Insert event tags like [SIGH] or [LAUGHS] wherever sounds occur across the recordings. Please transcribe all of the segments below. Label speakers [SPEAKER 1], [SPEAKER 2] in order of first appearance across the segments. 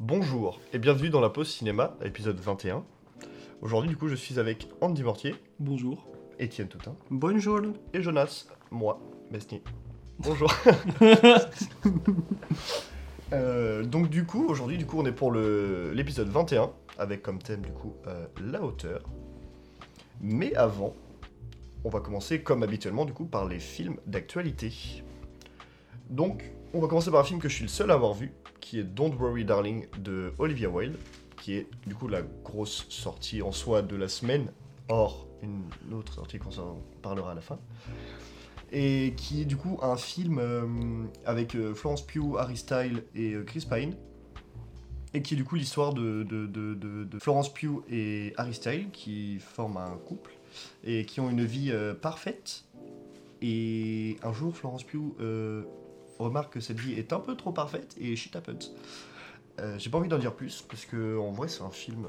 [SPEAKER 1] Bonjour et bienvenue dans la pause cinéma, épisode 21. Aujourd'hui, du coup, je suis avec Andy Mortier,
[SPEAKER 2] Bonjour.
[SPEAKER 1] Étienne Toutin
[SPEAKER 2] Bonjour.
[SPEAKER 1] et Jonas, moi, Besni. Bonjour. Euh, donc du coup, aujourd'hui, du coup, on est pour le- l'épisode 21 avec comme thème du coup euh, la hauteur. Mais avant, on va commencer comme habituellement du coup par les films d'actualité. Donc, on va commencer par un film que je suis le seul à avoir vu, qui est Don't Worry Darling de Olivia Wilde, qui est du coup la grosse sortie en soi de la semaine, hors une autre sortie qu'on s'en parlera à la fin. Et qui est du coup un film euh, avec euh, Florence Pugh, Harry Styles et euh, Chris Pine. Et qui est du coup l'histoire de, de- de- de- de Florence Pugh et Harry Styles qui forment un couple et qui ont une vie euh, parfaite. Et un jour, Florence Pugh euh, remarque que cette vie est un peu trop parfaite et shit happens. Euh, J'ai pas envie d'en dire plus parce que en vrai c'est un film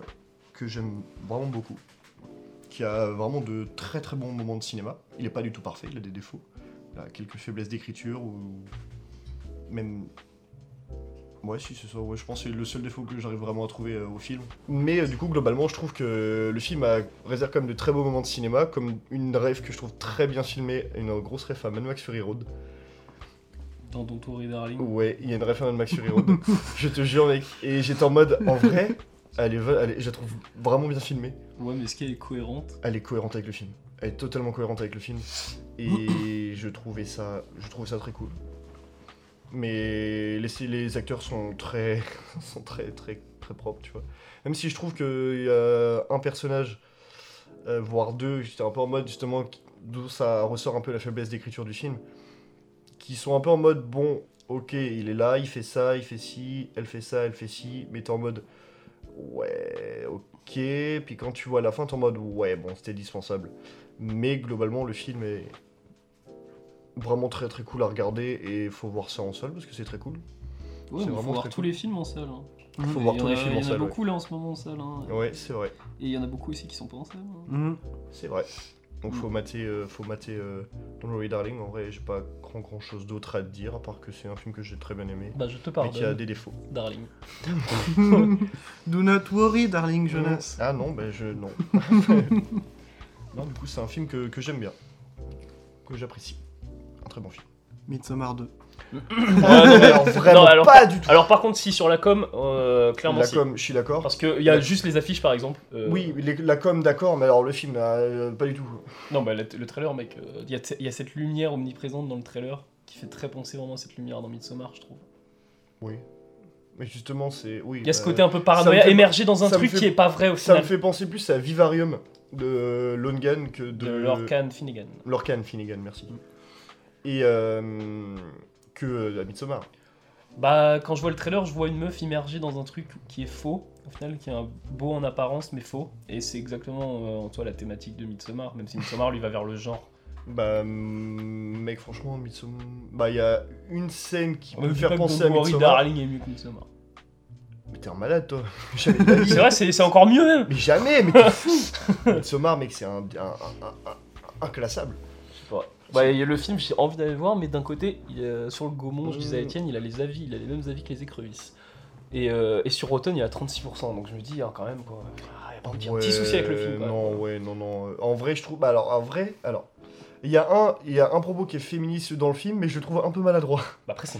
[SPEAKER 1] que j'aime vraiment beaucoup, qui a vraiment de très très bons moments de cinéma. Il est pas du tout parfait, il a des défauts, il a Bah, quelques faiblesses d'écriture ou même Ouais, si, c'est ça. Ouais, je pense que c'est le seul défaut que j'arrive vraiment à trouver euh, au film. Mais euh, du coup, globalement, je trouve que le film a, réserve quand même de très beaux moments de cinéma, comme une rêve que je trouve très bien filmée, une grosse rêve à Mad Max Fury Road.
[SPEAKER 2] Dans ton tour et
[SPEAKER 3] Mm.
[SPEAKER 2] Darling.
[SPEAKER 1] Ouais, il y a une référence de Max Fury Road. [LAUGHS] je te jure, mec. Et j'étais en mode, en vrai, elle est, va- elle est- je la trouve vraiment bien filmée.
[SPEAKER 2] Ouais, mais est-ce qu'elle est cohérente
[SPEAKER 1] Elle est cohérente avec le film. Elle est totalement cohérente avec le film. Et je trouvais ça, je trouve ça très cool. Mais les, les acteurs sont très, [LAUGHS] sont très, très, très propres, tu vois. Même si je trouve qu'il y a un personnage, euh, voire deux, j'étais un peu en mode justement qui- d'où ça ressort un peu la faiblesse d'écriture du film, qui sont un peu en mode bon, ok, il est là, il fait ça, il fait ci, elle fait ça, elle fait ci, mais t'es en mode ouais, ok, puis quand tu vois la fin, t'es en mode ouais, bon, c'était dispensable. Mais globalement, le film est vraiment très très cool à regarder et faut voir ça en salle parce que c'est très cool.
[SPEAKER 2] Ouais,
[SPEAKER 1] C'est
[SPEAKER 2] mais
[SPEAKER 1] vraiment
[SPEAKER 2] faut voir
[SPEAKER 1] très
[SPEAKER 2] tous
[SPEAKER 1] cool.
[SPEAKER 2] les films en salle. hein.
[SPEAKER 1] Faut
[SPEAKER 2] Et
[SPEAKER 1] voir
[SPEAKER 2] il y
[SPEAKER 1] tous
[SPEAKER 2] en
[SPEAKER 1] les
[SPEAKER 2] a-
[SPEAKER 1] films
[SPEAKER 2] Il y
[SPEAKER 1] en
[SPEAKER 2] en a
[SPEAKER 1] salle. ouais.
[SPEAKER 2] beaucoup là en ce moment en salle. hein.
[SPEAKER 1] Ouais, c'est vrai.
[SPEAKER 2] Et il y en a beaucoup aussi qui sont pas en salle. hein.
[SPEAKER 1] C'est vrai. Donc
[SPEAKER 2] Mm.
[SPEAKER 1] faut mater, euh, faut mater euh, Don't Worry Darling. En vrai, j'ai pas grand grand chose d'autre à te dire à part que c'est un film que j'ai très bien aimé,
[SPEAKER 2] Bah, je te
[SPEAKER 1] mais qui a
[SPEAKER 2] pardonne,
[SPEAKER 1] des défauts.
[SPEAKER 2] Darling.
[SPEAKER 4] Mm. [LAUGHS] Do not worry, darling Jonas.
[SPEAKER 1] Ah non, ben je non. non, du coup, c'est un film que, que j'aime bien, que j'apprécie. Un très bon film.
[SPEAKER 4] Midsommar 2.
[SPEAKER 3] Ah, [LAUGHS] non, mais-
[SPEAKER 1] alors vraiment
[SPEAKER 3] non, alors-
[SPEAKER 1] pas du tout.
[SPEAKER 3] Alors par contre, si sur la com, euh, clairement
[SPEAKER 1] la
[SPEAKER 3] si.
[SPEAKER 1] com, je suis d'accord.
[SPEAKER 3] Parce qu'il y a
[SPEAKER 1] La-
[SPEAKER 3] juste les affiches par exemple. euh,
[SPEAKER 1] Oui, les- la com, d'accord, mais alors le film, là, euh, pas du tout.
[SPEAKER 3] Non, bah, le, le trailer, mec, il y, a t- y a cette lumière omniprésente dans le trailer qui fait très penser vraiment à cette lumière dans Midsommar, je trouve.
[SPEAKER 1] Oui. Mais justement, c'est oui.
[SPEAKER 3] Il y a ce
[SPEAKER 1] bah,
[SPEAKER 3] côté un peu
[SPEAKER 1] ça me
[SPEAKER 3] paranoïa
[SPEAKER 1] fait-
[SPEAKER 3] émergé dans un
[SPEAKER 1] ça me
[SPEAKER 3] truc
[SPEAKER 1] fait-
[SPEAKER 3] qui est pas vrai au
[SPEAKER 1] Ça me
[SPEAKER 3] final.
[SPEAKER 1] fait penser plus à Vivarium de euh, Lonegan que
[SPEAKER 3] De
[SPEAKER 1] de,
[SPEAKER 3] Lorcan Finnegan.
[SPEAKER 1] Lorcan Finnegan, merci.
[SPEAKER 3] Mm.
[SPEAKER 1] Et euh, que euh, à Midsommar.
[SPEAKER 3] Bah, quand je vois le trailer, je vois une meuf immergée dans un truc qui est faux, au final, qui est un beau en apparence, mais faux. Et c'est exactement euh, en toi la thématique de Midsommar, même si Midsommar lui va vers le genre.
[SPEAKER 1] Bah, mm, mec, franchement, Midsommar. Bah, il y a une scène qui
[SPEAKER 3] On
[SPEAKER 1] peut
[SPEAKER 3] me
[SPEAKER 1] faire penser à Midsommar.
[SPEAKER 3] Darling est mieux que Midsommar. [LAUGHS]
[SPEAKER 1] Mais t'es un malade, toi. [LAUGHS] Jamais de la vie.
[SPEAKER 3] C'est vrai, c'est c'est encore mieux même.
[SPEAKER 1] Mais jamais, mais t'es
[SPEAKER 3] [LAUGHS]
[SPEAKER 1] fou. Midsommar, mec, c'est un, un, un- un- un- inclassable.
[SPEAKER 3] Bah, il y a le film, j'ai envie d'aller le voir, mais d'un côté, il, euh, sur le Gaumont, je disais à
[SPEAKER 1] Mm.
[SPEAKER 3] Étienne, il a les avis, il a les mêmes avis que les écrevisses. Et, euh, et sur Rotten, il a 36%, donc je me dis, ah, quand même, quoi. Ah, il y a pas un petit, un petit
[SPEAKER 1] Ouais,
[SPEAKER 3] souci avec le film. quand même.
[SPEAKER 1] Non, ouais, non, non. euh, En vrai, je trouve. bah, alors, en vrai, alors. Il y, a un, il y a un propos qui est féministe dans le film, mais je le trouve un peu maladroit. [LAUGHS]
[SPEAKER 3] Bah, après, c'est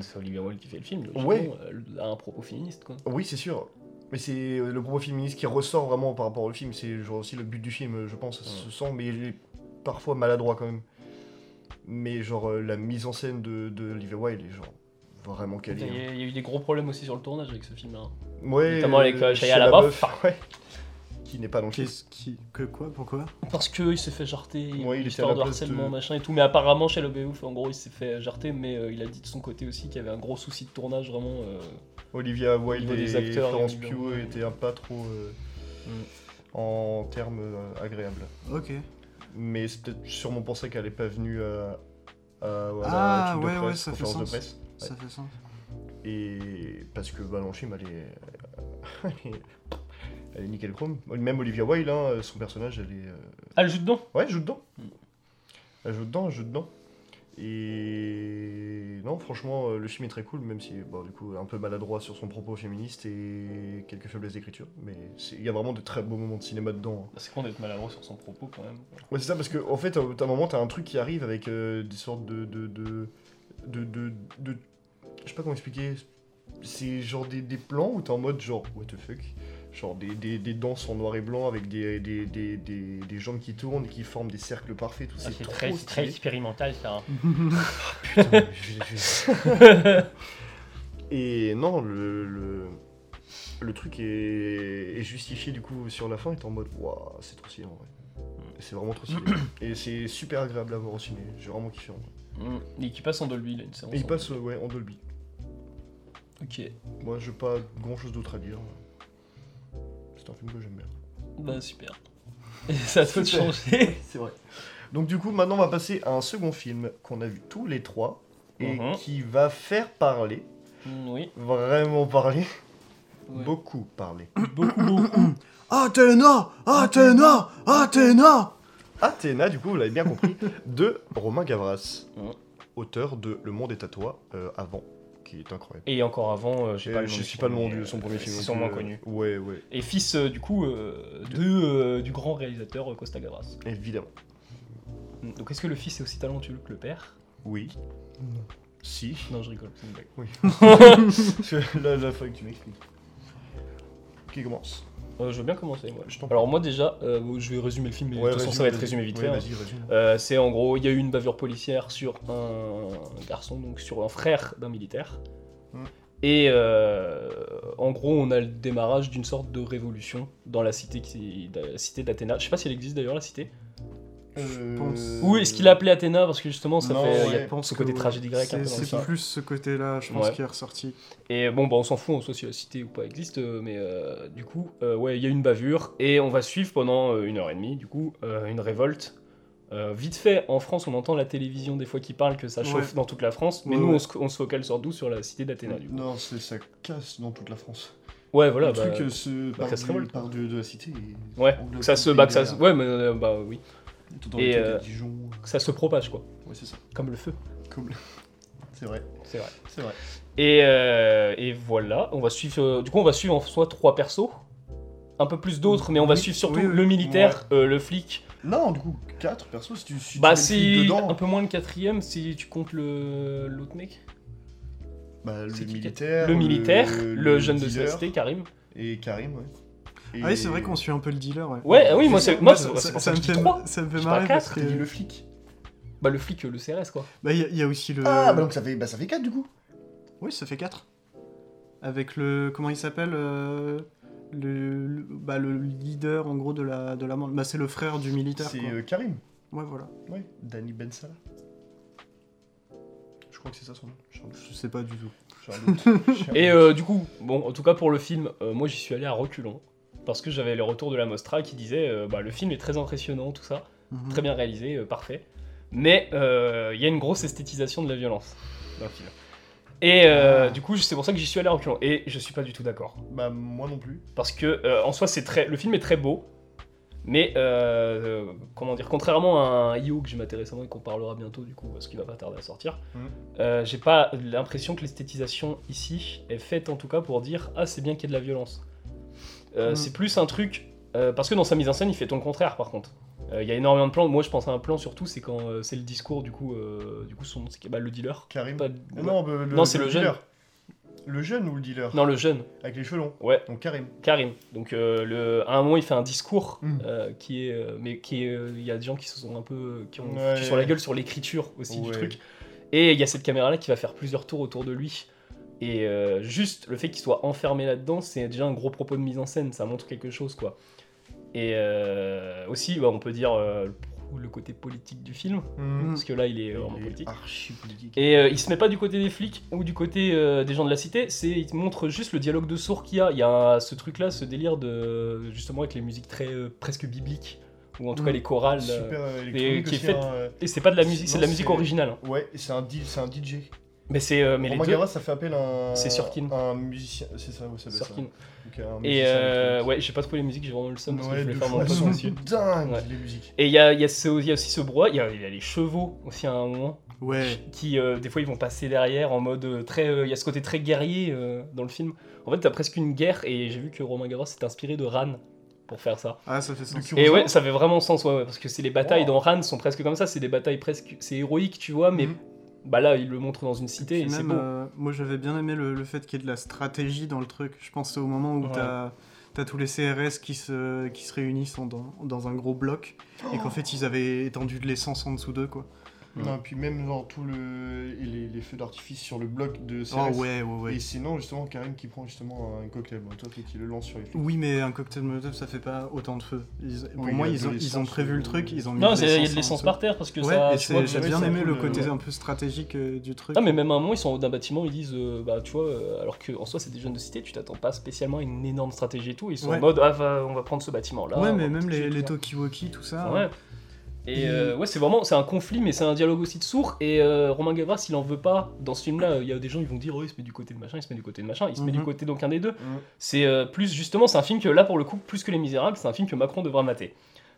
[SPEAKER 3] c'est Olivia Wilde qui fait le film, donc
[SPEAKER 1] Ouais.
[SPEAKER 3] bon, elle a un propos féministe, quoi.
[SPEAKER 1] Oui, c'est sûr. Mais c'est euh, le propos féministe qui ressort vraiment par rapport au film. C'est genre aussi le but du film, euh, je pense, ça
[SPEAKER 3] Mm.
[SPEAKER 1] se sent, mais il est parfois maladroit quand même. Mais genre euh, la mise en scène de, de Olivia Wilde est genre vraiment
[SPEAKER 3] Il y, a,
[SPEAKER 1] calée. hein.
[SPEAKER 3] il y a eu des gros problèmes aussi sur le tournage avec ce film-là.
[SPEAKER 1] Ouais,
[SPEAKER 3] Notamment avec, euh, Shia LaBeouf.
[SPEAKER 1] LaBeouf, ouais. Qui n'est pas dans le film.
[SPEAKER 4] Qu'est-ce qui. Que quoi Pourquoi
[SPEAKER 3] Parce qu'il s'est fait jarter,
[SPEAKER 1] Ouais, il était à
[SPEAKER 3] histoire
[SPEAKER 1] la
[SPEAKER 3] de
[SPEAKER 1] place
[SPEAKER 3] harcèlement,
[SPEAKER 1] de-
[SPEAKER 3] machin et tout. Mais apparemment, chez Beouf, en gros, il s'est fait jarter, mais euh, il a dit de son côté aussi qu'il y avait un gros souci de tournage, vraiment. euh,
[SPEAKER 1] Olivia Wilde
[SPEAKER 3] niveau
[SPEAKER 1] et
[SPEAKER 3] des acteurs,
[SPEAKER 1] Florence
[SPEAKER 3] il y a eu
[SPEAKER 1] Pugh
[SPEAKER 3] bien.
[SPEAKER 1] étaient un pas trop euh,
[SPEAKER 3] Mm.
[SPEAKER 1] en termes euh, agréables.
[SPEAKER 4] Ok.
[SPEAKER 1] Mais c'est peut-être sûrement pour ça qu'elle n'est pas venue à, à- à la
[SPEAKER 4] Ah,
[SPEAKER 1] truc de
[SPEAKER 4] ouais, ouais,
[SPEAKER 1] presse,
[SPEAKER 4] ça fait
[SPEAKER 1] conférence de
[SPEAKER 4] sens.
[SPEAKER 1] presse.
[SPEAKER 4] Ça fait sens.
[SPEAKER 1] Et parce que bah, dans le film, elle est... [LAUGHS] elle est- elle est nickel chrome. Même Olivia Wilde, hein, son personnage, elle est. euh,
[SPEAKER 3] Ah, elle joue dedans
[SPEAKER 1] Ouais, elle joue dedans.
[SPEAKER 3] Mm.
[SPEAKER 1] Elle joue dedans, elle joue dedans. Et non, franchement, euh, le film est très cool, même si, bon, du coup, un peu maladroit sur son propos féministe et quelques faiblesses d'écriture. Mais c'est- il y a vraiment de très beaux moments de cinéma dedans. hein.
[SPEAKER 3] C'est con d'être maladroit sur son propos quand même. quoi.
[SPEAKER 1] Ouais, c'est ça, parce que en fait, à un moment, t'as un truc qui arrive avec euh, des sortes de. de. de. de. de. de- je sais pas comment expliquer. C'est genre des, des plans où t'es en mode genre, what the fuck Genre des, des, des danses en noir et blanc avec des, des, des, des, des jambes qui tournent, qui forment des cercles parfaits, tout
[SPEAKER 3] Ah,
[SPEAKER 1] c'est
[SPEAKER 3] c'est
[SPEAKER 1] trop
[SPEAKER 3] très, c'est très
[SPEAKER 1] stylé.
[SPEAKER 3] expérimental ça. hein.
[SPEAKER 1] Putain, je vais- je vais- Et non, le, le, le truc est, est justifié du coup sur la fin, est en mode waouh, c'est trop stylé en vrai. C'est vraiment trop [CLEARS THROAT] stylé. Et c'est super agréable à voir au ciné, j'ai vraiment kiffé en vrai.
[SPEAKER 3] Mm. Et qui passe en Dolby, là, une séance.
[SPEAKER 1] Et il
[SPEAKER 3] en-
[SPEAKER 1] passe euh, ouais, en Dolby.
[SPEAKER 3] Ok.
[SPEAKER 1] Moi j'ai pas grand chose d'autre à dire. C'est un film que j'aime bien.
[SPEAKER 3] Bah super. Et ça te fait
[SPEAKER 1] Super. [LAUGHS]
[SPEAKER 3] changer.
[SPEAKER 1] C'est vrai. Donc du coup, maintenant, on va passer à un second film qu'on a vu tous les trois et
[SPEAKER 3] Mhm.
[SPEAKER 1] qui va faire parler,
[SPEAKER 3] Mm, oui.
[SPEAKER 1] vraiment parler,
[SPEAKER 2] Ouais.
[SPEAKER 1] beaucoup parler.
[SPEAKER 3] Beaucoup, beaucoup.
[SPEAKER 4] Ah, Athéna Athéna Athéna
[SPEAKER 1] Athéna, du coup, vous l'avez bien
[SPEAKER 3] [LAUGHS]
[SPEAKER 1] compris, de Romain Gavras,
[SPEAKER 3] Ouais.
[SPEAKER 1] auteur de Le Monde est à toi euh, avant, qui est incroyable.
[SPEAKER 3] Et encore avant, euh, j'ai
[SPEAKER 1] Et
[SPEAKER 3] pas le nom
[SPEAKER 1] je
[SPEAKER 3] du
[SPEAKER 1] sais
[SPEAKER 3] film,
[SPEAKER 1] pas le nom
[SPEAKER 3] mais,
[SPEAKER 1] de son
[SPEAKER 3] euh,
[SPEAKER 1] premier film.
[SPEAKER 3] C'est
[SPEAKER 1] non
[SPEAKER 3] sûrement
[SPEAKER 1] plus, euh,
[SPEAKER 3] connu.
[SPEAKER 1] Ouais, ouais,
[SPEAKER 3] Et fils euh, du coup euh, de, euh, du grand réalisateur euh, Costa Gavras.
[SPEAKER 1] évidemment.
[SPEAKER 3] Mm. Donc est-ce que le fils est aussi talentueux que le père
[SPEAKER 1] Oui. Si. [LAUGHS]
[SPEAKER 3] Non, je rigole, c'est une blague.
[SPEAKER 1] Oui. là, là, faut que tu m'expliques. Qui commence
[SPEAKER 3] Euh, je veux bien commencer. moi.
[SPEAKER 1] Je t'en prie.
[SPEAKER 3] Alors moi déjà, euh, je vais résumer le film, mais de toute façon
[SPEAKER 1] résume,
[SPEAKER 3] ça va être
[SPEAKER 1] vas-y.
[SPEAKER 3] résumé vite
[SPEAKER 1] Ouais,
[SPEAKER 3] fait. hein.
[SPEAKER 1] Vas-y, résume.
[SPEAKER 3] Euh, c'est en gros, il y a eu une bavure policière sur un garçon, donc sur un frère d'un militaire.
[SPEAKER 1] Mm.
[SPEAKER 3] Et euh, en gros, on a le démarrage d'une sorte de révolution dans la cité qui, la cité d'Athéna. Je sais pas si elle existe d'ailleurs la cité.
[SPEAKER 1] Euh,
[SPEAKER 4] pense.
[SPEAKER 3] Ou est-ce qu'il l'appelait Athéna parce que justement ça
[SPEAKER 1] Non,
[SPEAKER 3] fait. il euh, y a-
[SPEAKER 1] ouais.
[SPEAKER 3] ce côté tragique grec, un peu
[SPEAKER 4] C'est
[SPEAKER 3] dans le
[SPEAKER 4] c'est
[SPEAKER 3] film.
[SPEAKER 4] plus ce côté-là, je pense,
[SPEAKER 3] Ouais.
[SPEAKER 4] qui est ressorti.
[SPEAKER 3] Et bon, bah, on s'en fout en soi si la cité ou pas existe, euh, mais euh, du coup, euh, ouais, il y a une bavure et on va suivre pendant euh, une heure et demie, du coup, euh, une révolte. Euh, vite fait, en France, on entend la télévision des fois qui parle que ça chauffe
[SPEAKER 4] Ouais.
[SPEAKER 3] dans toute la France, mais
[SPEAKER 4] Ouais,
[SPEAKER 3] nous,
[SPEAKER 4] ouais.
[SPEAKER 3] On, se, on se focalise surtout sur la cité d'Athéna. du coup.
[SPEAKER 1] Non, c'est ça casse dans toute la France.
[SPEAKER 3] Ouais, voilà.
[SPEAKER 1] Le
[SPEAKER 3] bah,
[SPEAKER 1] truc euh, se
[SPEAKER 3] ça se
[SPEAKER 1] part, du,
[SPEAKER 3] révolte.
[SPEAKER 1] part de, de la cité. et-
[SPEAKER 3] ouais,
[SPEAKER 1] on
[SPEAKER 3] que
[SPEAKER 1] le
[SPEAKER 3] ça se
[SPEAKER 1] coupe
[SPEAKER 3] bat, que ça se...
[SPEAKER 1] derrière.
[SPEAKER 3] Ouais, mais euh, bah oui.
[SPEAKER 1] Tout dans
[SPEAKER 3] Et,
[SPEAKER 1] les trucs à
[SPEAKER 3] euh,
[SPEAKER 1] Dijon. euh,
[SPEAKER 3] Que ça se propage, quoi.
[SPEAKER 1] Ouais, c'est ça.
[SPEAKER 3] Comme le feu.
[SPEAKER 1] Comme- [LAUGHS] C'est vrai,
[SPEAKER 3] C'est vrai.
[SPEAKER 1] c'est vrai.
[SPEAKER 3] Et, euh, et voilà, on va suivre. euh, du coup, on va suivre en soi trois persos, un peu plus d'autres, mais on va
[SPEAKER 4] Oui,
[SPEAKER 3] suivre surtout
[SPEAKER 4] oui, oui.
[SPEAKER 3] le militaire, euh, le flic.
[SPEAKER 1] Non, du coup, 4 perso, si tu si tu
[SPEAKER 3] bah,
[SPEAKER 1] mets le flic
[SPEAKER 3] c'est
[SPEAKER 1] dedans,
[SPEAKER 3] un peu moins le quatrième si tu comptes le l'autre mec.
[SPEAKER 1] bah, le
[SPEAKER 3] c'est qui,
[SPEAKER 1] militaire,
[SPEAKER 3] le militaire, le, jeune de
[SPEAKER 1] dealer
[SPEAKER 3] sa cité, Karim.
[SPEAKER 1] et Karim, ouais. Et-
[SPEAKER 4] Ah oui, c'est vrai qu'on suit un peu le dealer, ouais.
[SPEAKER 3] Ouais, ah oui, moi, c'est moi, c'est-
[SPEAKER 4] ça,
[SPEAKER 3] c'est
[SPEAKER 4] ça,
[SPEAKER 3] pour ça
[SPEAKER 4] me
[SPEAKER 3] que je
[SPEAKER 4] fait,
[SPEAKER 3] dis trois.
[SPEAKER 4] ça me
[SPEAKER 3] Je
[SPEAKER 4] fait
[SPEAKER 3] dis pas
[SPEAKER 4] marrer parce
[SPEAKER 3] quatre,
[SPEAKER 4] que.
[SPEAKER 1] T'as dit le flic.
[SPEAKER 3] Bah, le flic, euh, le CRS, quoi.
[SPEAKER 4] Bah, il y, a- il y a aussi le.
[SPEAKER 1] Ah, bah donc ça fait, bah, ça fait 4 du coup.
[SPEAKER 4] Oui, ça fait 4. Avec le. Comment il s'appelle euh, le, le- bah, le leader, en gros, de la, de la bande. Bah, c'est le frère du militaire,
[SPEAKER 1] C'est
[SPEAKER 4] quoi.
[SPEAKER 1] euh, Karim.
[SPEAKER 4] Ouais, voilà.
[SPEAKER 1] Ouais, Danny Ben Salah. Je crois que c'est ça son nom. J'ai un doute.
[SPEAKER 4] Je sais pas du tout. [LAUGHS]
[SPEAKER 1] J'ai un doute. J'ai un
[SPEAKER 3] Et
[SPEAKER 1] doute.
[SPEAKER 3] euh, du coup, bon, en tout cas pour le film, euh, moi j'y suis allé à reculons. Parce que j'avais les retours de la Mostra qui disaient euh, bah, le film est très impressionnant, tout ça,
[SPEAKER 4] Mhm.
[SPEAKER 1] Mm.
[SPEAKER 3] très bien réalisé, euh, parfait. Mais euh, il y a une grosse esthétisation de la violence dans le film. Et euh,
[SPEAKER 4] Ah.
[SPEAKER 3] du coup, c'est pour ça que j'y suis allé à reculons. Et je suis pas du tout d'accord.
[SPEAKER 1] Bah, moi non plus.
[SPEAKER 3] Parce que euh, en soi, c'est très, le film est très beau. Mais euh, euh, comment dire, contrairement à un IO que j'ai maté récemment et qu'on parlera bientôt du coup, parce qu'il va pas tarder à sortir,
[SPEAKER 1] Mhm.
[SPEAKER 3] euh, j'ai pas l'impression que l'esthétisation ici est faite en tout cas pour dire ah c'est bien qu'il y ait de la violence.
[SPEAKER 1] Mmh.
[SPEAKER 3] Euh,
[SPEAKER 4] Mhm.
[SPEAKER 3] C'est plus un truc euh, parce que dans sa mise en scène il fait tout le contraire par contre. Euh, Il y a énormément de plans. Moi je pense à un plan surtout c'est quand euh, c'est le discours du coup euh, du coup son c'est- bah, le dealer.
[SPEAKER 1] Karim.
[SPEAKER 3] Pas-
[SPEAKER 1] Non, bah, le,
[SPEAKER 3] Non, c'est le jeune.
[SPEAKER 1] dealer. Le jeune ou le dealer
[SPEAKER 3] non le jeune.
[SPEAKER 1] Avec les cheveux longs.
[SPEAKER 3] Ouais.
[SPEAKER 1] Donc Karim.
[SPEAKER 3] Karim. Donc euh, le, à un moment, il fait un discours
[SPEAKER 1] Mm.
[SPEAKER 4] Hum.
[SPEAKER 3] euh, qui est, euh, mais qui est, euh, il y a des gens qui se sont un peu, euh, qui ont
[SPEAKER 1] Ouais.
[SPEAKER 3] foutu sur la gueule sur l'écriture aussi du
[SPEAKER 1] Ouais.
[SPEAKER 3] truc. Et il y a cette caméra là qui va faire plusieurs tours autour de lui. Et euh, juste le fait qu'il soit enfermé là-dedans, c'est déjà un gros propos de mise en scène. Ça montre quelque chose, quoi. Et euh, aussi, bah, on peut dire euh, le côté politique du film,
[SPEAKER 4] Hum.
[SPEAKER 1] Mmh.
[SPEAKER 3] parce que là, il est vraiment
[SPEAKER 1] Il est
[SPEAKER 3] politique.
[SPEAKER 1] archi politique.
[SPEAKER 3] Et euh, il se met pas du côté des flics ou du côté euh, des gens de la cité, c'est il te montre juste le dialogue de sourds qu'il y a. Il y a un- ce truc là, ce délire de justement avec les musiques très euh, presque bibliques ou en tout
[SPEAKER 4] Mm.
[SPEAKER 3] cas les chorales. euh.
[SPEAKER 1] Super euh,
[SPEAKER 3] et
[SPEAKER 1] électronique
[SPEAKER 3] qui est
[SPEAKER 1] aussi,
[SPEAKER 3] faite-
[SPEAKER 1] hein, euh,
[SPEAKER 3] Et c'est pas de la musique, c'est de la
[SPEAKER 1] Non,
[SPEAKER 3] musique
[SPEAKER 1] c'est-
[SPEAKER 3] originale. hein.
[SPEAKER 1] Ouais, et c'est un, di- c'est un DJ.
[SPEAKER 3] Mais c'est euh, mais les
[SPEAKER 1] Romain
[SPEAKER 3] deux.
[SPEAKER 1] Gavras, ça fait appel à un.
[SPEAKER 3] C'est Sorkin.
[SPEAKER 1] Un musicien. C'est ça, ouais, ça doit être ça.
[SPEAKER 3] Sorkin.
[SPEAKER 1] Donc, un
[SPEAKER 3] Et
[SPEAKER 1] musicien
[SPEAKER 3] euh,
[SPEAKER 1] électronique.
[SPEAKER 3] ouais, j'ai pas trouvé les musiques, j'ai vraiment le seum parce que
[SPEAKER 1] Ouais,
[SPEAKER 3] je voulais
[SPEAKER 1] de
[SPEAKER 3] faire
[SPEAKER 1] fou,
[SPEAKER 3] mon
[SPEAKER 1] elles
[SPEAKER 3] pote
[SPEAKER 1] sont [LAUGHS]
[SPEAKER 3] dessus.
[SPEAKER 1] dingues,
[SPEAKER 3] Ouais.
[SPEAKER 1] les musiques.
[SPEAKER 3] Et il y a, il y, a ce- il y a aussi ce brouhaha, il y a, il y a les chevaux aussi à un moment,
[SPEAKER 4] Ouais.
[SPEAKER 3] qui euh, des fois ils vont passer derrière en mode euh, très. euh, Il y a ce côté très guerrier euh, dans le film. En fait, t'as presque une guerre et j'ai vu que Romain Gavras s'est inspiré de Ran pour faire ça.
[SPEAKER 4] Ah, ça fait sens.
[SPEAKER 1] Luc
[SPEAKER 3] Et
[SPEAKER 1] Rousseau,
[SPEAKER 3] ouais, ça fait vraiment sens, ouais, ouais, parce que c'est les batailles
[SPEAKER 1] Wow.
[SPEAKER 3] dans
[SPEAKER 4] Oh.
[SPEAKER 3] Ran sont presque comme ça, c'est des batailles presque. C'est héroïque, tu vois, mais
[SPEAKER 4] Mhm.
[SPEAKER 3] bah là, il le montre dans une cité
[SPEAKER 4] Puis
[SPEAKER 3] et c'est
[SPEAKER 4] même,
[SPEAKER 3] beau.
[SPEAKER 4] euh, moi j'avais bien aimé le, le fait qu'il y ait de la stratégie dans le truc. Je pense au moment où
[SPEAKER 3] Ouais.
[SPEAKER 4] t'as t'as tous les CRS qui se, qui se réunissent en- dans, dans un gros bloc et
[SPEAKER 1] Oh.
[SPEAKER 4] qu'en fait ils avaient étendu de l'essence en dessous d'eux quoi.
[SPEAKER 3] Mm.
[SPEAKER 1] Non, et puis même genre tout le. et les, les feux d'artifice sur le bloc de CRS.
[SPEAKER 4] Oh ouais, ouais, ouais.
[SPEAKER 1] Et sinon, justement, Karim qui prend justement un cocktail Molotov et qui le lance sur les flics.
[SPEAKER 4] Oui, mais un cocktail Molotov ça fait pas autant de feu. Ils- pour
[SPEAKER 1] Oui,
[SPEAKER 4] moi,
[SPEAKER 1] il y a
[SPEAKER 4] ils
[SPEAKER 1] de
[SPEAKER 4] ont, ils ont
[SPEAKER 1] l'essence,
[SPEAKER 4] prévu le
[SPEAKER 1] euh,
[SPEAKER 4] truc, ils ont mis
[SPEAKER 3] Non, c'est- il y a de
[SPEAKER 4] en
[SPEAKER 3] l'essence
[SPEAKER 4] dessous.
[SPEAKER 3] par terre parce que
[SPEAKER 4] Ouais,
[SPEAKER 3] ça.
[SPEAKER 4] et
[SPEAKER 3] tu
[SPEAKER 4] c'est-
[SPEAKER 3] vois,
[SPEAKER 4] j'ai
[SPEAKER 1] ouais,
[SPEAKER 4] bien
[SPEAKER 1] ça
[SPEAKER 4] aimé le
[SPEAKER 1] coule,
[SPEAKER 4] côté
[SPEAKER 1] ouais.
[SPEAKER 4] un peu stratégique euh, du truc.
[SPEAKER 3] Non mais même à un moment ils sont en haut d'un bâtiment ils disent euh, bah tu vois euh, alors que en soi c'est des jeunes de cité tu t'attends pas spécialement à une énorme stratégie et tout ils sont
[SPEAKER 4] Ouais.
[SPEAKER 3] en mode ah va- on va prendre ce bâtiment là
[SPEAKER 4] ouais, mais même les, les Tokiwoki, tout ça. hein.
[SPEAKER 3] ouais et euh, ouais c'est vraiment c'est un conflit mais c'est un dialogue aussi de sourds et euh, Romain Gavras il en veut pas dans ce film là il y a des gens ils vont dire oh il se met du côté de machin il se met du côté de machin il se met du
[SPEAKER 4] Mhm.
[SPEAKER 3] côté d'aucun des deux
[SPEAKER 1] Mhm.
[SPEAKER 3] c'est euh, plus justement c'est un film que là pour le coup plus que Les Misérables c'est un film que Macron devra mater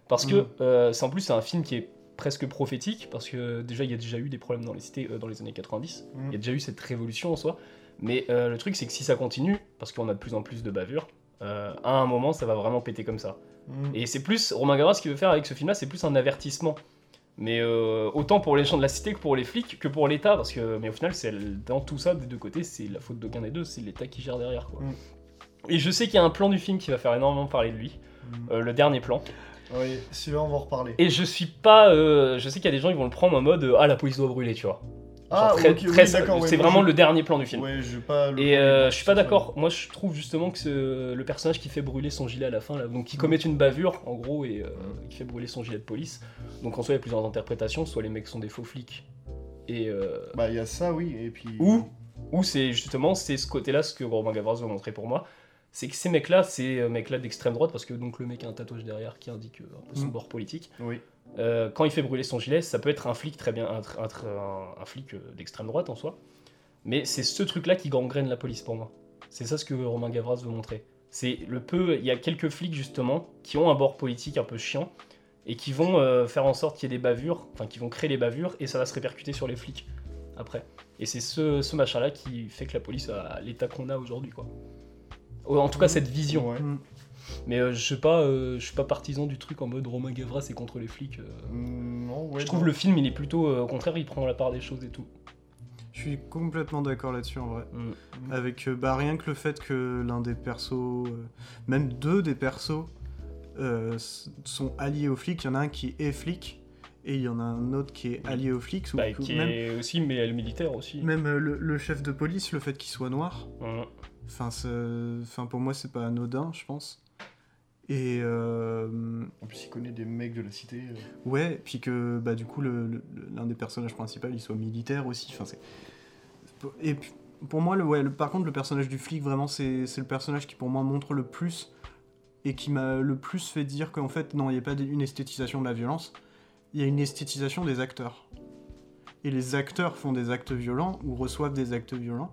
[SPEAKER 3] parce que
[SPEAKER 4] Mhm.
[SPEAKER 3] euh, c'est en plus c'est un film qui est presque prophétique parce que euh, déjà il y a déjà eu des problèmes dans les cités euh, dans les années 90
[SPEAKER 4] Mhm.
[SPEAKER 3] il y a déjà eu cette révolution en soi. Mais euh, le truc, c'est que si ça continue, parce qu'on a de plus en plus de bavures, euh, à un moment, ça va vraiment péter comme ça.
[SPEAKER 1] Mm.
[SPEAKER 3] Et c'est plus, Romain Gavras, ce qu'il veut faire avec ce film-là, c'est plus un avertissement. Mais euh, autant pour les gens de la cité que pour les flics, que pour l'État, parce que, mais au final, c'est dans tout ça, des deux côtés, c'est la faute d'aucun des deux, c'est l'État qui gère derrière, quoi.
[SPEAKER 1] Mm.
[SPEAKER 3] Et je sais qu'il y a un plan du film qui va faire énormément parler de lui,
[SPEAKER 1] Mm.
[SPEAKER 3] euh, le dernier plan.
[SPEAKER 1] Ouais, celui-là, on va en reparler.
[SPEAKER 3] Et je suis pas, euh, je sais qu'il y a des gens qui vont le prendre en mode, euh, ah la police doit brûler, tu vois. Genre très-
[SPEAKER 1] Ah, ok, oui,
[SPEAKER 3] très-
[SPEAKER 1] d'accord, ouais,
[SPEAKER 3] c'est
[SPEAKER 1] moi,
[SPEAKER 3] vraiment
[SPEAKER 1] je-
[SPEAKER 3] le dernier plan du film.
[SPEAKER 1] Ouais, je vais pas le.
[SPEAKER 3] Et euh, je suis pas d'accord. Moi, je trouve justement que ce- le personnage qui fait brûler son gilet à la fin, là, donc qui commet une bavure, en gros, et euh, qui fait brûler son gilet de police. Donc en soi, il y a plusieurs interprétations. Soit les mecs sont des faux flics, et euh,
[SPEAKER 1] Bah, il y a ça, oui, et puis.
[SPEAKER 3] Ou- ou c'est justement c'est ce côté-là ce que Romain Gavras veut montrer pour moi, c'est que ces mecs-là, ces euh, mecs-là d'extrême droite, parce que donc le mec a un tatouage derrière qui indique euh, un peu son
[SPEAKER 4] Mm.
[SPEAKER 3] bord politique.
[SPEAKER 1] Oui.
[SPEAKER 3] Euh, quand il fait brûler son gilet, ça peut être un flic très bien, un, tr- un tr- un- un flic euh, d'extrême droite en soi. Mais c'est ce truc-là qui gangrène la police pour moi. C'est ça ce que Romain Gavras veut montrer. C'est le peu, il y a quelques flics justement qui ont un bord politique un peu chiant et qui vont euh, faire en sorte qu'il y ait des bavures, enfin qui vont créer des bavures et ça va se répercuter sur les flics après. Et c'est ce, ce machin-là qui fait que la police a l'état qu'on a aujourd'hui quoi. Ou En tout cas cette vision.
[SPEAKER 1] Ouais.
[SPEAKER 4] Mm.
[SPEAKER 3] Mais euh, je sais pas, euh, je suis pas partisan du truc en mode Romain Gavras est contre les flics. euh.
[SPEAKER 1] Mm, Non, ouais.
[SPEAKER 3] je trouve
[SPEAKER 1] non.
[SPEAKER 3] le film, il est plutôt euh, au contraire, il prend la part des choses et tout.
[SPEAKER 4] Je suis complètement d'accord là-dessus en vrai.
[SPEAKER 3] Mm.
[SPEAKER 4] Avec euh, bah, rien que le fait que l'un des persos, euh, même deux des persos, euh, s- sont alliés aux flics. Il y en a un qui est flic et il y en a un autre qui est allié aux flics. Ou
[SPEAKER 3] Bah,
[SPEAKER 4] que-
[SPEAKER 3] qui
[SPEAKER 4] même
[SPEAKER 3] est aussi, mais le militaire aussi.
[SPEAKER 4] même, euh, le, le chef de police, le fait qu'il soit noir,
[SPEAKER 3] Mm.
[SPEAKER 4] enfin, c'est- enfin, pour moi, c'est pas anodin, je pense. Et euh,
[SPEAKER 1] En plus, il connaît des mecs de la cité.
[SPEAKER 3] [LAUGHS]
[SPEAKER 1] euh.
[SPEAKER 4] ouais, puis que bah, du coup, le- le- l'un des personnages principaux, il soit militaire aussi. Enfin, c'est- Et puis, pour moi, le, ouais, le- par contre, le personnage du flic, vraiment, c'est c'est le personnage qui, pour moi, montre le plus et qui m'a le plus fait dire qu'en fait, non, il n'y a pas d- une esthétisation de la violence, il y a une esthétisation des acteurs. Et les acteurs font des actes violents ou reçoivent des actes violents,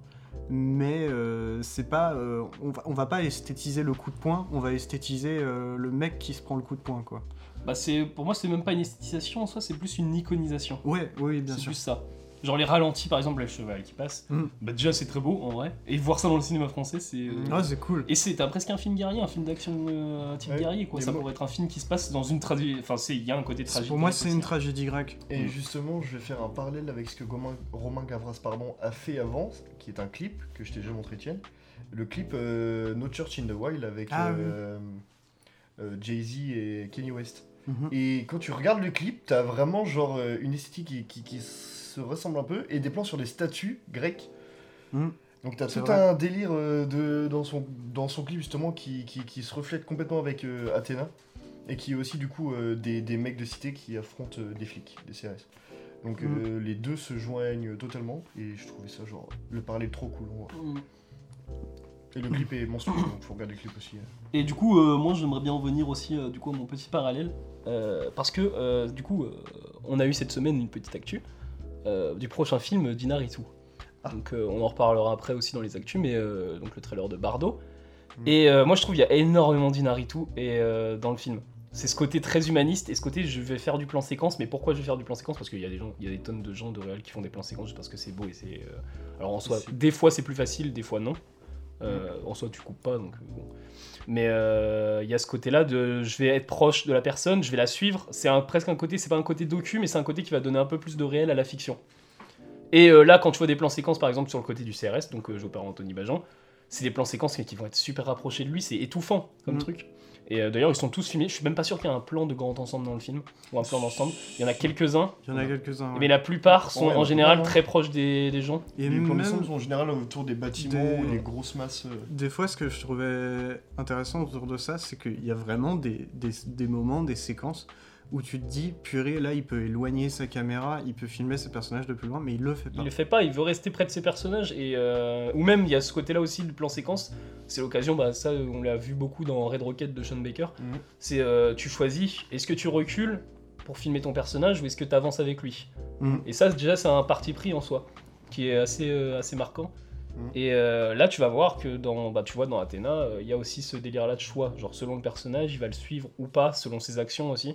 [SPEAKER 4] mais euh, c'est pas, euh, on, va, on va pas esthétiser le coup de poing, on va esthétiser euh, le mec qui se prend le coup de poing, quoi.
[SPEAKER 3] Bah, c'est, pour moi, c'est même pas une esthétisation en soi, c'est plus une iconisation.
[SPEAKER 4] Ouais, oui, bien
[SPEAKER 3] c'est
[SPEAKER 4] sûr.
[SPEAKER 3] plus ça. Genre les ralentis, par exemple, les chevals qui passent.
[SPEAKER 4] Mm.
[SPEAKER 3] Bah, déjà, c'est très beau en vrai. Et voir ça dans le cinéma français, c'est. euh,
[SPEAKER 4] Ah, c'est cool.
[SPEAKER 3] Et c'est t'as presque un film guerrier, un film d'action euh, type
[SPEAKER 1] Ouais,
[SPEAKER 3] guerrier quoi.
[SPEAKER 1] mais
[SPEAKER 3] Ça
[SPEAKER 1] moi-
[SPEAKER 3] pourrait être un film qui se passe dans une tragédie. Enfin, c'est il y a un côté tragique.
[SPEAKER 4] Pour moi, c'est une tragédie grecque.
[SPEAKER 1] Et justement, je vais faire un parallèle avec ce que Romain, Romain Gavras pardon, a fait avant, qui est un clip que je t'ai déjà montré, Etienne. Le clip euh, No Church in the Wild avec
[SPEAKER 4] Ah,
[SPEAKER 1] euh, euh, Jay-Z et Kanye West.
[SPEAKER 4] Mhm.
[SPEAKER 1] Et quand tu regardes le clip, t'as vraiment genre euh, une esthétique qui, qui- qui se ressemble un peu et des plans sur des statues grecques.
[SPEAKER 4] Mhm.
[SPEAKER 1] Donc t'as
[SPEAKER 4] C'est
[SPEAKER 1] tout
[SPEAKER 4] vrai.
[SPEAKER 1] un délire euh, de, dans, son, dans son clip justement qui, qui- qui se reflète complètement avec euh, Athéna et qui est aussi du coup euh, des, des mecs de cité qui affrontent euh, des flics, des CRS. Donc
[SPEAKER 4] Mhm.
[SPEAKER 1] euh, les deux se joignent totalement et je trouvais ça genre le parallèle trop cool. ouais.
[SPEAKER 3] Mm.
[SPEAKER 1] Et le clip est monstrueux
[SPEAKER 4] Mhm.
[SPEAKER 1] donc faut regarder le clip aussi. euh.
[SPEAKER 3] Et du coup, euh, moi, j'aimerais bien en venir aussi euh, du coup à mon petit parallèle, euh, parce que euh, du coup, euh, on a eu cette semaine une petite actu euh, du prochain film d'Inaritu.
[SPEAKER 1] Ah.
[SPEAKER 3] Donc euh, on en reparlera après aussi dans les actus, mais euh, donc le trailer de Bardo.
[SPEAKER 1] Mm.
[SPEAKER 3] Et euh, moi je trouve qu'il y a énormément d'Inaritu et euh, dans le film. C'est ce côté très humaniste et ce côté je vais faire du plan séquence, mais pourquoi je vais faire du plan séquence Parce qu'il y a des gens, il y a des tonnes de gens de réel qui font des plans séquences juste parce que c'est beau et c'est. euh, Alors en soi,
[SPEAKER 4] C'est-
[SPEAKER 3] des fois c'est plus facile, des fois non. Euh, En soi tu coupes pas donc euh, bon. Mais euh, il y a ce côté-là de je vais être proche de la personne, je vais la suivre. C'est un- presque un côté, c'est pas un côté docu, mais c'est un côté qui va donner un peu plus de réel à la fiction. Et euh, là, quand tu vois des plans séquences, par exemple, sur le côté du CRS, donc euh, joué par Anthony Bajan, c'est des plans séquences qui vont être super rapprochés de lui, c'est étouffant comme
[SPEAKER 4] Mm.
[SPEAKER 3] truc. Et euh, d'ailleurs, ils sont tous filmés. Je suis même pas sûr qu'il y ait un plan de grand ensemble dans le film, ou un plan d'ensemble. Il y en a quelques-uns,
[SPEAKER 4] Il y en a quelques-uns. ouais.
[SPEAKER 3] mais la plupart sont
[SPEAKER 1] Ouais,
[SPEAKER 3] en
[SPEAKER 1] ouais,
[SPEAKER 3] général
[SPEAKER 1] ouais.
[SPEAKER 3] très proches des, des gens.
[SPEAKER 4] Et
[SPEAKER 1] les plans
[SPEAKER 4] même,
[SPEAKER 1] d'ensemble sont en général autour des bâtiments
[SPEAKER 4] des-
[SPEAKER 1] ou des grosses masses. euh,
[SPEAKER 4] des fois, ce que je trouvais intéressant autour de ça, c'est qu'il y a vraiment des, des, des moments, des séquences où tu te dis, purée, là, il peut éloigner sa caméra, il peut filmer ses personnages de plus loin, mais il le fait pas.
[SPEAKER 3] Il le fait pas, il veut rester près de ses personnages. Et, euh, Ou même, il y a ce côté-là aussi du plan séquence. C'est l'occasion, bah, ça on l'a vu beaucoup dans Red Rocket de Sean Baker.
[SPEAKER 1] Mhm.
[SPEAKER 3] C'est euh, tu choisis, est-ce que tu recules pour filmer ton personnage ou est-ce que tu avances avec lui
[SPEAKER 4] Mhm.
[SPEAKER 3] Et ça, déjà, c'est un parti pris en soi qui est assez, euh, assez marquant.
[SPEAKER 1] Mhm.
[SPEAKER 3] Et euh, là, tu vas voir que dans, bah, tu vois, dans Athéna, euh, il y a aussi ce délire-là de choix. Genre, selon le personnage, il va le suivre ou pas, selon ses actions aussi.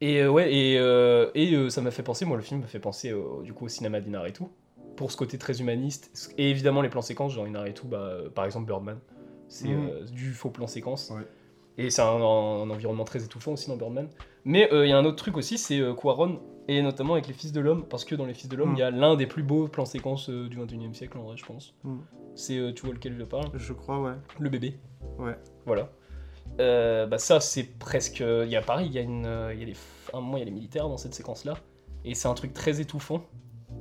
[SPEAKER 3] Et euh, ouais, et, euh, et euh, ça m'a fait penser, moi le film m'a fait penser euh, du coup au cinéma d'Inaritu, pour ce côté très humaniste, et évidemment les plans séquences, genre Inaritu, bah, euh, par exemple Birdman, c'est
[SPEAKER 4] Mhm.
[SPEAKER 3] euh, du faux plan séquence,
[SPEAKER 4] Ouais.
[SPEAKER 3] et c'est un, un environnement très étouffant aussi dans Birdman. Mais euh, il y a un autre truc aussi, c'est euh, Cuarón, et notamment avec les Fils de l'Homme, parce que dans les Fils de l'Homme, il
[SPEAKER 4] Mhm.
[SPEAKER 3] y a l'un des plus beaux plans séquences euh, du 21 e siècle en vrai, je pense.
[SPEAKER 4] Mhm.
[SPEAKER 3] C'est, euh, tu vois lequel je parle
[SPEAKER 4] Je crois, ouais.
[SPEAKER 3] le bébé.
[SPEAKER 4] Ouais.
[SPEAKER 3] Voilà. Euh, bah ça, c'est presque. Il y a pareil, il y a une, euh, il y a des, un moment, il y a les militaires dans cette séquence-là, et c'est un truc très étouffant.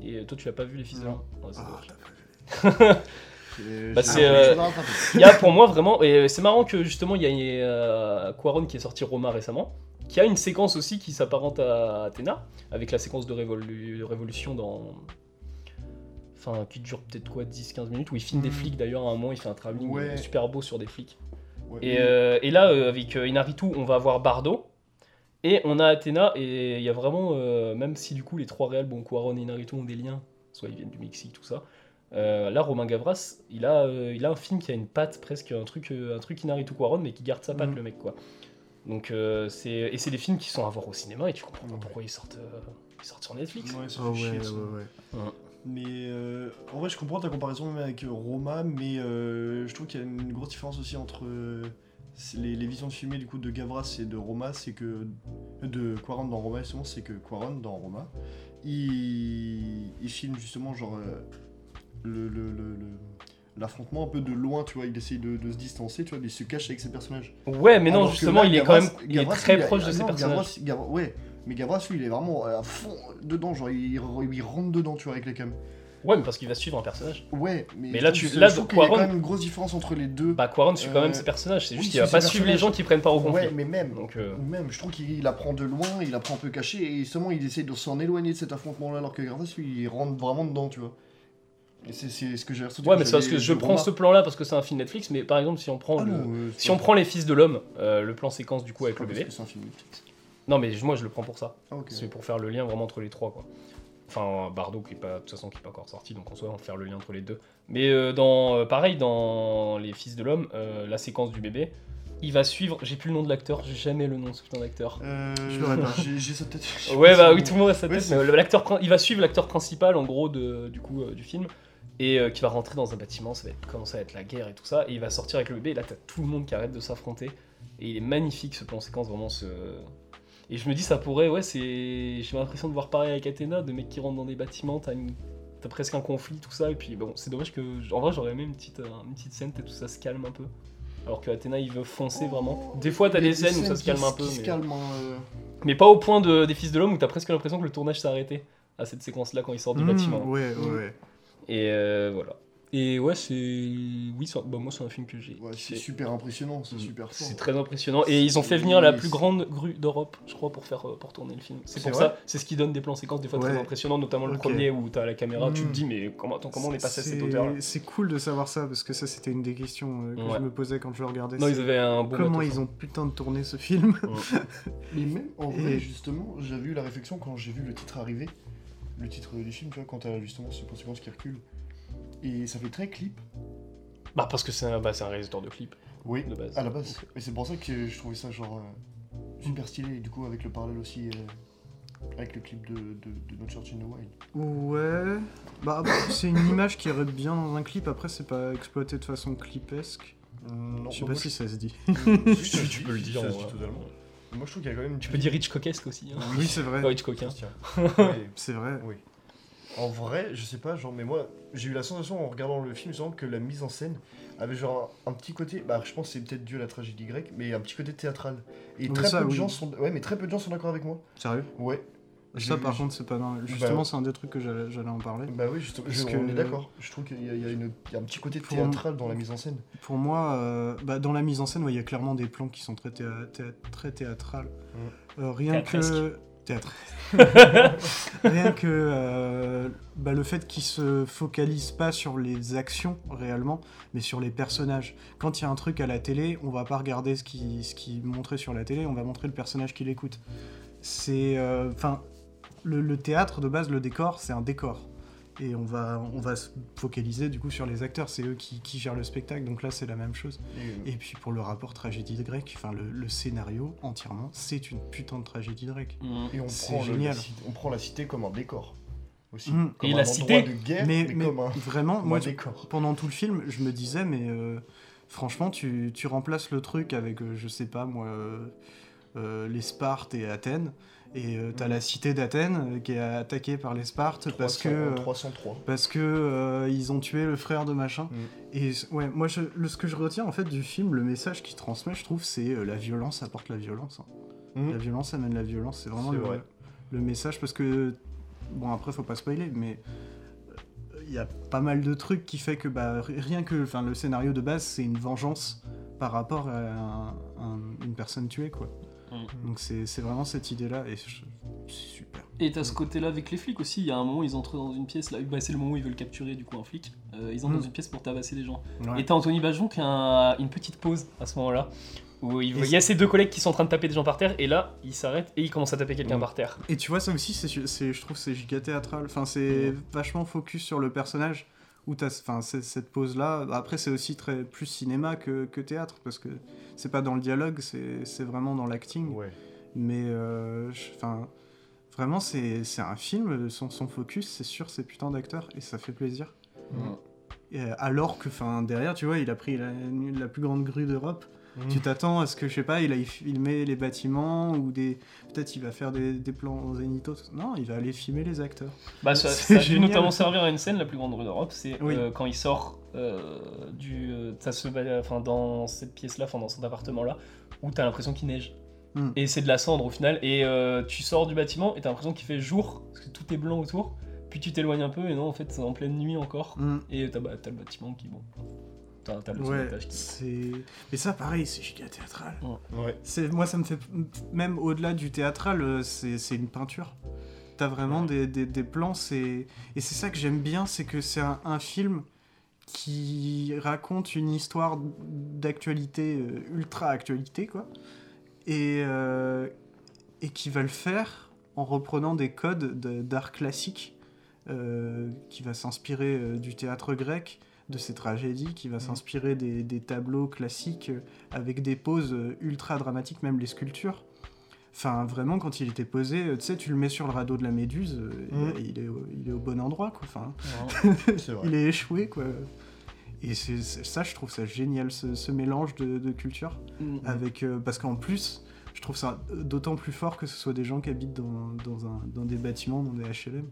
[SPEAKER 3] Et euh, toi, tu l'as pas vu les fils de
[SPEAKER 4] Non.
[SPEAKER 3] l'homme Ouais, c'est
[SPEAKER 4] Ah,
[SPEAKER 3] dommage.
[SPEAKER 4] la vache.
[SPEAKER 1] et
[SPEAKER 3] Bah,
[SPEAKER 1] j'ai-
[SPEAKER 3] c'est, euh,
[SPEAKER 1] j'ai pas rattrapé.
[SPEAKER 3] Il y a pour moi vraiment, et euh, c'est marrant que justement il y a euh, Quaron qui est sorti Roma récemment, qui a une séquence aussi qui s'apparente à Athéna, avec la séquence de, révolu- de révolution dans. Enfin, qui dure peut-être quoi, 10-15 minutes, où il filme des
[SPEAKER 4] Mhm.
[SPEAKER 3] flics d'ailleurs à un moment, il fait un travelling
[SPEAKER 1] Ouais.
[SPEAKER 3] euh, super beau sur des flics.
[SPEAKER 1] Ouais.
[SPEAKER 3] Et, euh, et là, euh, avec euh, Inaritu, on va avoir Bardo. Et on a Athéna. Et il y a vraiment, euh, même si du coup les trois réels, bon, Cuaron et Inaritu ont des liens, soit ils viennent du Mexique, tout ça. euh, là, Romain Gavras, il a, euh, il a un film qui a une patte presque, un truc, euh, un truc Inaritu Cuaron, mais qui garde sa patte,
[SPEAKER 4] Mhm.
[SPEAKER 3] le mec, quoi. Donc, euh, c'est, et c'est des films qui sont à voir au cinéma, et tu comprends pas
[SPEAKER 1] Ouais.
[SPEAKER 3] pourquoi ils sortent, euh, ils sortent sur Netflix.
[SPEAKER 1] Ah Ouais, ça fait
[SPEAKER 4] Oh, ouais,
[SPEAKER 1] chier,
[SPEAKER 4] ouais,
[SPEAKER 1] ça.
[SPEAKER 4] ouais.
[SPEAKER 1] Mais euh, en vrai, je comprends ta comparaison même avec euh, Roma, mais euh, je trouve qu'il y a une grosse différence aussi entre euh, c'est les, les visions filmées du coup de Gavras et de Roma, c'est que de Quaron dans Roma justement, c'est que Quaron dans Roma, il, il filme justement genre euh, le- le- le- le- l'affrontement un peu de loin, tu vois, il essaye de, de se distancer, tu vois, mais il se cache avec ses personnages.
[SPEAKER 3] Ouais, mais non,
[SPEAKER 1] Alors que
[SPEAKER 3] justement,
[SPEAKER 1] là,
[SPEAKER 3] il est quand
[SPEAKER 1] Gavras-
[SPEAKER 3] même il est
[SPEAKER 1] Gavras,
[SPEAKER 3] très
[SPEAKER 1] il a-
[SPEAKER 3] proche de
[SPEAKER 1] ah
[SPEAKER 3] ses
[SPEAKER 1] non,
[SPEAKER 3] personnages.
[SPEAKER 1] Gavras- Gavras- ouais, mais Gavras, lui, il est vraiment à fond dedans, genre il, il rentre dedans, tu vois, avec les cams.
[SPEAKER 3] Ouais, mais parce qu'il va suivre un personnage.
[SPEAKER 1] Ouais, mais,
[SPEAKER 3] Mais là,
[SPEAKER 1] je
[SPEAKER 3] tu-
[SPEAKER 1] trouve-
[SPEAKER 3] là,
[SPEAKER 1] je trouve qu'il y a
[SPEAKER 3] Quaron-
[SPEAKER 1] quand même une grosse différence entre les deux.
[SPEAKER 3] Bah, Quaron suit quand même
[SPEAKER 1] Euh,
[SPEAKER 3] ses personnages, c'est
[SPEAKER 1] oui,
[SPEAKER 3] juste
[SPEAKER 1] il
[SPEAKER 3] qu'il va
[SPEAKER 1] suit
[SPEAKER 3] pas
[SPEAKER 1] ses
[SPEAKER 3] suivre les
[SPEAKER 1] personnages.
[SPEAKER 3] gens qui prennent part au conflit.
[SPEAKER 1] ouais, mais même,
[SPEAKER 3] Donc, euh,
[SPEAKER 1] même, je trouve qu'il apprend de loin, il apprend un peu caché, et seulement il essaie de s'en éloigner de cet affrontement-là, alors que Gravas, lui, il rentre vraiment dedans, tu vois. Et c'est c'est ce que j'ai ressenti.
[SPEAKER 3] Ouais,
[SPEAKER 1] quand
[SPEAKER 3] mais c'est parce
[SPEAKER 1] j'avais-
[SPEAKER 3] que je
[SPEAKER 1] du
[SPEAKER 3] prends
[SPEAKER 1] Roma.
[SPEAKER 3] ce plan-là parce que c'est un film Netflix, mais par exemple, si on prend,
[SPEAKER 1] Ah
[SPEAKER 3] le-
[SPEAKER 1] non, euh, c'est
[SPEAKER 3] si
[SPEAKER 1] pas-
[SPEAKER 3] on prend Les Fils de l'Homme, euh, le plan séquence du coup
[SPEAKER 1] c'est
[SPEAKER 3] avec
[SPEAKER 1] pas
[SPEAKER 3] le
[SPEAKER 1] parce
[SPEAKER 3] bébé.
[SPEAKER 1] que C'est un film Netflix.
[SPEAKER 3] Non, mais je- moi je le prends pour ça.
[SPEAKER 1] Ah, ok.
[SPEAKER 3] C'est pour faire le lien vraiment entre les trois, quoi. Enfin, Bardo qui est pas, de toute façon, qui est pas encore sorti, donc en soi, on peut faire le lien entre les deux. Mais euh, dans, euh, pareil, dans Les Fils de l'Homme, euh, la séquence du bébé, il va suivre. J'ai plus le nom de l'acteur, j'ai jamais le nom de ce putain d'acteur.
[SPEAKER 1] Euh,
[SPEAKER 4] Je l'aurais pas.
[SPEAKER 1] J'ai j'ai sa tête. je sais
[SPEAKER 3] [LAUGHS] Ouais,
[SPEAKER 1] pas
[SPEAKER 3] bah
[SPEAKER 1] si
[SPEAKER 3] oui,
[SPEAKER 1] on-
[SPEAKER 3] tout le monde a sa
[SPEAKER 1] Oui,
[SPEAKER 3] tête,
[SPEAKER 1] c'est-
[SPEAKER 3] mais euh, l'acteur, prin- il va suivre l'acteur principal, en gros, de, du coup, euh, du film, et euh, qui va rentrer dans un bâtiment, ça va être, commencer à être la guerre et tout ça, et il va sortir avec le bébé, et là, t'as tout le monde qui arrête de s'affronter, et il est magnifique, ce plan séquence, vraiment, ce... Et je me dis, ça pourrait, ouais, c'est... J'ai l'impression de voir pareil avec Athéna, de mecs qui rentrent dans des bâtiments, t'as une- t'as presque un conflit, tout ça, et puis, bon, c'est dommage que... En vrai, j'aurais aimé une petite, euh, une petite scène, peut-être, où ça se calme un peu. Alors que Athéna, il veut foncer, vraiment. Des fois, t'as
[SPEAKER 1] Il y a
[SPEAKER 3] des scènes où ça se
[SPEAKER 1] qui
[SPEAKER 3] calme un
[SPEAKER 1] qui
[SPEAKER 3] peu,
[SPEAKER 1] se
[SPEAKER 3] mais-
[SPEAKER 1] calment, euh,
[SPEAKER 3] mais pas au point de, des Fils de l'Homme où t'as presque l'impression que le tournage s'est arrêté à cette séquence-là quand il sort du
[SPEAKER 1] Hmm.
[SPEAKER 4] Mmh,
[SPEAKER 3] bâtiment.
[SPEAKER 4] Ouais, ouais, ouais.
[SPEAKER 3] Et euh, voilà. Et ouais, c'est. Oui, c'est- bah, moi, c'est un film que j'ai.
[SPEAKER 1] ouais, C'est
[SPEAKER 3] kiffé.
[SPEAKER 1] super impressionnant, c'est
[SPEAKER 3] Mm.
[SPEAKER 1] super fort.
[SPEAKER 3] C'est très impressionnant. Et ils ont fait venir
[SPEAKER 1] Oui,
[SPEAKER 3] la
[SPEAKER 1] c'est-
[SPEAKER 3] plus grande grue d'Europe, je crois, pour faire euh, pour tourner le film. C'est
[SPEAKER 1] C'est
[SPEAKER 3] pour
[SPEAKER 1] vrai
[SPEAKER 3] ça, c'est ce qui donne des plans séquences des fois très
[SPEAKER 4] Ouais.
[SPEAKER 3] impressionnants, notamment le
[SPEAKER 4] Ok.
[SPEAKER 3] premier où t'as la caméra,
[SPEAKER 1] Hmm.
[SPEAKER 3] tu te
[SPEAKER 4] Mm.
[SPEAKER 3] dis, mais comment, attends, comment on est passé à cette
[SPEAKER 4] C'est-
[SPEAKER 3] hauteur
[SPEAKER 4] C'est cool de savoir ça, parce que ça, c'était une des questions euh, que
[SPEAKER 3] Ouais.
[SPEAKER 4] je me posais quand je le regardais.
[SPEAKER 3] Non,
[SPEAKER 4] c'est
[SPEAKER 3] ils avaient un bon. bah,
[SPEAKER 4] Comment
[SPEAKER 3] bateau,
[SPEAKER 4] ils ont putain de tourné ce film
[SPEAKER 3] ça.
[SPEAKER 1] Mais même en vrai,
[SPEAKER 4] Et-
[SPEAKER 1] justement, j'avais eu la réflexion quand j'ai vu le titre arriver. le titre du film, tu vois, quand t'as justement ces conséquences qui reculent. Et ça fait très clip.
[SPEAKER 3] Bah, parce que c'est un, bah, c'est un réalisateur de clip,
[SPEAKER 1] Oui,
[SPEAKER 3] de base.
[SPEAKER 1] à la base. Et c'est pour ça que je trouvais ça genre euh, super stylé. Et du coup, avec le parallèle aussi, euh, avec le clip de, de, de No Church in the
[SPEAKER 3] [LAUGHS]
[SPEAKER 1] Wild.
[SPEAKER 4] Ouais. Bah, après, c'est une image qui irait bien dans un clip. Après, c'est pas exploité de façon clipesque.
[SPEAKER 1] Non,
[SPEAKER 4] Je sais pas si ça se dit.
[SPEAKER 3] tu- tu peux le dire,
[SPEAKER 1] Ça se
[SPEAKER 3] en
[SPEAKER 1] dit
[SPEAKER 3] vrai.
[SPEAKER 1] totalement. Moi, je trouve qu'il y a quand même.
[SPEAKER 3] Tu peux dire Rich Coquesque aussi. Hein.
[SPEAKER 4] Oui, c'est vrai.
[SPEAKER 3] Pas Rich Coquin.
[SPEAKER 1] [LAUGHS] Ouais,
[SPEAKER 4] C'est vrai.
[SPEAKER 1] Oui. En vrai, je sais pas, genre, mais moi, j'ai eu la sensation en regardant le film, genre, que la mise en scène avait genre un, un petit côté, bah, je pense que c'est peut-être dû à la tragédie grecque, mais un petit côté théâtral. Et
[SPEAKER 4] Mais
[SPEAKER 1] très
[SPEAKER 4] ça,
[SPEAKER 1] peu de
[SPEAKER 4] oui.
[SPEAKER 1] gens sont, ouais, mais très peu de gens sont d'accord avec moi.
[SPEAKER 4] Sérieux
[SPEAKER 1] Ouais.
[SPEAKER 4] Ça,
[SPEAKER 1] J'ai-
[SPEAKER 4] par
[SPEAKER 1] j'ai-
[SPEAKER 4] contre, c'est pas normal. Justement,
[SPEAKER 1] Bah.
[SPEAKER 4] c'est un des trucs que j'allais j'allais en parler.
[SPEAKER 1] Bah oui, justement,
[SPEAKER 4] Parce
[SPEAKER 1] je-
[SPEAKER 4] que-
[SPEAKER 1] on est d'accord. Je trouve qu'il y, a- il y a une- il y a un petit côté
[SPEAKER 4] Pour-
[SPEAKER 1] théâtral dans la mise en scène.
[SPEAKER 4] Pour moi, euh, bah, dans la mise en scène, ouais, il y a clairement des plans qui sont très, théa- thé- très théâtrales. Euh, rien que. Théâtre. rien que euh, bah, le fait qu'ils se focalisent pas sur les actions réellement, mais sur les personnages. Quand il y a un truc à la télé, on va pas regarder ce qui, ce qui montrait sur la télé, on va montrer le personnage qui l'écoute. C'est. euh, Enfin, le, le théâtre de base, le décor, c'est un décor. Et on va, on va se focaliser du coup sur les acteurs, c'est eux qui, qui gèrent le spectacle, donc là c'est la même chose.
[SPEAKER 1] Et-
[SPEAKER 4] Et puis pour le rapport tragédie de Grec, enfin le, le scénario entièrement, c'est une putain de tragédie de Grec.
[SPEAKER 3] Hmm.
[SPEAKER 2] Mm.
[SPEAKER 1] Et on
[SPEAKER 4] C'est
[SPEAKER 1] prend, le-
[SPEAKER 4] génial.
[SPEAKER 1] la cité- on prend la cité comme un décor. Aussi.
[SPEAKER 4] Mm.
[SPEAKER 1] Comme
[SPEAKER 3] Et
[SPEAKER 1] un
[SPEAKER 3] la
[SPEAKER 1] endroit
[SPEAKER 3] cité-
[SPEAKER 1] de guerre,
[SPEAKER 4] mais
[SPEAKER 1] mais,
[SPEAKER 4] mais
[SPEAKER 1] comme un,
[SPEAKER 4] vraiment,
[SPEAKER 1] comme
[SPEAKER 4] moi
[SPEAKER 1] un
[SPEAKER 4] tu-
[SPEAKER 1] décor.
[SPEAKER 4] pendant tout le film, je me disais, mais euh, franchement, tu, tu remplaces le truc avec, euh, je sais pas moi, euh, euh, les Spartes et Athènes, et euh, t'as
[SPEAKER 1] Mm.
[SPEAKER 4] la cité d'Athènes euh, qui est attaquée par les Spartes parce que.
[SPEAKER 1] 300,
[SPEAKER 4] euh,
[SPEAKER 1] 303.
[SPEAKER 4] parce que euh, ils ont tué le frère de machin.
[SPEAKER 1] Mm.
[SPEAKER 4] Et c- ouais, moi, je- le, ce que je retiens en fait du film, le message qu'il transmet, je trouve, c'est euh, la violence apporte la violence. hein.
[SPEAKER 1] Mm.
[SPEAKER 4] La violence amène la violence. C'est vraiment
[SPEAKER 1] C'est
[SPEAKER 4] le,
[SPEAKER 1] vrai.
[SPEAKER 4] le message parce que bon après, faut pas spoiler, mais euh, il y a pas mal de trucs qui fait que bah ri- rien que, enfin, le scénario de base, c'est une vengeance par rapport à un- un- une personne tuée quoi.
[SPEAKER 2] Mm.
[SPEAKER 4] Donc c'est c'est vraiment cette idée là et je- c'est super.
[SPEAKER 2] Et t'as ce côté-là avec les flics aussi. Il y a un moment, ils entrent dans une pièce. Là, bah, c'est le moment où ils veulent capturer du coup un flic. Euh, ils entrent
[SPEAKER 4] Mm.
[SPEAKER 2] dans une pièce pour tabasser les gens.
[SPEAKER 4] Ouais.
[SPEAKER 2] Et
[SPEAKER 4] Et,
[SPEAKER 2] t'as Anthony Bajon qui a un- une petite pause à ce moment-là. Où il,
[SPEAKER 4] Et
[SPEAKER 2] il y
[SPEAKER 4] c'est-
[SPEAKER 2] a ses deux collègues qui sont en train de taper des gens par terre. Et là, il s'arrête et il commence à taper quelqu'un
[SPEAKER 1] Mm.
[SPEAKER 2] par terre.
[SPEAKER 4] tu vois ça aussi, c'est- c'est- je trouve c'est giga théâtral. Enfin c'est vachement focus sur le personnage où t'as enfin c'est- cette pause là. Après c'est aussi très plus cinéma que, que théâtre parce que c'est pas dans le dialogue, c'est c'est vraiment dans l'acting.
[SPEAKER 1] Ouais.
[SPEAKER 4] Mais euh, je- enfin, vraiment, c'est c'est un film. Son, son focus, c'est sur ces putains d'acteurs et ça fait plaisir.
[SPEAKER 1] Mm.
[SPEAKER 4] Et, euh, alors que, enfin, derrière, tu vois, il a pris la, la plus grande grue d'Europe.
[SPEAKER 1] Mm.
[SPEAKER 4] Tu t'attends à ce que, je sais pas, il aille filmer les bâtiments ou des. Peut-être il va faire des, des plans zénithos. Non, il va aller filmer les acteurs.
[SPEAKER 2] Bah, ça,
[SPEAKER 4] C'est
[SPEAKER 2] ça a dû
[SPEAKER 4] génial.
[SPEAKER 2] notamment servir à une scène, la plus grande rue d'Europe, c'est
[SPEAKER 4] Oui.
[SPEAKER 2] euh, quand il sort euh, du, euh, ça se, ba- enfin, dans cette pièce-là, enfin, dans cet appartement-là, où t'as l'impression qu'il neige.
[SPEAKER 4] Hmm.
[SPEAKER 2] Et c'est de la cendre au final. Et euh, tu sors du bâtiment et t'as l'impression qu'il fait jour, parce que tout est blanc autour. Puis tu t'éloignes un peu et non, en fait, c'est en pleine nuit encore.
[SPEAKER 4] Mm.
[SPEAKER 2] Et t'as bah, t'as le bâtiment qui, bon. T'as t'as le
[SPEAKER 4] Ouais,
[SPEAKER 2] petit étage qui.
[SPEAKER 4] c'est. Mais ça, pareil, c'est giga théâtral.
[SPEAKER 1] Ouais.
[SPEAKER 4] C'est- Moi, ça me fait. Même au-delà du théâtral, euh, c'est c'est une peinture. T'as vraiment des, des- des plans, c'est. Et c'est ça que j'aime bien, c'est que c'est un, un film qui raconte une histoire d'actualité, euh, ultra-actualité, quoi. Et, euh, et qui va le faire en reprenant des codes de- d'art classique, euh, qui va s'inspirer euh, du théâtre grec, de ses tragédies, qui va s'inspirer des, des tableaux classiques euh, avec des poses euh, ultra dramatiques, même les sculptures. Enfin, vraiment, quand il était posé, euh, tu sais, tu le mets sur le radeau de la méduse, euh,
[SPEAKER 3] Mm.
[SPEAKER 4] et,
[SPEAKER 1] Mhm.
[SPEAKER 4] euh, il, est au, il est au bon endroit, quoi. Enfin,
[SPEAKER 1] C'est vrai.
[SPEAKER 4] il est échoué, quoi. Et c'est- c'est- ça, je trouve ça génial, ce, ce mélange de, de cultures
[SPEAKER 2] Hmm.
[SPEAKER 3] Mm.
[SPEAKER 4] [LAUGHS] avec euh, parce qu'en plus je trouve ça d'autant plus fort que ce soit des gens qui habitent dans, dans, un, dans des bâtiments dans des HLM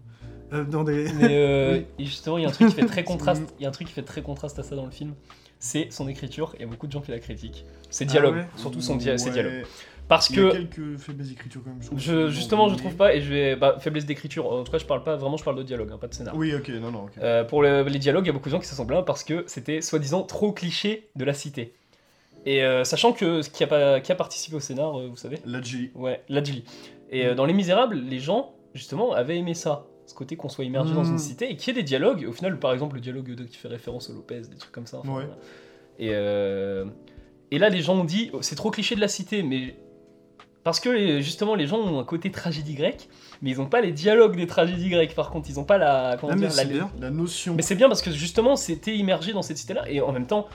[SPEAKER 4] Euh,
[SPEAKER 3] [LAUGHS]
[SPEAKER 4] dans des
[SPEAKER 2] Mais euh,
[SPEAKER 4] Oui.
[SPEAKER 2] et justement, il y a un truc qui fait très contraste. Il y a un truc qui fait très contraste à ça dans le film. C'est son écriture. Il y a beaucoup de gens qui la critiquent. Ses
[SPEAKER 4] Ah
[SPEAKER 2] dialogues,
[SPEAKER 4] ouais
[SPEAKER 2] surtout son dia- ses
[SPEAKER 1] Ouais.
[SPEAKER 2] dialogues. Parce
[SPEAKER 1] Il y a
[SPEAKER 2] que
[SPEAKER 1] quelques faibles écritures quand même. trouve.
[SPEAKER 3] Je, justement, je trouve pas, et je vais. Bah, faiblesse d'écriture, en tout cas, je parle pas vraiment, je parle de dialogue, hein, pas de scénar.
[SPEAKER 1] Oui, ok, non, non, ok.
[SPEAKER 3] Euh, pour le- les dialogues, il y a beaucoup de gens qui se sont plaints parce que c'était soi-disant trop cliché de la cité. Et euh, sachant que ce qui a, pas- qui a participé au scénar, euh, vous savez
[SPEAKER 1] La Jelly.
[SPEAKER 3] Ouais, l'Adjili. Et euh, dans Les Misérables, les gens, justement, avaient aimé ça. Ce côté qu'on soit immergé dans
[SPEAKER 4] Mm.
[SPEAKER 3] une cité et qu'il y ait des dialogues. Au final, par exemple, le dialogue de- qui fait référence au Lopez, des trucs comme ça. enfin,
[SPEAKER 1] Ouais.
[SPEAKER 3] voilà. Et, euh, et là, les gens ont dit, oh, c'est trop cliché de la cité, mais Parce que les- justement, les gens ont un côté tragédie grecque, mais ils n'ont pas les dialogues des tragédies grecques. Par contre, ils n'ont pas la. comment
[SPEAKER 4] Ah,
[SPEAKER 3] dire,
[SPEAKER 4] mais
[SPEAKER 3] la-
[SPEAKER 4] c'est bien.
[SPEAKER 1] La notion.
[SPEAKER 3] mais c'est bien parce que justement, c'était immergé dans cette cité-là. Et en même temps,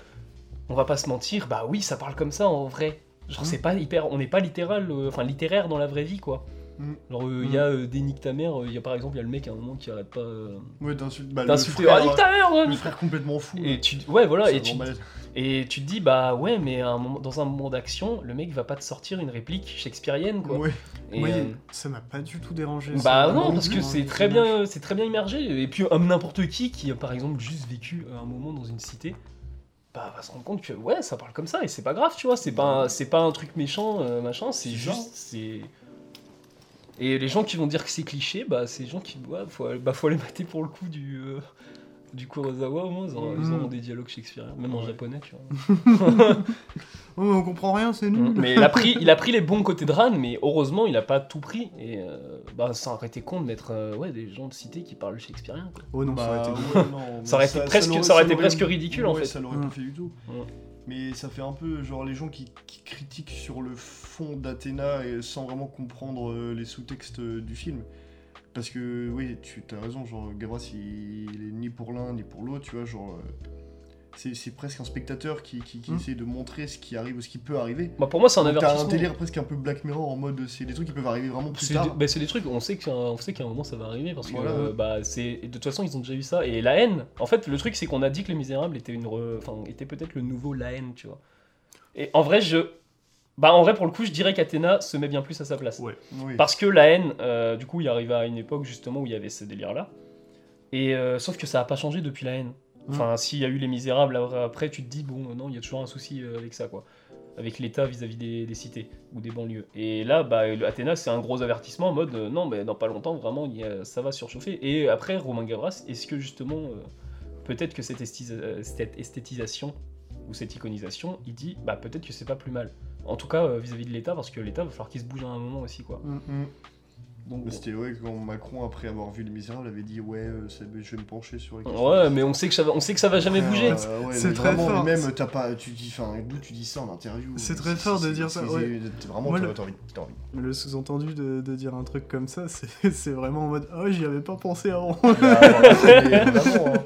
[SPEAKER 3] on va pas se mentir, bah oui, ça parle comme ça en vrai. Genre,
[SPEAKER 1] Hmm.
[SPEAKER 4] Mm.
[SPEAKER 3] c'est pas hyper. On n'est pas littéral, euh, enfin littéraire dans la vraie vie, quoi.
[SPEAKER 1] Mm.
[SPEAKER 3] Genre, euh, il y a euh, des nique ta mère, euh, il y a par exemple, il y a le mec à un moment qui arrête pas euh,
[SPEAKER 1] Ouais, d'insulter. Bah, le
[SPEAKER 3] d'insulter.
[SPEAKER 1] frère, euh,
[SPEAKER 3] Ah, nique ta mère, ouais,
[SPEAKER 1] le
[SPEAKER 3] nique-
[SPEAKER 1] frère complètement fou.
[SPEAKER 3] Et tu, ouais, voilà,
[SPEAKER 1] Ça
[SPEAKER 3] et tu,
[SPEAKER 1] rend malade.
[SPEAKER 3] et tu te dis, bah ouais, mais à un moment- dans un moment d'action, le mec va pas te sortir une réplique shakespearienne, quoi.
[SPEAKER 1] Ouais.
[SPEAKER 3] Et,
[SPEAKER 4] Moi,
[SPEAKER 3] euh,
[SPEAKER 4] ça m'a pas du tout dérangé. ça,
[SPEAKER 3] Bah
[SPEAKER 4] vraiment,
[SPEAKER 3] non, parce que
[SPEAKER 4] hein,
[SPEAKER 3] c'est
[SPEAKER 4] le
[SPEAKER 3] très
[SPEAKER 4] personnage.
[SPEAKER 3] bien, c'est très bien immergé. Et puis homme n'importe qui qui a par exemple juste vécu euh, un moment dans une cité, bah va se rendre compte que ouais, ça parle comme ça et c'est pas grave, tu vois. C'est pas, un- c'est pas un truc méchant, euh, machin. C'est
[SPEAKER 1] C'est ça.
[SPEAKER 3] juste, c'est. Et les gens qui vont dire que c'est cliché, bah c'est les gens qui, ouais, faut, bah faut les mater pour le coup du. euh, Du Kurosawa, au moins, ils ont- ils
[SPEAKER 4] Mhm.
[SPEAKER 3] ont des dialogues shakespeariens, même en
[SPEAKER 1] Ouais.
[SPEAKER 3] japonais, tu vois.
[SPEAKER 4] Oh, mais on comprend rien, c'est nul.
[SPEAKER 3] Mm. mais il a, pris, il a pris les bons côtés de Ran, mais heureusement, il a pas tout pris. Et euh, bah, ça aurait été con de mettre euh, ouais, des gens de cité qui parlent shakespearien. quoi.
[SPEAKER 4] Oh non, ça aurait
[SPEAKER 1] Bah,
[SPEAKER 4] été
[SPEAKER 1] ouais, non,
[SPEAKER 3] Ça aurait
[SPEAKER 1] mais
[SPEAKER 3] été presque- ça aurait été presque ridicule, en
[SPEAKER 1] ouais,
[SPEAKER 3] fait.
[SPEAKER 1] Ça l'aurait
[SPEAKER 4] Mm.
[SPEAKER 1] pas fait du tout.
[SPEAKER 3] Mm.
[SPEAKER 1] Mais ça fait un peu genre les gens qui, qui critiquent sur le fond d'Athéna et sans vraiment comprendre euh, les sous-textes euh, du film. Parce que oui, tu as raison, genre Gavras il, il est ni pour l'un ni pour l'autre, tu vois, genre euh, c'est c'est presque un spectateur qui, qui- qui
[SPEAKER 4] Mm.
[SPEAKER 1] essaie de montrer ce qui arrive ou ce qui peut arriver.
[SPEAKER 3] Bah, pour moi, c'est Hmm. un
[SPEAKER 1] Donc, T'as un
[SPEAKER 3] avertissement.
[SPEAKER 1] délire presque un peu Black Mirror en mode c'est des trucs qui peuvent arriver vraiment plus
[SPEAKER 3] C'est des,
[SPEAKER 1] tard.
[SPEAKER 3] bah, c'est des trucs, on sait qu'à un, on sait qu'à un moment ça va arriver parce que
[SPEAKER 1] Voilà.
[SPEAKER 3] euh, bah, c'est- de toute façon ils ont déjà eu ça. Et la haine, en fait, le truc c'est qu'on a dit que Les Misérables était, une re- enfin, était peut-être le nouveau la haine, tu vois. Et en vrai, je. Bah, en vrai, pour le coup, je dirais qu'Athéna se met bien plus à sa place.
[SPEAKER 1] Oui.
[SPEAKER 3] Parce que la haine, euh, du coup, il arrive à une époque justement où il y avait ce délire-là. Et euh, sauf que ça n'a pas changé depuis la haine. Enfin, s'il y a eu les misérables après, tu te dis, bon, non, il y a toujours un souci euh, avec ça, quoi. Avec l'État vis-à-vis des, des cités ou des banlieues. Et là, bah, le Athéna, c'est un gros avertissement en mode, euh, non, mais dans pas longtemps, vraiment, il y a- ça va surchauffer. Et après, Romain Gavras, est-ce que justement, euh, peut-être que cette, esthi- euh, cette esthétisation ou cette iconisation, il dit, bah, peut-être que c'est pas plus mal. En tout cas, euh, vis-à-vis de l'État, parce que l'État va falloir qu'il se bouge à un moment aussi, quoi.
[SPEAKER 1] Mm.
[SPEAKER 3] Donc,
[SPEAKER 1] Mais C'était ouais, quand Macron, après avoir vu Les Misérables, avait dit Ouais, euh, ça- je vais me pencher sur les questions.
[SPEAKER 3] Ouais, mais on sait que ça va, on sait que ça va jamais bouger.
[SPEAKER 1] Euh, ouais,
[SPEAKER 4] C'est
[SPEAKER 1] mais
[SPEAKER 4] très
[SPEAKER 1] vraiment,
[SPEAKER 4] fort.
[SPEAKER 1] mais Même, t'as pas, tu dis, enfin, d'où tu dis ça en interview
[SPEAKER 4] C'est très fort de
[SPEAKER 1] c'est-
[SPEAKER 4] dire ça,
[SPEAKER 1] c'est-
[SPEAKER 4] ouais.
[SPEAKER 1] c'est- Vraiment,
[SPEAKER 4] Moi,
[SPEAKER 1] t'as
[SPEAKER 4] le-
[SPEAKER 1] t'as envie, t'as envie.
[SPEAKER 4] Le sous-entendu de, de dire un truc comme ça, [LAUGHS] c'est c'est vraiment en mode Oh, j'y avais pas pensé avant.
[SPEAKER 1] Ah,
[SPEAKER 4] [LAUGHS]
[SPEAKER 1] mais vraiment, hein.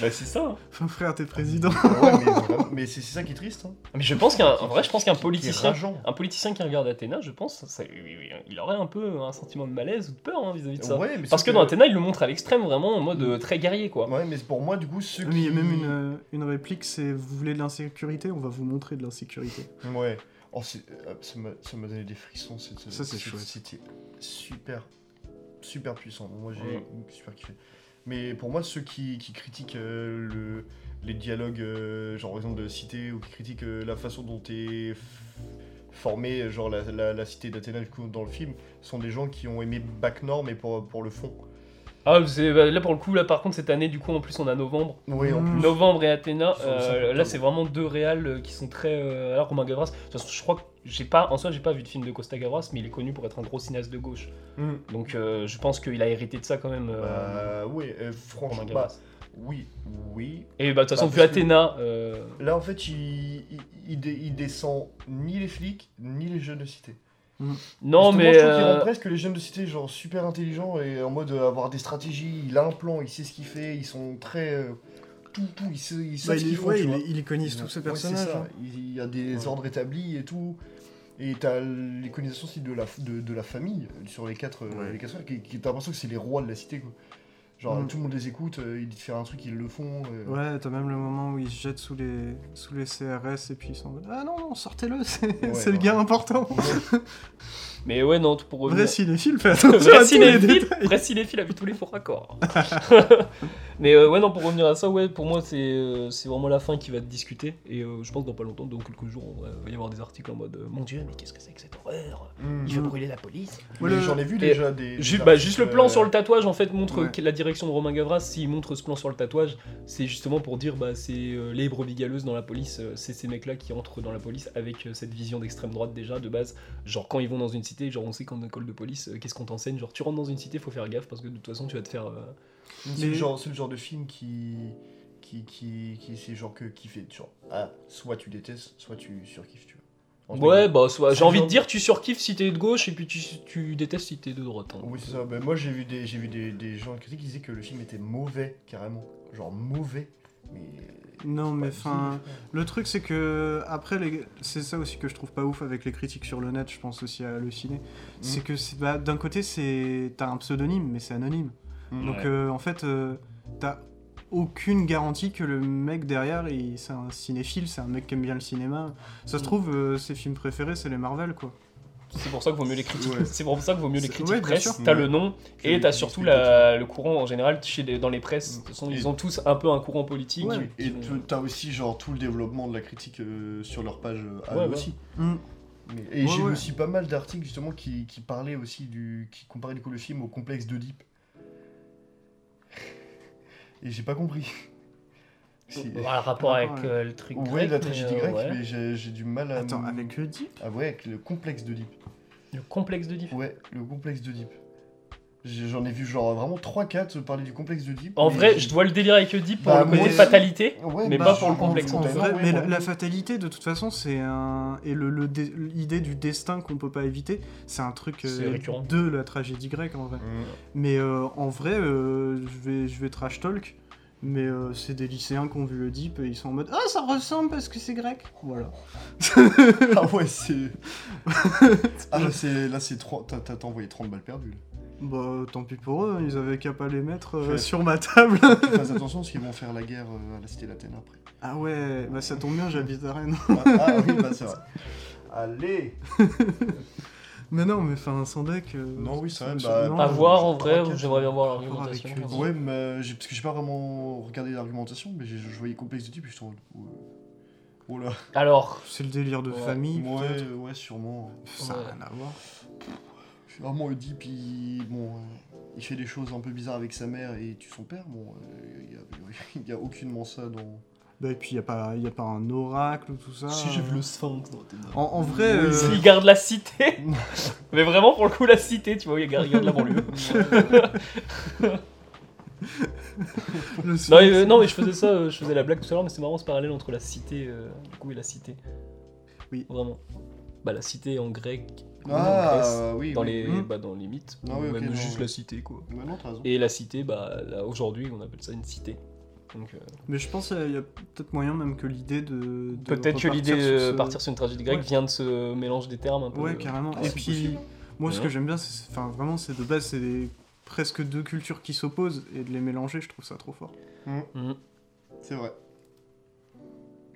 [SPEAKER 3] Bah, c'est ça. hein.
[SPEAKER 4] Enfin, frère, t'es président.
[SPEAKER 1] [LAUGHS] Ouais, mais, vraiment- mais c'est c'est ça qui est triste. Hein.
[SPEAKER 3] Ah, Mais je pense qu'un, en vrai, je pense qu'un
[SPEAKER 1] Qui est
[SPEAKER 3] politicien,
[SPEAKER 1] rageant.
[SPEAKER 3] un politicien qui regarde Athéna, je pense, ça- il aurait un peu un sentiment de malaise ou de peur hein, vis-à-vis de ça.
[SPEAKER 1] Ouais, mais
[SPEAKER 3] Parce
[SPEAKER 1] sauf
[SPEAKER 3] que dans Athéna, il le montre à l'extrême, vraiment en mode euh, très guerrier, quoi.
[SPEAKER 1] Ouais, Ah, mais pour moi, du coup, ceux
[SPEAKER 4] Mais il y a
[SPEAKER 1] qui-
[SPEAKER 4] même une, euh, une réplique c'est Vous voulez de l'insécurité On va vous montrer de l'insécurité.
[SPEAKER 1] Ouais. Oh, c'est- euh, ça m'a ça m'a donné des frissons. Cette,
[SPEAKER 4] Ça, c'est
[SPEAKER 1] cette-
[SPEAKER 4] chouette.
[SPEAKER 1] C'était super, super puissant. Moi, j'ai
[SPEAKER 3] Ouais.
[SPEAKER 1] super kiffé. Mais pour moi, ceux qui, qui critiquent euh, le, les dialogues, euh, genre par exemple de cité, ou qui critiquent euh, la façon dont est f- formée, genre la, la- la cité d'Athéna du coup dans le film, sont des gens qui ont aimé Bac Nord, mais pour, pour le fond.
[SPEAKER 3] Ah, c'est- bah, là pour le coup, là par contre, cette année, du coup, en plus, on a novembre.
[SPEAKER 1] Oui, en
[SPEAKER 4] Mm.
[SPEAKER 1] plus.
[SPEAKER 3] Novembre et Athéna,
[SPEAKER 1] Sur le
[SPEAKER 3] euh,
[SPEAKER 1] cinq
[SPEAKER 3] là
[SPEAKER 1] octobre.
[SPEAKER 3] c'est vraiment deux réals euh, qui sont très. euh, alors Romain Gavras, de toute façon, je crois que j'ai pas, en soi j'ai pas vu de film de Costa Gavras, mais il est connu pour être un gros cinéaste de gauche.
[SPEAKER 1] Mm.
[SPEAKER 3] Donc euh, je pense qu'il a hérité de ça quand même. euh,
[SPEAKER 1] Bah, ouais, euh,
[SPEAKER 3] Romain
[SPEAKER 1] franchement,
[SPEAKER 3] Gavras.
[SPEAKER 1] bah, oui, oui,
[SPEAKER 3] Et bah de toute façon,
[SPEAKER 1] Bah,
[SPEAKER 3] vu
[SPEAKER 1] parce que-
[SPEAKER 3] Athéna, euh,
[SPEAKER 1] Là, en fait, il, il, il dé- il descend ni les flics, ni les jeunes de cité.
[SPEAKER 3] non
[SPEAKER 1] Justement,
[SPEAKER 3] mais...
[SPEAKER 1] Je trouve qu'il
[SPEAKER 3] euh,
[SPEAKER 1] rend presque les jeunes de cité, genre, super intelligents et en mode euh, avoir des stratégies. Il a un plan, il sait ce qu'il fait, ils sont très. euh, tout, tout, ils sa- ils savent
[SPEAKER 4] Bah,
[SPEAKER 1] ce
[SPEAKER 4] il,
[SPEAKER 1] qu'ils
[SPEAKER 4] est,
[SPEAKER 1] font.
[SPEAKER 4] ouais,
[SPEAKER 1] tu
[SPEAKER 4] il,
[SPEAKER 1] vois.
[SPEAKER 4] est- il iconise
[SPEAKER 1] Ils ont-
[SPEAKER 4] tout ce
[SPEAKER 1] ouais, c'est
[SPEAKER 4] personnage.
[SPEAKER 1] ça.
[SPEAKER 4] hein.
[SPEAKER 1] Il il y a des
[SPEAKER 4] Ouais.
[SPEAKER 1] ordres établis et tout. Et t'as l'iconisation aussi de la, de, de la famille euh, sur les quatre, euh,
[SPEAKER 4] Ouais.
[SPEAKER 1] les quatre frères, qui, qui- t'as l'impression que c'est les rois de la cité, quoi. Genre,
[SPEAKER 4] Mm.
[SPEAKER 1] tout le monde les écoute, euh, ils disent de faire un truc, ils le font. euh.
[SPEAKER 4] Ouais, t'as même le moment où il se jette sous les, sous les CRS et puis ils sont en mode Ah non, non, sortez-le, c'est
[SPEAKER 1] Ouais,
[SPEAKER 4] c'est le
[SPEAKER 1] ouais.
[SPEAKER 4] gars important.
[SPEAKER 3] Mais ouais, non, pour revenir... [LAUGHS]
[SPEAKER 4] Vrai cinéphile, fais attention à
[SPEAKER 3] Vrai
[SPEAKER 4] tous les
[SPEAKER 3] cinéphile,
[SPEAKER 4] détails.
[SPEAKER 3] vrai cinéphile a vu tous les
[SPEAKER 1] [LAUGHS]
[SPEAKER 3] faux raccords. mais euh, ouais, non, pour revenir à ça, ouais, pour moi, c'est euh, c'est vraiment la fin qui va être discutée. Et euh, je pense dans pas longtemps, dans quelques jours, on va- il va y avoir des articles en mode euh, Mon dieu, mais qu'est-ce que c'est que cette horreur
[SPEAKER 1] Mm.
[SPEAKER 3] Il veut brûler la police.
[SPEAKER 1] Mais
[SPEAKER 4] Ouais, le-
[SPEAKER 1] J'en ai vu
[SPEAKER 3] et-
[SPEAKER 1] déjà des.
[SPEAKER 3] Ju-
[SPEAKER 1] des
[SPEAKER 3] bah, juste le
[SPEAKER 1] articles,
[SPEAKER 3] plan
[SPEAKER 1] euh,
[SPEAKER 3] sur le tatouage en fait montre
[SPEAKER 4] Ouais.
[SPEAKER 3] que- la direction de Romain Gavras. S'il montre ce plan sur le tatouage, c'est justement pour dire bah c'est euh, les brebis galeuses dans la police, euh, c'est ces mecs là qui entrent dans la police avec euh, cette vision d'extrême droite déjà de base. Genre quand ils vont dans une cité, genre on sait qu'en école de police, euh, qu'est-ce qu'on t'enseigne Genre tu rentres dans une cité, faut faire gaffe parce que de toute façon tu vas te faire. euh,
[SPEAKER 1] C'est le,
[SPEAKER 4] Mais-
[SPEAKER 1] genre, c'est le genre de film qui. qui. qui. qui c'est genre que. qui fait. Genre, ah, soit tu détestes, soit tu surkiffes, tu vois. entre
[SPEAKER 3] Ouais,
[SPEAKER 1] guillemets.
[SPEAKER 3] bah, soit- j'ai envie de
[SPEAKER 1] genre-
[SPEAKER 3] dire, tu surkiffes si t'es de gauche et puis tu, tu détestes si t'es de droite. hein.
[SPEAKER 1] Oui, c'est ça. Mais moi, j'ai vu, des, j'ai vu des, des gens critiquer qui disaient que le film était mauvais, carrément. Genre mauvais. Mais.
[SPEAKER 4] Non, mais
[SPEAKER 1] Ouais,
[SPEAKER 4] enfin, le truc c'est que après, les... c'est ça aussi que je trouve pas ouf avec les critiques sur le net. Je pense aussi à le ciné, c'est que c'est- bah, d'un côté c'est t'as un pseudonyme, mais c'est anonyme.
[SPEAKER 1] Mm.
[SPEAKER 4] Donc
[SPEAKER 3] Ouais.
[SPEAKER 4] euh, en fait, euh, t'as aucune garantie que le mec derrière, il- c'est un cinéphile, c'est un mec qui aime bien le cinéma. Ça se trouve, euh, ses films préférés, c'est les Marvel, quoi.
[SPEAKER 3] C'est pour ça qu'il vaut mieux les critiques.
[SPEAKER 1] Ouais.
[SPEAKER 3] C'est pour ça qu'il vaut mieux les
[SPEAKER 4] C'est-
[SPEAKER 3] critiques
[SPEAKER 4] ouais, bien
[SPEAKER 3] presse.
[SPEAKER 4] sûr.
[SPEAKER 3] T'as
[SPEAKER 1] Ouais.
[SPEAKER 3] le nom
[SPEAKER 1] J'ai
[SPEAKER 3] et
[SPEAKER 1] vu
[SPEAKER 3] t'as
[SPEAKER 1] des
[SPEAKER 3] surtout
[SPEAKER 1] explications.
[SPEAKER 3] la- le courant en général chez les- dans les presses. De toute façon, ils ont tous un peu un courant politique.
[SPEAKER 4] Ouais.
[SPEAKER 3] qui-
[SPEAKER 1] Et
[SPEAKER 3] qui
[SPEAKER 1] tu-
[SPEAKER 3] vont-
[SPEAKER 1] t'as aussi genre tout le développement de la critique euh, sur leur page euh, à
[SPEAKER 3] Ouais,
[SPEAKER 1] eux
[SPEAKER 3] ouais.
[SPEAKER 1] aussi.
[SPEAKER 4] Mm.
[SPEAKER 1] Mais- et
[SPEAKER 4] Ouais,
[SPEAKER 1] j'ai
[SPEAKER 4] ouais.
[SPEAKER 1] vu aussi pas mal d'articles justement qui, qui parlaient aussi du. qui comparaient du coup le film au complexe d'Oedipe. Et j'ai pas compris. Si-
[SPEAKER 3] Bah, le rapport
[SPEAKER 4] Ah,
[SPEAKER 3] avec
[SPEAKER 4] ouais.
[SPEAKER 3] euh, le truc
[SPEAKER 1] Oui,
[SPEAKER 3] grec,
[SPEAKER 1] oh, la
[SPEAKER 3] mais,
[SPEAKER 1] tragédie
[SPEAKER 3] euh,
[SPEAKER 1] grecque,
[SPEAKER 3] ouais.
[SPEAKER 1] mais j'ai j'ai du mal à.
[SPEAKER 4] Attends,
[SPEAKER 1] m-
[SPEAKER 4] avec le Deep
[SPEAKER 1] Ah ouais, avec le complexe d'Oedipe.
[SPEAKER 3] Le complexe de Diff.
[SPEAKER 1] Ouais, le complexe d'Oedipe. J'ai- J'en ai vu genre vraiment 3-4 parler du complexe d'Oedipe.
[SPEAKER 3] En
[SPEAKER 1] mais
[SPEAKER 3] vrai,
[SPEAKER 1] j'ai-
[SPEAKER 3] je dois le délire avec Oedipe pour
[SPEAKER 1] Bah,
[SPEAKER 3] le côté
[SPEAKER 4] moi aussi.
[SPEAKER 3] fatalité.
[SPEAKER 1] Ouais,
[SPEAKER 3] mais
[SPEAKER 1] bah,
[SPEAKER 3] pas pour le
[SPEAKER 1] en-
[SPEAKER 3] complexe,
[SPEAKER 1] en
[SPEAKER 4] En
[SPEAKER 3] Bah,
[SPEAKER 4] vrai,
[SPEAKER 1] ouais,
[SPEAKER 4] mais
[SPEAKER 1] moi
[SPEAKER 4] la, la fatalité, de toute façon, c'est un. Et le, le dé- l'idée du destin qu'on peut pas éviter, c'est un truc euh,
[SPEAKER 3] C'est récurrent.
[SPEAKER 4] de la tragédie grecque, en vrai.
[SPEAKER 1] Mm.
[SPEAKER 4] Mais euh, en vrai, euh, je vais, je vais trash talk, mais euh, c'est des lycéens qui ont vu le Deep et ils sont en mode Ah, ça ressemble parce que c'est grec Voilà.
[SPEAKER 1] [LAUGHS] Ah ouais,
[SPEAKER 3] [LAUGHS]
[SPEAKER 1] c'est. ah là, c'est. Là, c'est 3. T'as t'as envoyé 30 balles perdues. là.
[SPEAKER 4] Bah, tant pis pour eux, ils avaient qu'à pas les mettre euh,
[SPEAKER 1] Ouais.
[SPEAKER 4] sur ma table. [LAUGHS]
[SPEAKER 1] Faut que tu fasses attention parce qu'ils vont faire la guerre euh, à la cité latine après.
[SPEAKER 4] ah ouais, bah ça tombe bien, j'habite à Rennes. [LAUGHS]
[SPEAKER 1] Ah, ah oui, bah ça va. Allez
[SPEAKER 4] mais non, mais enfin, sans deck. euh,
[SPEAKER 1] Non, oui, c'est vrai,
[SPEAKER 4] ça-
[SPEAKER 1] bah,
[SPEAKER 4] non,
[SPEAKER 3] À
[SPEAKER 1] je-
[SPEAKER 3] voir
[SPEAKER 1] je
[SPEAKER 3] en vrai,
[SPEAKER 1] crois que-
[SPEAKER 3] j'aimerais bien voir
[SPEAKER 4] je crois
[SPEAKER 3] l'argumentation.
[SPEAKER 4] avec Oedipe.
[SPEAKER 1] Ouais, mais euh, j'ai- parce que j'ai pas vraiment regardé l'argumentation, mais j'ai- je voyais complexe de type et je suis en mode, ouais. Oh là.
[SPEAKER 3] Alors,
[SPEAKER 4] C'est le délire de
[SPEAKER 3] Ouais,
[SPEAKER 4] famille.
[SPEAKER 1] Ouais,
[SPEAKER 4] peut-être.
[SPEAKER 1] ouais, sûrement.
[SPEAKER 4] Ça n'a
[SPEAKER 3] Ouais.
[SPEAKER 4] rien à voir.
[SPEAKER 1] Sûrement, Oedipe, il. Bon. euh, Il fait des choses un peu bizarres avec sa mère et tue son père. Bon, euh, il y, a- [LAUGHS] il y a aucunement ça [LAUGHS] dans.
[SPEAKER 4] Bah, et puis, il n'y a, pas- y a pas un oracle ou tout ça.
[SPEAKER 2] Si j'ai vu
[SPEAKER 4] euh.
[SPEAKER 2] le sphinx dans tes mains.
[SPEAKER 4] En, en vrai.
[SPEAKER 1] Oui,
[SPEAKER 4] euh,
[SPEAKER 1] si.
[SPEAKER 3] il garde la cité. mais vraiment, pour le coup, la cité, tu vois, il garde, il garde la
[SPEAKER 1] Ah,
[SPEAKER 3] banlieue.
[SPEAKER 4] le
[SPEAKER 3] non,
[SPEAKER 4] sphinx-
[SPEAKER 3] mais, euh, non, mais je faisais ça, euh, je faisais la blague tout à l'heure, mais c'est marrant ce parallèle entre la cité euh, du coup et la cité.
[SPEAKER 4] Oui.
[SPEAKER 3] Vraiment. Bah, la cité en grec, ou en Grèce,
[SPEAKER 1] Ah, oui.
[SPEAKER 3] dans,
[SPEAKER 1] oui.
[SPEAKER 3] les,
[SPEAKER 4] Hmm.
[SPEAKER 3] bah, dans les mythes,
[SPEAKER 1] Ah
[SPEAKER 3] ou
[SPEAKER 1] oui, ok,
[SPEAKER 3] même
[SPEAKER 1] non,
[SPEAKER 3] juste
[SPEAKER 1] oui.
[SPEAKER 3] la cité, quoi.
[SPEAKER 1] Ouais, non, t'as raison.
[SPEAKER 3] Et la cité, bah, là, aujourd'hui, on appelle ça une cité. Donc, euh,
[SPEAKER 4] Mais je pense qu'il y a peut-être moyen même que l'idée de. de
[SPEAKER 3] peut-être que
[SPEAKER 4] repartir
[SPEAKER 3] l'idée de
[SPEAKER 4] sur ce-
[SPEAKER 3] partir sur une tragédie grecque
[SPEAKER 4] Ouais.
[SPEAKER 3] vient de ce mélange des termes un peu.
[SPEAKER 4] Ouais, carrément.
[SPEAKER 1] Ah,
[SPEAKER 4] Et
[SPEAKER 1] c'est
[SPEAKER 4] puis,
[SPEAKER 1] possible.
[SPEAKER 4] moi, ce que
[SPEAKER 3] Ouais.
[SPEAKER 4] j'aime bien, c'est. Enfin, vraiment, c'est de base, c'est des- presque deux cultures qui s'opposent et de les mélanger, je trouve ça trop fort.
[SPEAKER 3] Mhm.
[SPEAKER 1] C'est vrai.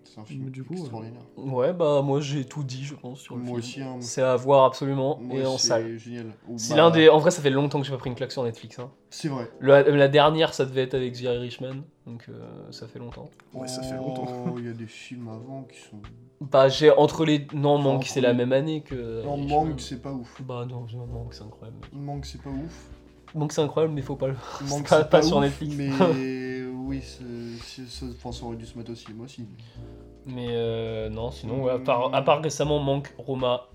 [SPEAKER 1] C'est un film
[SPEAKER 4] Mais du coup, euh,
[SPEAKER 1] extraordinaire.
[SPEAKER 3] Ouais, bah, moi, j'ai tout dit, je pense, sur le
[SPEAKER 1] Moi
[SPEAKER 3] film.
[SPEAKER 1] aussi, hein,
[SPEAKER 3] C'est à voir absolument
[SPEAKER 1] moi,
[SPEAKER 3] et en
[SPEAKER 1] c'est
[SPEAKER 3] salle.
[SPEAKER 1] génial. Ou
[SPEAKER 3] Si
[SPEAKER 1] bah,
[SPEAKER 3] l'un des... En vrai, ça fait longtemps que j'ai pas pris une claque sur Netflix. Hein.
[SPEAKER 1] C'est vrai.
[SPEAKER 3] Le- la dernière, ça devait être avec Jerry Richman, donc euh, ça fait longtemps.
[SPEAKER 4] Ouais, ça fait longtemps.
[SPEAKER 1] Oh, il y a des films avant qui
[SPEAKER 3] [LAUGHS]
[SPEAKER 1] sont.
[SPEAKER 3] Bah, j'ai entre les. Non,
[SPEAKER 1] Enfin,
[SPEAKER 3] Manque,
[SPEAKER 1] entre
[SPEAKER 3] c'est la
[SPEAKER 1] les-
[SPEAKER 3] même année que.
[SPEAKER 1] Non,
[SPEAKER 3] Jerry
[SPEAKER 1] Manque,
[SPEAKER 3] Richman.
[SPEAKER 1] c'est pas ouf.
[SPEAKER 3] Bah, non, non, Manque, c'est incroyable.
[SPEAKER 1] Manque, c'est pas
[SPEAKER 3] [LAUGHS]
[SPEAKER 1] ouf.
[SPEAKER 3] Manque, c'est incroyable, mais faut pas le. C'est
[SPEAKER 1] Manque,
[SPEAKER 3] pas-
[SPEAKER 1] c'est
[SPEAKER 3] pas sur
[SPEAKER 1] ouf,
[SPEAKER 3] Netflix. [LAUGHS]
[SPEAKER 1] Mais [LAUGHS] oui, c'est- c'est- ça, enfin, ça aurait dû se mettre aussi. Moi
[SPEAKER 3] Hmm.
[SPEAKER 1] aussi.
[SPEAKER 3] Mais euh, non, sinon, ouais, à, part, à part récemment, Manque, Roma.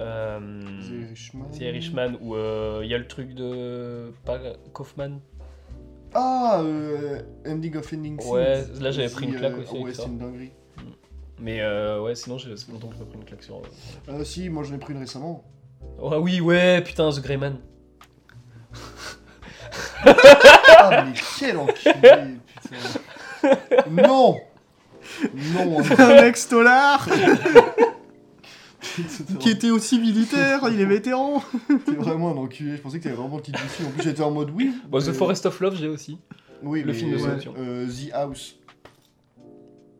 [SPEAKER 3] Euh...
[SPEAKER 1] Jerry Richman.
[SPEAKER 3] Jerry Richman, ou euh, il y a le truc de. Pas Kaufman.
[SPEAKER 1] Ah, euh, Ending of Ending Things.
[SPEAKER 3] Ouais, là, j'avais pris une
[SPEAKER 1] Aussi,
[SPEAKER 3] claque
[SPEAKER 1] euh,
[SPEAKER 3] aussi avec
[SPEAKER 1] Ouais,
[SPEAKER 3] ça.
[SPEAKER 1] c'est une dinguerie.
[SPEAKER 3] Mais euh, ouais, sinon, j'ai- ça fait longtemps que j'ai pas pris une claque sur. euh,
[SPEAKER 1] Ah, si, moi j'en ai pris une récemment. [LAUGHS]
[SPEAKER 3] Ah oui, ouais, putain, The Greyman.
[SPEAKER 1] Ah, mais quel enculé, putain.
[SPEAKER 3] [LAUGHS]
[SPEAKER 1] Non Non
[SPEAKER 4] [LAUGHS]
[SPEAKER 1] hein. [LAUGHS]
[SPEAKER 3] [LAUGHS]
[SPEAKER 4] Un ex-tolar qui
[SPEAKER 1] T'es
[SPEAKER 4] était aussi militaire, il est vétéran
[SPEAKER 1] vraiment un enculé, je pensais que t'avais vraiment le titre du film. En plus, j'étais en mode oui.
[SPEAKER 3] Bon, The
[SPEAKER 1] mais-
[SPEAKER 3] Forest of Love, j'ai aussi.
[SPEAKER 1] Oui,
[SPEAKER 3] le
[SPEAKER 1] mais,
[SPEAKER 3] film de
[SPEAKER 1] ouais,
[SPEAKER 3] Solution.
[SPEAKER 1] euh, The House.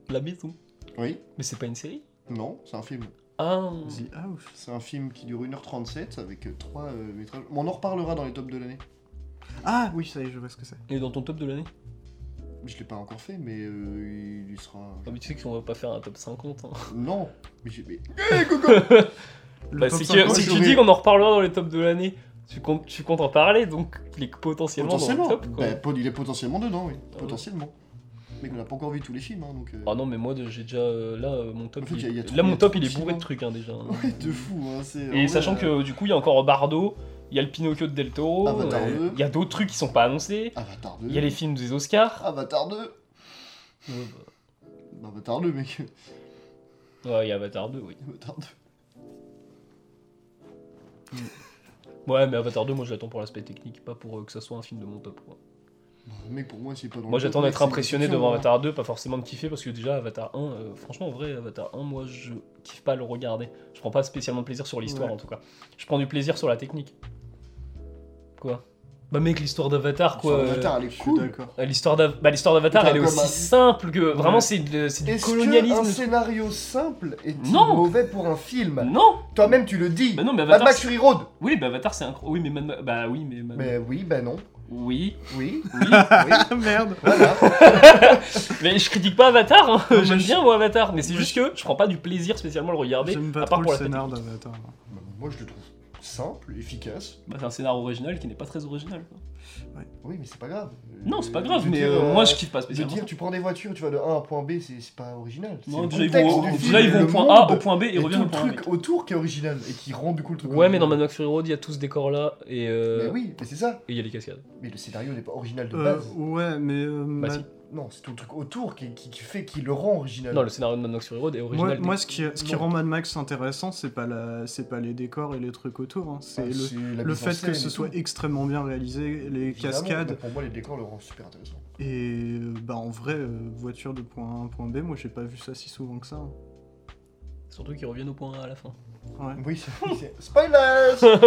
[SPEAKER 3] La maison.
[SPEAKER 1] Oui
[SPEAKER 3] Mais c'est pas une série
[SPEAKER 1] Non, c'est un film.
[SPEAKER 3] Ah
[SPEAKER 1] The-
[SPEAKER 4] The House.
[SPEAKER 1] C'est un film qui dure 1h37 avec 3 métrages. Bon, on en reparlera dans les tops de l'année.
[SPEAKER 4] Ah oui, ça y est, je vois ce que c'est.
[SPEAKER 3] Et dans ton top de l'année
[SPEAKER 1] Je l'ai pas encore fait, mais euh, il y sera.
[SPEAKER 3] [LAUGHS] Ah mais tu sais qu'on va pas faire un top
[SPEAKER 1] [LAUGHS]
[SPEAKER 3] 50. Hein.
[SPEAKER 1] Non Mais j'ai. mais-
[SPEAKER 3] Eh,
[SPEAKER 4] Le
[SPEAKER 3] Bah,
[SPEAKER 4] top
[SPEAKER 3] c'est
[SPEAKER 4] 50,
[SPEAKER 3] que, si
[SPEAKER 1] c'est
[SPEAKER 3] tu
[SPEAKER 1] vrai.
[SPEAKER 3] dis qu'on en reparlera dans les tops de l'année, tu comptes, tu comptes en parler, donc il est potentiellement,
[SPEAKER 1] Potentiellement
[SPEAKER 3] dans le top. Quoi. Ah
[SPEAKER 1] Bah, pot- Il est potentiellement dedans, oui.
[SPEAKER 3] ouais.
[SPEAKER 1] potentiellement. Mais qu'on a pas encore vu tous les films, hein, donc. euh,
[SPEAKER 3] Ah non mais moi de- j'ai déjà euh, là euh, mon top
[SPEAKER 1] En fait,
[SPEAKER 3] il-
[SPEAKER 1] y a- y a trop-
[SPEAKER 3] là
[SPEAKER 1] y
[SPEAKER 3] mon
[SPEAKER 1] a
[SPEAKER 3] top
[SPEAKER 1] trop
[SPEAKER 3] il
[SPEAKER 1] de
[SPEAKER 3] est bourré de
[SPEAKER 1] films.
[SPEAKER 3] trucs hein, déjà. hein.
[SPEAKER 1] [LAUGHS] Ouais, de fou, hein, c'est. en
[SPEAKER 3] Et
[SPEAKER 1] vrai,
[SPEAKER 3] sachant
[SPEAKER 1] euh,
[SPEAKER 3] que du coup il y a encore Bardo, il y a le Pinocchio de Del Toro,
[SPEAKER 1] Ah, Avatar Ah,
[SPEAKER 3] euh,
[SPEAKER 1] 2.
[SPEAKER 3] il y a d'autres trucs qui sont pas annoncés,
[SPEAKER 1] Avatar 2.
[SPEAKER 3] il y a les films des Oscars.
[SPEAKER 1] Avatar 2.
[SPEAKER 3] Ouais,
[SPEAKER 1] Avatar 2, mec. [LAUGHS]
[SPEAKER 3] bah, ouais, il y a Avatar 2 oui.
[SPEAKER 1] Avatar 2.
[SPEAKER 3] Ouais, mais Avatar 2, moi je l'attends pour l'aspect technique, pas pour euh, que ça soit un film de mon top. quoi.
[SPEAKER 5] Mec, pour moi, c'est pas dans
[SPEAKER 3] Moi
[SPEAKER 5] le
[SPEAKER 3] j'attends
[SPEAKER 5] top,
[SPEAKER 3] d'être
[SPEAKER 5] mec,
[SPEAKER 3] impressionné
[SPEAKER 5] c'est une
[SPEAKER 1] hein.
[SPEAKER 3] devant
[SPEAKER 5] fiction,
[SPEAKER 3] Avatar 2, pas forcément de kiffer, parce que déjà Avatar 1, euh, franchement en vrai, Avatar 1, moi je kiffe pas le regarder. Je prends pas spécialement de plaisir sur l'histoire
[SPEAKER 4] Ouais.
[SPEAKER 3] en tout cas. Je prends du plaisir sur la technique. Quoi Bah mec, l'histoire d'Avatar quoi.
[SPEAKER 5] Sur Avatar, elle est
[SPEAKER 4] Je suis
[SPEAKER 5] cool.
[SPEAKER 4] d'accord.
[SPEAKER 3] euh, L'histoire d'Av- bah, l'histoire d'Avatar,
[SPEAKER 5] Putain,
[SPEAKER 3] elle est
[SPEAKER 5] comme
[SPEAKER 3] aussi
[SPEAKER 5] un-
[SPEAKER 3] simple que. Vraiment,
[SPEAKER 4] Ouais.
[SPEAKER 3] c'est de- c'est du
[SPEAKER 1] Est-ce que un
[SPEAKER 3] colonialisme.
[SPEAKER 1] scénario simple est
[SPEAKER 3] Non.
[SPEAKER 1] mauvais pour un film
[SPEAKER 3] Non
[SPEAKER 1] Toi-même, tu le dis.
[SPEAKER 3] Bah non, mais
[SPEAKER 1] Mad
[SPEAKER 3] Avatar.
[SPEAKER 1] Max
[SPEAKER 3] c'est-
[SPEAKER 1] Fury Road.
[SPEAKER 3] Oui, bah Avatar, c'est incroyable. Oui, mais. Mad Ma- Bah oui, mais. Mad-
[SPEAKER 1] Mais oui, bah non.
[SPEAKER 3] Oui,
[SPEAKER 1] Oui,
[SPEAKER 3] [LAUGHS] oui.
[SPEAKER 1] oui.
[SPEAKER 4] Ah merde
[SPEAKER 1] voilà.
[SPEAKER 3] Mais je critique pas Avatar, hein. [LAUGHS]
[SPEAKER 4] Non,
[SPEAKER 3] j'aime
[SPEAKER 4] mais je-
[SPEAKER 3] bien moi Avatar, mais c'est
[SPEAKER 4] Moi,
[SPEAKER 3] juste que je prends pas du plaisir spécialement à le regarder,
[SPEAKER 4] J'aime
[SPEAKER 3] à
[SPEAKER 4] pas
[SPEAKER 3] part
[SPEAKER 4] trop
[SPEAKER 3] pour
[SPEAKER 4] le
[SPEAKER 3] la technique.
[SPEAKER 4] scénar d'Avatar.
[SPEAKER 1] Bah, Moi, je le trouve simple, efficace.
[SPEAKER 3] Bah, c'est un scénario original qui n'est pas très original. quoi.
[SPEAKER 1] Oui, mais c'est pas grave.
[SPEAKER 3] Non, c'est pas
[SPEAKER 1] Euh,
[SPEAKER 3] grave,
[SPEAKER 1] je veux
[SPEAKER 3] mais
[SPEAKER 1] dire,
[SPEAKER 3] euh,
[SPEAKER 1] euh,
[SPEAKER 3] moi je kiffe pas
[SPEAKER 1] Je veux
[SPEAKER 3] spécialement.
[SPEAKER 1] dire, tu prends des voitures, tu vas de A à un point B, c'est c'est pas original. C'est
[SPEAKER 3] Non,
[SPEAKER 1] le
[SPEAKER 3] déjà, ils
[SPEAKER 1] contexte
[SPEAKER 3] vont,
[SPEAKER 1] du
[SPEAKER 3] déjà,
[SPEAKER 1] film,
[SPEAKER 3] ils vont au
[SPEAKER 1] le
[SPEAKER 3] point
[SPEAKER 1] monde,
[SPEAKER 3] A au point B et,
[SPEAKER 1] et
[SPEAKER 3] reviennent
[SPEAKER 1] tout
[SPEAKER 3] au
[SPEAKER 1] le
[SPEAKER 3] point
[SPEAKER 1] truc
[SPEAKER 3] B.
[SPEAKER 1] autour qui est original et qui rend du coup le truc.
[SPEAKER 3] Ouais, mais dans
[SPEAKER 1] original.
[SPEAKER 3] Mad Max Fury Road, il y a tout ce décor là et euh,
[SPEAKER 1] Mais oui, mais c'est ça.
[SPEAKER 3] et il y a les cascades.
[SPEAKER 1] Mais le scénario n'est pas original de
[SPEAKER 4] Euh,
[SPEAKER 1] base.
[SPEAKER 4] ouais, mais. euh, ma-
[SPEAKER 3] Bah, si.
[SPEAKER 1] Non, c'est tout le truc autour qui, qui, qui fait, qui le rend original.
[SPEAKER 3] Non, le scénario de Mad Max Fury Road est
[SPEAKER 4] Moi,
[SPEAKER 3] original.
[SPEAKER 4] moi,
[SPEAKER 3] mais-
[SPEAKER 4] ce qui, ce qui
[SPEAKER 1] Non.
[SPEAKER 4] rend Mad Max intéressant, c'est pas, la- c'est pas les décors et les trucs autour. hein. C'est
[SPEAKER 1] Ah,
[SPEAKER 4] le,
[SPEAKER 1] la
[SPEAKER 4] le
[SPEAKER 1] mise en
[SPEAKER 4] fait
[SPEAKER 1] scène
[SPEAKER 4] que ce
[SPEAKER 1] et
[SPEAKER 4] soit
[SPEAKER 1] tout.
[SPEAKER 4] extrêmement bien réalisé, les
[SPEAKER 1] Évidemment, mais
[SPEAKER 4] cascades.
[SPEAKER 1] Pour moi, les décors le rendent super intéressant.
[SPEAKER 4] Et euh, bah, en vrai, euh, voiture de point A à point B, moi j'ai pas vu ça si souvent que ça. hein.
[SPEAKER 3] Surtout qu'ils reviennent au point A à la fin.
[SPEAKER 4] Ouais.
[SPEAKER 1] Oui, c'est- c'est-
[SPEAKER 3] [LAUGHS]
[SPEAKER 1] spoilers.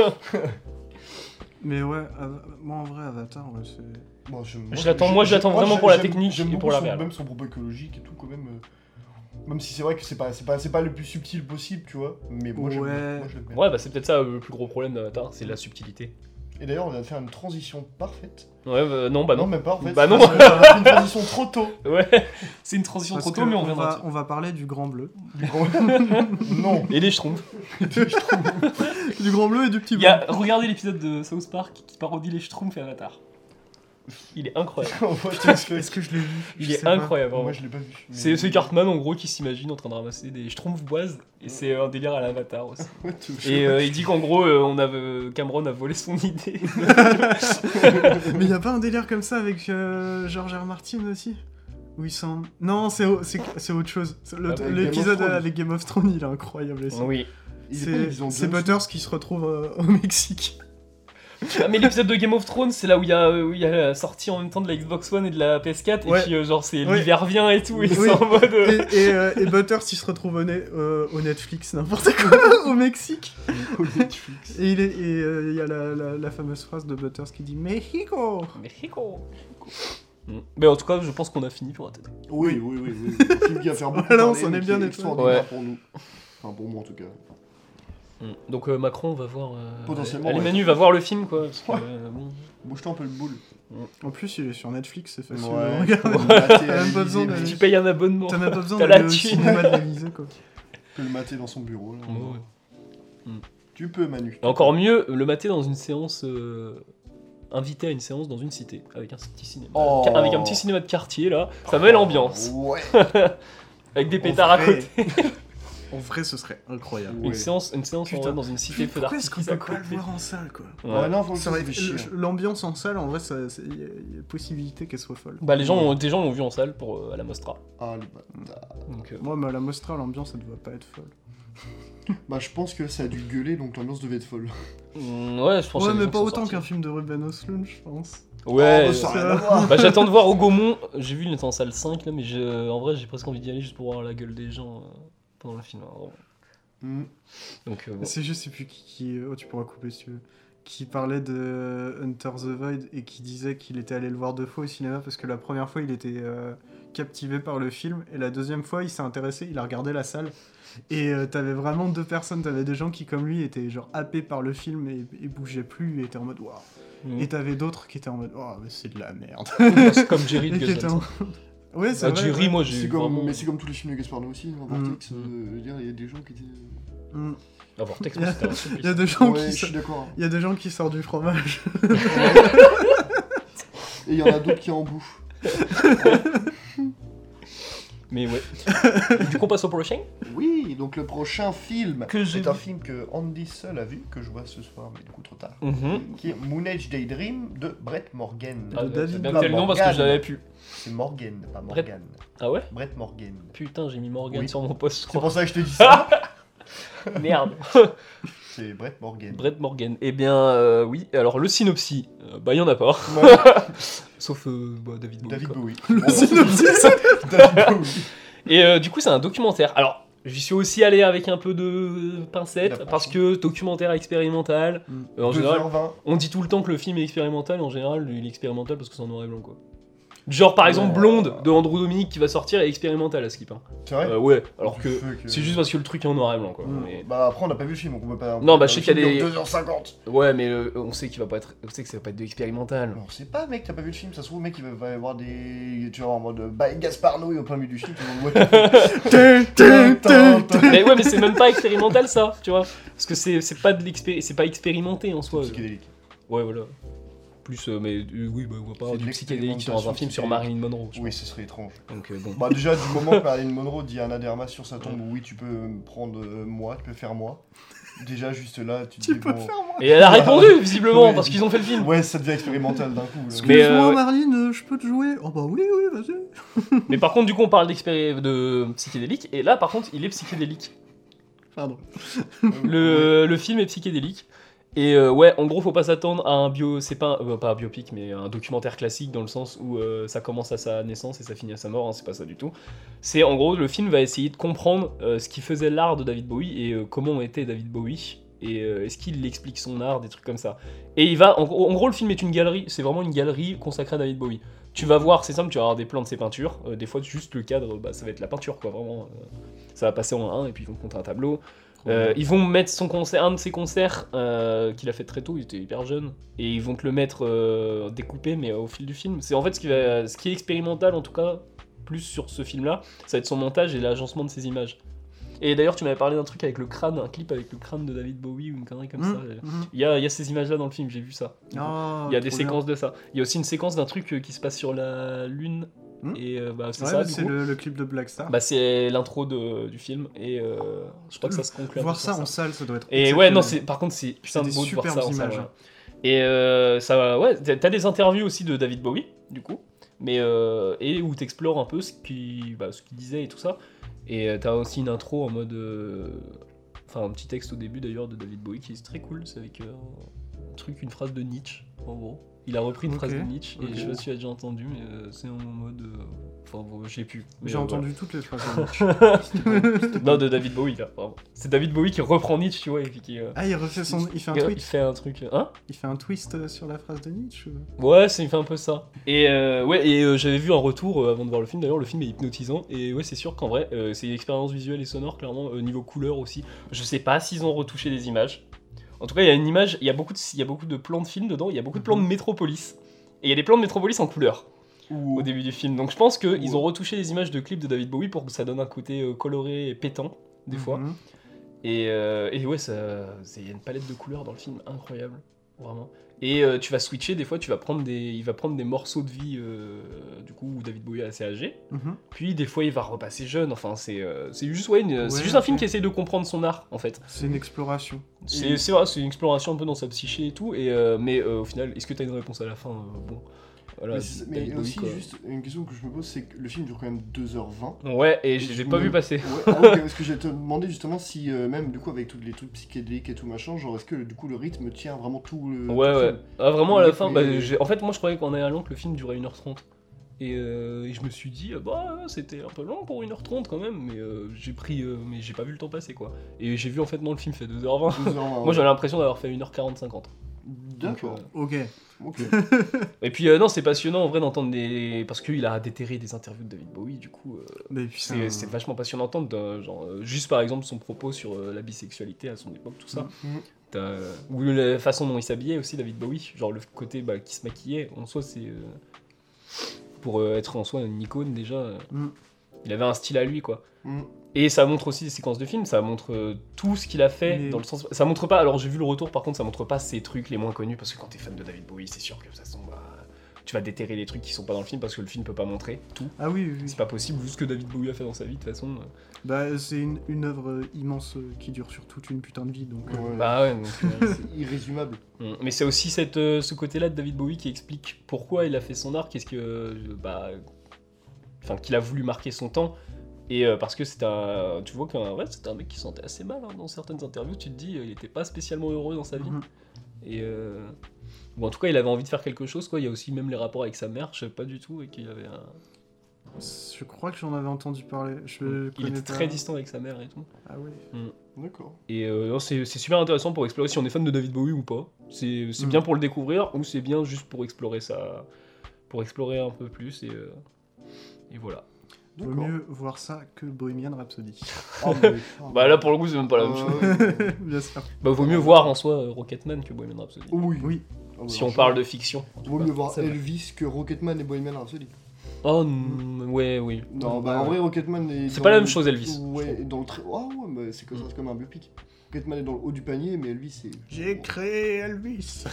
[SPEAKER 4] Mais ouais, Ava- moi en vrai, Avatar, ouais, c'est.
[SPEAKER 1] Bon, je
[SPEAKER 3] Je l'attends- moi, je l'attends vraiment pour la
[SPEAKER 1] j'aime-
[SPEAKER 3] technique
[SPEAKER 1] j'aime
[SPEAKER 3] et
[SPEAKER 1] beaucoup
[SPEAKER 3] pour la
[SPEAKER 1] son-
[SPEAKER 3] réal.
[SPEAKER 1] Même son propos écologique et tout, quand même. euh, Même si c'est vrai que c'est pas, c'est pas, c'est pas le plus subtil possible, tu vois. Mais moi, j'aime bien,
[SPEAKER 4] Ouais.
[SPEAKER 1] moi, je l'aime bien.
[SPEAKER 3] Ouais, bah c'est peut-être ça euh, le plus gros problème d'Avatar, c'est la subtilité.
[SPEAKER 1] Et d'ailleurs, on vient de faire une transition parfaite.
[SPEAKER 3] Ouais, bah, non, bah non.
[SPEAKER 1] même pas en fait.
[SPEAKER 3] Bah non.
[SPEAKER 1] C'est parce qu'on a fait
[SPEAKER 3] [LAUGHS]
[SPEAKER 1] une transition trop tôt.
[SPEAKER 3] Ouais, [LAUGHS] c'est une transition
[SPEAKER 4] Parce
[SPEAKER 3] trop tôt,
[SPEAKER 4] que
[SPEAKER 3] mais on
[SPEAKER 4] on,
[SPEAKER 3] reviendra
[SPEAKER 4] va,
[SPEAKER 3] dessus.
[SPEAKER 4] on va parler du Grand Bleu.
[SPEAKER 1] Du coup, [LAUGHS] non. [LAUGHS]
[SPEAKER 3] Et les Schtroumpfs.
[SPEAKER 4] du Grand Bleu et du Petit
[SPEAKER 3] Il
[SPEAKER 4] Bleu.
[SPEAKER 3] y a, regardez l'épisode de South Park qui parodie les Schtroumpfs et Avatar. Il est incroyable.
[SPEAKER 1] On voit tout ce que-
[SPEAKER 4] Est-ce que je l'ai vu
[SPEAKER 3] Il
[SPEAKER 4] Je
[SPEAKER 3] est
[SPEAKER 4] sais pas.
[SPEAKER 3] incroyable. vraiment.
[SPEAKER 1] Moi je l'ai pas vu. mais-
[SPEAKER 3] C'est c'est Cartman en gros qui s'imagine en train de ramasser des schtroumpfs boises et c'est un délire à l'avatar aussi.
[SPEAKER 1] What the fuck
[SPEAKER 3] [LAUGHS] Et euh, il dit qu'en gros euh, on a, euh, Cameron a volé son [LAUGHS] idée.
[SPEAKER 4] Mais y a pas un délire comme ça avec euh, George R. Martin aussi Où ils sont. Non, c'est au- c'est- c'est autre chose. C'est
[SPEAKER 3] Ah,
[SPEAKER 4] le-
[SPEAKER 3] bah,
[SPEAKER 1] Avec
[SPEAKER 4] L'épisode
[SPEAKER 1] Game of Thrones.
[SPEAKER 4] avec Game of Thrones, il est incroyable. aussi.
[SPEAKER 3] oui.
[SPEAKER 1] Il est pas
[SPEAKER 4] C'est
[SPEAKER 1] disant
[SPEAKER 4] c'est
[SPEAKER 1] Jones.
[SPEAKER 4] Butters qui se retrouve euh, au Mexique.
[SPEAKER 3] Ah, mais l'épisode de Game of Thrones c'est là où il y, a, euh, où il y a la sortie en même temps de la Xbox One et de la PS4 et
[SPEAKER 4] Ouais.
[SPEAKER 3] puis euh, genre c'est
[SPEAKER 4] Ouais.
[SPEAKER 3] l'hiver vient et tout et
[SPEAKER 4] Oui.
[SPEAKER 3] c'est en mode.
[SPEAKER 4] Et,
[SPEAKER 3] euh,
[SPEAKER 4] et, euh, et Butters, il se retrouve au, ne- euh, au Netflix, n'importe quoi, [LAUGHS] au Mexique.
[SPEAKER 1] Au Netflix. [LAUGHS]
[SPEAKER 4] Et il est- et, euh, y a la, la- la fameuse phrase de Butters qui dit Mexico
[SPEAKER 3] [LAUGHS] Mexico. Mm. Mais en tout cas je pense qu'on a fini pour un TT.
[SPEAKER 5] Oui, oui, oui. oui,
[SPEAKER 4] [LAUGHS]
[SPEAKER 5] oui. Un film qui va faire beaucoup
[SPEAKER 4] Voilà, on
[SPEAKER 5] parler,
[SPEAKER 4] s'en
[SPEAKER 5] mais
[SPEAKER 4] est
[SPEAKER 5] qui
[SPEAKER 4] bien étonné.
[SPEAKER 5] extraordinaire
[SPEAKER 3] Ouais.
[SPEAKER 5] pour nous. Enfin, pour moi en tout cas.
[SPEAKER 3] Mm. Donc euh, Macron va voir. euh,
[SPEAKER 1] Potentiellement,
[SPEAKER 3] Allez
[SPEAKER 1] ouais.
[SPEAKER 3] Manu va voir le film quoi. Parce que, euh, bon.
[SPEAKER 1] Bouge-toi un peu le boule.
[SPEAKER 4] En plus, il est sur Netflix, c'est facile.
[SPEAKER 1] Ouais.
[SPEAKER 3] [LAUGHS]
[SPEAKER 4] à regarder. [LAUGHS]
[SPEAKER 1] Maté
[SPEAKER 4] T'as
[SPEAKER 1] à
[SPEAKER 4] même pas besoin
[SPEAKER 1] l'Élysée,
[SPEAKER 4] d'aller-
[SPEAKER 3] Tu payes un abonnement.
[SPEAKER 4] T'as même pas besoin
[SPEAKER 3] T'as la
[SPEAKER 4] d'aller au
[SPEAKER 3] thune.
[SPEAKER 4] cinéma de l'Elysée, quoi.
[SPEAKER 1] Tu peux le mater dans son bureau. là.
[SPEAKER 3] Ouais.
[SPEAKER 1] Tu peux, Manu.
[SPEAKER 3] Et encore mieux, le mater dans une séance. euh, invité à une séance dans une cité, avec un petit cinéma.
[SPEAKER 1] Oh.
[SPEAKER 3] Avec un petit cinéma de quartier là, ça met l'ambiance. [LAUGHS]
[SPEAKER 1] Ouais.
[SPEAKER 3] Avec [LAUGHS] des
[SPEAKER 4] En
[SPEAKER 3] pétards à
[SPEAKER 4] vrai,
[SPEAKER 3] côté.
[SPEAKER 4] En vrai, ce serait incroyable.
[SPEAKER 3] Une
[SPEAKER 1] Ouais.
[SPEAKER 3] séance, une séance en
[SPEAKER 4] Putain.
[SPEAKER 3] vrai dans une cité feu
[SPEAKER 4] Pourquoi est-ce qu'on
[SPEAKER 3] d'artifice à
[SPEAKER 4] peut pas le
[SPEAKER 3] côté.
[SPEAKER 4] voir en salle, quoi
[SPEAKER 1] Ouais,
[SPEAKER 3] Ouais.
[SPEAKER 1] non, Ah, faut
[SPEAKER 4] Ça
[SPEAKER 1] ça
[SPEAKER 4] aurait
[SPEAKER 1] fait
[SPEAKER 4] été-
[SPEAKER 1] chier.
[SPEAKER 4] le- L'ambiance en salle, en vrai, il y, a possibilité qu'elle soit folle.
[SPEAKER 3] Bah les gens, ont, des gens l'ont vu en salle pour euh, à la Mostra.
[SPEAKER 1] Ah, le bâtard.
[SPEAKER 3] Donc, euh,
[SPEAKER 4] Moi, mais à la Mostra, l'ambiance, elle doit pas être folle.
[SPEAKER 1] Bah, je pense que ça a dû gueuler, donc l'ambiance devait être folle.
[SPEAKER 3] mm, ouais, je pense.
[SPEAKER 4] ouais,
[SPEAKER 3] que les
[SPEAKER 4] mais
[SPEAKER 3] gens
[SPEAKER 4] pas
[SPEAKER 3] sont
[SPEAKER 4] autant
[SPEAKER 3] sortis.
[SPEAKER 4] qu'un film de Ruben Östlund, je pense.
[SPEAKER 1] Oh,
[SPEAKER 3] Ouais.
[SPEAKER 1] bah, ça a
[SPEAKER 3] euh,
[SPEAKER 1] rien à voir.
[SPEAKER 3] bah, j'attends de voir au Gaumont. J'ai vu il était en salle 5 là, mais je- en vrai j'ai presque envie d'y aller juste pour voir la gueule des gens euh, pendant le film. hein, vraiment.
[SPEAKER 1] Mm.
[SPEAKER 3] Donc euh, bon.
[SPEAKER 4] C'est juste, je sais plus qui, qui- Oh, tu pourras couper si tu veux. Qui parlait de Hunter the Void et qui disait qu'il était allé le voir deux fois au cinéma parce que la première fois, il était euh, captivé par le film et la deuxième fois, il s'est intéressé, il a regardé la salle. Et euh, t'avais vraiment deux personnes, t'avais des gens qui, comme lui, étaient genre happés par le film et, et bougeaient plus et étaient en mode waouh.
[SPEAKER 3] Mm.
[SPEAKER 4] [LAUGHS] Et t'avais d'autres qui étaient en mode oh, mais c'est de la merde.
[SPEAKER 3] C'est comme Jerry de
[SPEAKER 4] [LAUGHS] Et qui étaient
[SPEAKER 3] Guzman.
[SPEAKER 4] en- ouais, c'est
[SPEAKER 3] Ah,
[SPEAKER 4] vrai,
[SPEAKER 3] Jerry,
[SPEAKER 4] ouais.
[SPEAKER 3] moi j'ai
[SPEAKER 1] C'est
[SPEAKER 3] eu
[SPEAKER 1] comme,
[SPEAKER 3] vraiment.
[SPEAKER 1] mais c'est comme tous les films de Gaspar Noé aussi, hein, Vortex,
[SPEAKER 3] Mm.
[SPEAKER 1] euh, je veux dire, il y a des gens
[SPEAKER 4] [LAUGHS]
[SPEAKER 1] qui étaient...
[SPEAKER 4] Mm.
[SPEAKER 3] Ah, Vortex,
[SPEAKER 4] Il y a-
[SPEAKER 3] c'était un
[SPEAKER 4] Il y
[SPEAKER 3] supplice.
[SPEAKER 4] a des gens
[SPEAKER 1] ouais,
[SPEAKER 4] qui.
[SPEAKER 1] je
[SPEAKER 4] se-
[SPEAKER 1] suis d'accord. hein.
[SPEAKER 4] Il y a des gens qui sortent
[SPEAKER 3] [LAUGHS]
[SPEAKER 4] du fromage.
[SPEAKER 1] Et il y en a d'autres qui en bouffent.
[SPEAKER 3] Mais ouais. Et [LAUGHS] du coup, on passe au prochain
[SPEAKER 1] Oui, donc le prochain film
[SPEAKER 3] Que j'ai
[SPEAKER 1] c'est un
[SPEAKER 3] vu.
[SPEAKER 1] film que Andy seul a vu, que je vois ce soir, mais du coup trop tard,
[SPEAKER 3] Mhm.
[SPEAKER 1] qui est Moon Age Daydream de Brett Morgan.
[SPEAKER 3] Ah,
[SPEAKER 4] David
[SPEAKER 3] c'est bien que t'aies le nom parce que
[SPEAKER 1] Morgan.
[SPEAKER 3] je l'avais plus.
[SPEAKER 1] C'est Morgan, pas
[SPEAKER 3] Brett-
[SPEAKER 1] Morgan.
[SPEAKER 3] Ah ouais
[SPEAKER 1] Brett Morgan.
[SPEAKER 3] Putain, j'ai mis Morgan
[SPEAKER 1] Oui.
[SPEAKER 3] sur mon poste, je [LAUGHS]
[SPEAKER 1] C'est
[SPEAKER 3] crois.
[SPEAKER 1] pour ça que je te dis ça.
[SPEAKER 3] Merde.
[SPEAKER 1] C'est Brett Morgan.
[SPEAKER 3] [LAUGHS] Brett Morgan. Eh bien, euh, oui. Alors, le synopsis, euh, bah, il n'y en a pas.
[SPEAKER 1] Ouais.
[SPEAKER 3] Sauf euh, bah, David Bowie.
[SPEAKER 1] David
[SPEAKER 3] quoi.
[SPEAKER 1] Bowie. Oh,
[SPEAKER 4] Le synopsis
[SPEAKER 1] David Bowie.
[SPEAKER 3] Et euh, du coup, c'est un documentaire. Alors, j'y suis aussi allé avec un peu de
[SPEAKER 1] La
[SPEAKER 3] pincette,
[SPEAKER 1] pince.
[SPEAKER 3] parce que documentaire expérimental.
[SPEAKER 4] Mm.
[SPEAKER 3] euh, en général,
[SPEAKER 1] 2h20.
[SPEAKER 3] on dit tout le temps que le film est expérimental, et en général, il est expérimental parce que c'est en noir et blanc, quoi. Genre, par exemple, Blonde de Andrew Dominique qui va sortir est expérimental à Skip. hein.
[SPEAKER 1] C'est vrai
[SPEAKER 3] Euh, ouais, alors que
[SPEAKER 1] Fuck, euh.
[SPEAKER 3] c'est juste parce que le truc est en noir et blanc, quoi.
[SPEAKER 4] Mm.
[SPEAKER 3] Mais-
[SPEAKER 1] Bah après on n'a pas vu le film donc on peut pas.
[SPEAKER 3] Non, bah, je sais qu'il y a des-
[SPEAKER 1] 2h50
[SPEAKER 3] Ouais, mais euh, on sait qu'il va pas être, on sait que ça va pas être de l'expérimental.
[SPEAKER 1] Alors c'est pas mec, t'as pas vu le film, ça se trouve mec il va- va y avoir des. Tu vois en mode. euh, Bah Gaspard Noé au plein milieu du film, tout le monde
[SPEAKER 3] [LAUGHS]
[SPEAKER 1] voit.
[SPEAKER 3] mais ouais, mais c'est même pas expérimental ça, tu vois. Parce que c'est c'est pas de l'expé- c'est pas expérimenté en soi.
[SPEAKER 1] Psychédélique.
[SPEAKER 3] Ouais, voilà. Plus, euh, mais euh, oui, bah, on va pas avoir
[SPEAKER 1] C'est
[SPEAKER 3] du
[SPEAKER 1] de
[SPEAKER 3] psychédélique sur un
[SPEAKER 1] l'expérimentation
[SPEAKER 3] film sur
[SPEAKER 1] psychédélique.
[SPEAKER 3] Marilyn Monroe. je
[SPEAKER 1] Oui, ce serait
[SPEAKER 3] [LAUGHS]
[SPEAKER 1] étrange.
[SPEAKER 3] pense. Donc, euh, bon.
[SPEAKER 1] Bah déjà du moment que Marilyn Monroe dit à Anna de Armas sur sa tombe oui tu peux me prendre euh, moi, tu peux faire moi. Déjà juste là tu te dis bon,
[SPEAKER 3] Et elle a répondu, visiblement,
[SPEAKER 1] Ah, Ouais.
[SPEAKER 3] parce qu'ils ont fait le film.
[SPEAKER 1] Ouais ça devient expérimental d'un coup. là.
[SPEAKER 3] Mais,
[SPEAKER 4] Mais
[SPEAKER 3] euh, ouais.
[SPEAKER 4] Marlene, je peux te jouer Oh bah oui, oui, vas-y.
[SPEAKER 3] Mais par contre, du coup, on parle d'expéri- de psychédélique, et là, par contre, il est psychédélique.
[SPEAKER 4] Pardon.
[SPEAKER 5] Euh,
[SPEAKER 3] Le, le film est psychédélique. Et euh, ouais, en gros, faut pas s'attendre à un bio, c'est pas, un- euh, pas un biopic, mais un documentaire classique dans le sens où euh, ça commence à sa naissance et ça finit à sa mort. hein, c'est pas ça du tout. C'est en gros, le film va essayer de comprendre euh, ce qui faisait l'art de David Bowie et euh, comment était David Bowie et euh, est-ce qu'il explique son art, des trucs comme ça. Et il va, en, gros- en gros, le film est une galerie. C'est vraiment une galerie consacrée à David Bowie. Tu vas voir, c'est simple, tu vas avoir des plans de ses peintures. euh, des fois, juste le cadre, bah, ça va être la peinture, quoi, vraiment. euh, ça va passer en 1 et puis ils vont te montrer un tableau. Euh, ils vont mettre son concert, un de ses concerts euh, qu'il a fait très tôt, il était hyper jeune, et ils vont te le mettre euh, découpé, mais euh, au fil du film. C'est en fait ce qui, va- ce qui est expérimental, en tout cas, plus sur ce film-là, ça va être son montage et l'agencement de ses images. Et d'ailleurs, tu m'avais parlé d'un truc avec le crâne, un clip avec le crâne de David Bowie ou une connerie comme
[SPEAKER 4] Mhm,
[SPEAKER 3] ça.
[SPEAKER 4] mhm.
[SPEAKER 3] Il y a, il y a ces images-là dans le film, j'ai vu ça.
[SPEAKER 4] Ah,
[SPEAKER 3] il y a des
[SPEAKER 4] trop bien.
[SPEAKER 3] séquences de ça. Il y a aussi une séquence d'un truc euh, qui se passe sur la lune,
[SPEAKER 4] Mhm.
[SPEAKER 3] et euh, bah, c'est
[SPEAKER 4] Ouais,
[SPEAKER 3] ça,
[SPEAKER 4] bah,
[SPEAKER 3] du
[SPEAKER 4] c'est
[SPEAKER 3] coup.
[SPEAKER 4] le, le clip de Black Star.
[SPEAKER 3] Bah, c'est l'intro de- du film, et euh, je crois que ça se conclut un
[SPEAKER 4] Voir
[SPEAKER 3] peu
[SPEAKER 4] ça
[SPEAKER 3] sur
[SPEAKER 4] en salle, ça doit être.
[SPEAKER 3] et ouais, non, c'est par contre, c'est putain de
[SPEAKER 4] des
[SPEAKER 3] beau de voir
[SPEAKER 4] superbes
[SPEAKER 3] ça. en salle,
[SPEAKER 4] images,
[SPEAKER 3] ouais.
[SPEAKER 4] hein.
[SPEAKER 3] Et euh, ça, ouais, t'as t'as des interviews aussi de David Bowie, du coup, mais euh, et où t'explores un peu ce qui, bah, ce qu'il disait et tout ça. Et euh, t'as aussi une intro en mode, euh, enfin un petit texte au début d'ailleurs de David Bowie qui est très cool, c'est avec euh, un truc, une phrase de Nietzsche en gros. Il a repris une
[SPEAKER 4] Ok,
[SPEAKER 3] phrase de Nietzsche et
[SPEAKER 4] ok.
[SPEAKER 3] je sais pas si tu l'as déjà entendu, mais euh, c'est en mode, euh, enfin bon, je sais plus. mais,
[SPEAKER 4] J'ai
[SPEAKER 3] euh,
[SPEAKER 4] entendu toutes les phrases.
[SPEAKER 3] [LAUGHS]
[SPEAKER 4] en marche.
[SPEAKER 3] voilà. Non, de David Bowie là. pardon. C'est David Bowie qui reprend Nietzsche, tu vois, et puis qui. euh,
[SPEAKER 4] Ah, il refait son. Il fait un
[SPEAKER 3] il
[SPEAKER 4] tweet.
[SPEAKER 3] fait un truc, hein
[SPEAKER 4] Il fait un twist euh, sur la phrase de Nietzsche. ou-
[SPEAKER 3] Ouais, c'est il fait un peu ça. Et euh, ouais, et euh, j'avais vu un retour euh, avant de voir le film. D'ailleurs, le film est hypnotisant. Et ouais, c'est sûr qu'en vrai, euh, c'est une expérience visuelle et sonore, clairement, euh, niveau couleur aussi. Je sais pas s'ils ont retouché des images. En tout cas, il y a une image, il y a beaucoup de, il y a beaucoup de plans de films dedans. Il y a beaucoup de plans
[SPEAKER 4] Mhm.
[SPEAKER 3] de métropolis. Et il y a des plans de métropolis en couleur
[SPEAKER 1] Ou-
[SPEAKER 3] au début du film. Donc je pense qu'ils ont retouché les images de clips de David Bowie pour que ça donne un côté euh, coloré et pétant, des fois.
[SPEAKER 4] Mhm.
[SPEAKER 3] Et, euh, et ouais, ça- c'est- il y a une palette de couleurs dans le film incroyable, vraiment. Et euh, tu vas switcher, des fois, tu vas prendre des, il va prendre des morceaux de vie, euh, du coup, où David Bowie est assez âgé.
[SPEAKER 4] Mhm.
[SPEAKER 3] Puis des fois, il va repasser jeune. Enfin, c'est euh, c'est juste, ouais, une- c'est
[SPEAKER 4] Ouais,
[SPEAKER 3] juste un
[SPEAKER 4] ok.
[SPEAKER 3] film qui essaie de comprendre son art, en fait.
[SPEAKER 4] C'est une exploration.
[SPEAKER 3] C'est c'est vrai, c'est une exploration un peu dans sa psyché et tout. Et, euh, mais euh, au final, est-ce que t'as une réponse à la fin Euh, Bon, voilà.
[SPEAKER 5] Mais, c'est- mais
[SPEAKER 3] David Bowie,
[SPEAKER 5] aussi,
[SPEAKER 3] quoi.
[SPEAKER 5] juste une question que je me pose, c'est que le film dure quand même 2h20.
[SPEAKER 3] Ouais, et je l'ai pas vu passer.
[SPEAKER 5] Ouais, ah ouais, parce que j'allais te demander justement si, euh, même du coup, avec tous les trucs psychédéliques et tout machin, genre est-ce que du coup le rythme tient vraiment tout le.
[SPEAKER 3] Ouais,
[SPEAKER 5] tout le
[SPEAKER 3] ouais.
[SPEAKER 5] film
[SPEAKER 3] Ah, vraiment, à la
[SPEAKER 5] Mais-
[SPEAKER 3] fin,
[SPEAKER 5] mais-
[SPEAKER 3] bah, j'ai- en fait, moi, je croyais qu'en allant que le film durait 1h30. Et, euh, et je me suis dit, ah bah, c'était un peu long pour 1h30 quand même, mais euh, j'ai pris, euh, mais j'ai pas vu le temps passer, quoi. Et j'ai vu, en fait, non, le film fait 2h20.
[SPEAKER 1] Ah
[SPEAKER 3] [LAUGHS]
[SPEAKER 5] 2h20.
[SPEAKER 3] Moi, j'avais l'impression d'avoir fait 1h40-50.
[SPEAKER 5] hein. D'accord.
[SPEAKER 4] Ok.
[SPEAKER 5] Ok.
[SPEAKER 3] Et puis, euh, non, c'est passionnant, en vrai, d'entendre des... Parce qu'il a déterré des interviews de David Bowie, du coup, euh,
[SPEAKER 4] Mais puis
[SPEAKER 3] c'est c'est vachement passionnant d'entendre, d'un- genre, euh, juste, par exemple, son propos sur euh, la bisexualité à son époque, tout ça.
[SPEAKER 4] Mm,
[SPEAKER 5] Mhm.
[SPEAKER 3] T'as, euh, Ou la façon dont il s'habillait aussi, David Bowie. Genre le côté bah, qui se maquillait. En soi, c'est. euh, pour euh, être en soi une icône déjà. euh,
[SPEAKER 4] Mm.
[SPEAKER 3] Il avait un style à lui, quoi.
[SPEAKER 5] Mm.
[SPEAKER 3] Et ça montre aussi des séquences de films, ça montre euh, tout ce qu'il a fait
[SPEAKER 4] Mais-
[SPEAKER 3] dans le sens. Ça montre pas. Alors j'ai vu le retour, par contre, ça montre pas ces trucs les moins connus parce que quand t'es fan de David Bowie, c'est sûr que de toute façon, bah, tu vas déterrer les trucs qui sont pas dans le film parce que le film peut pas montrer tout.
[SPEAKER 4] Ah oui, oui, oui.
[SPEAKER 3] C'est pas possible vu ce que David Bowie a fait dans sa vie de toute façon. euh,
[SPEAKER 4] Bah, c'est une, une œuvre euh, immense euh, qui dure sur toute une putain de vie, donc. euh,
[SPEAKER 5] Ouais.
[SPEAKER 3] [LAUGHS] Bah ouais. donc, euh, [LAUGHS]
[SPEAKER 5] C'est irrésumable.
[SPEAKER 3] Mm. Mais c'est aussi cette, euh, ce côté-là de David Bowie qui explique pourquoi il a fait son art, qu'est-ce que. euh, bah, Enfin, qu'il a voulu marquer son temps. Et euh, parce que c'est un. Tu vois qu'un ouais, c'est un mec qui se sentait assez mal hein, dans certaines interviews, tu te dis, euh, il était pas spécialement heureux dans sa vie.
[SPEAKER 4] Mhm.
[SPEAKER 3] Et. euh, Ou en tout cas, il avait envie de faire quelque chose, quoi. Il y a aussi même les rapports avec sa mère, je sais pas du tout, et qu'il avait un-
[SPEAKER 4] Je crois que j'en avais entendu parler. Je
[SPEAKER 3] Il
[SPEAKER 4] connais
[SPEAKER 3] était
[SPEAKER 4] pas.
[SPEAKER 3] très distant avec sa mère et tout.
[SPEAKER 4] Ah ouais.
[SPEAKER 5] D'accord.
[SPEAKER 3] Et euh, non, c'est c'est super intéressant pour explorer si on est fan de David Bowie ou pas. C'est c'est
[SPEAKER 4] Mm.
[SPEAKER 3] bien pour le découvrir ou c'est bien juste pour explorer ça, pour explorer un peu plus et, euh, et voilà.
[SPEAKER 4] Vaut
[SPEAKER 5] D'accord.
[SPEAKER 4] mieux voir ça que Bohemian Rhapsody.
[SPEAKER 5] Ah, mais- ah,
[SPEAKER 3] Bah là pour le coup c'est même pas la même chose.
[SPEAKER 5] euh,
[SPEAKER 4] Bien sûr.
[SPEAKER 3] Bah vaut mieux voir en soi euh, Rocketman que Bohemian Rhapsody.
[SPEAKER 5] Oui.
[SPEAKER 4] Oui.
[SPEAKER 5] Ah, bah,
[SPEAKER 3] si on
[SPEAKER 5] franchement,
[SPEAKER 3] parle de fiction. en tout
[SPEAKER 5] Vaut
[SPEAKER 3] cas.
[SPEAKER 5] mieux voir
[SPEAKER 3] C'est vrai.
[SPEAKER 5] Elvis que Rocketman et Bohemian Rhapsody.
[SPEAKER 3] Oh mm, ouais oui.
[SPEAKER 5] Non, bah en vrai, Rocketman est.
[SPEAKER 3] C'est
[SPEAKER 5] dans
[SPEAKER 3] pas la
[SPEAKER 5] le-
[SPEAKER 3] même chose Elvis. je
[SPEAKER 5] Ouais,
[SPEAKER 3] trouve.
[SPEAKER 5] et dans le très. Ah ouais, mais c'est comme,
[SPEAKER 3] Mm.
[SPEAKER 5] c'est comme un bleu pic. Rocketman est dans le haut du panier, mais Elvis c'est.
[SPEAKER 4] J'ai créé Elvis.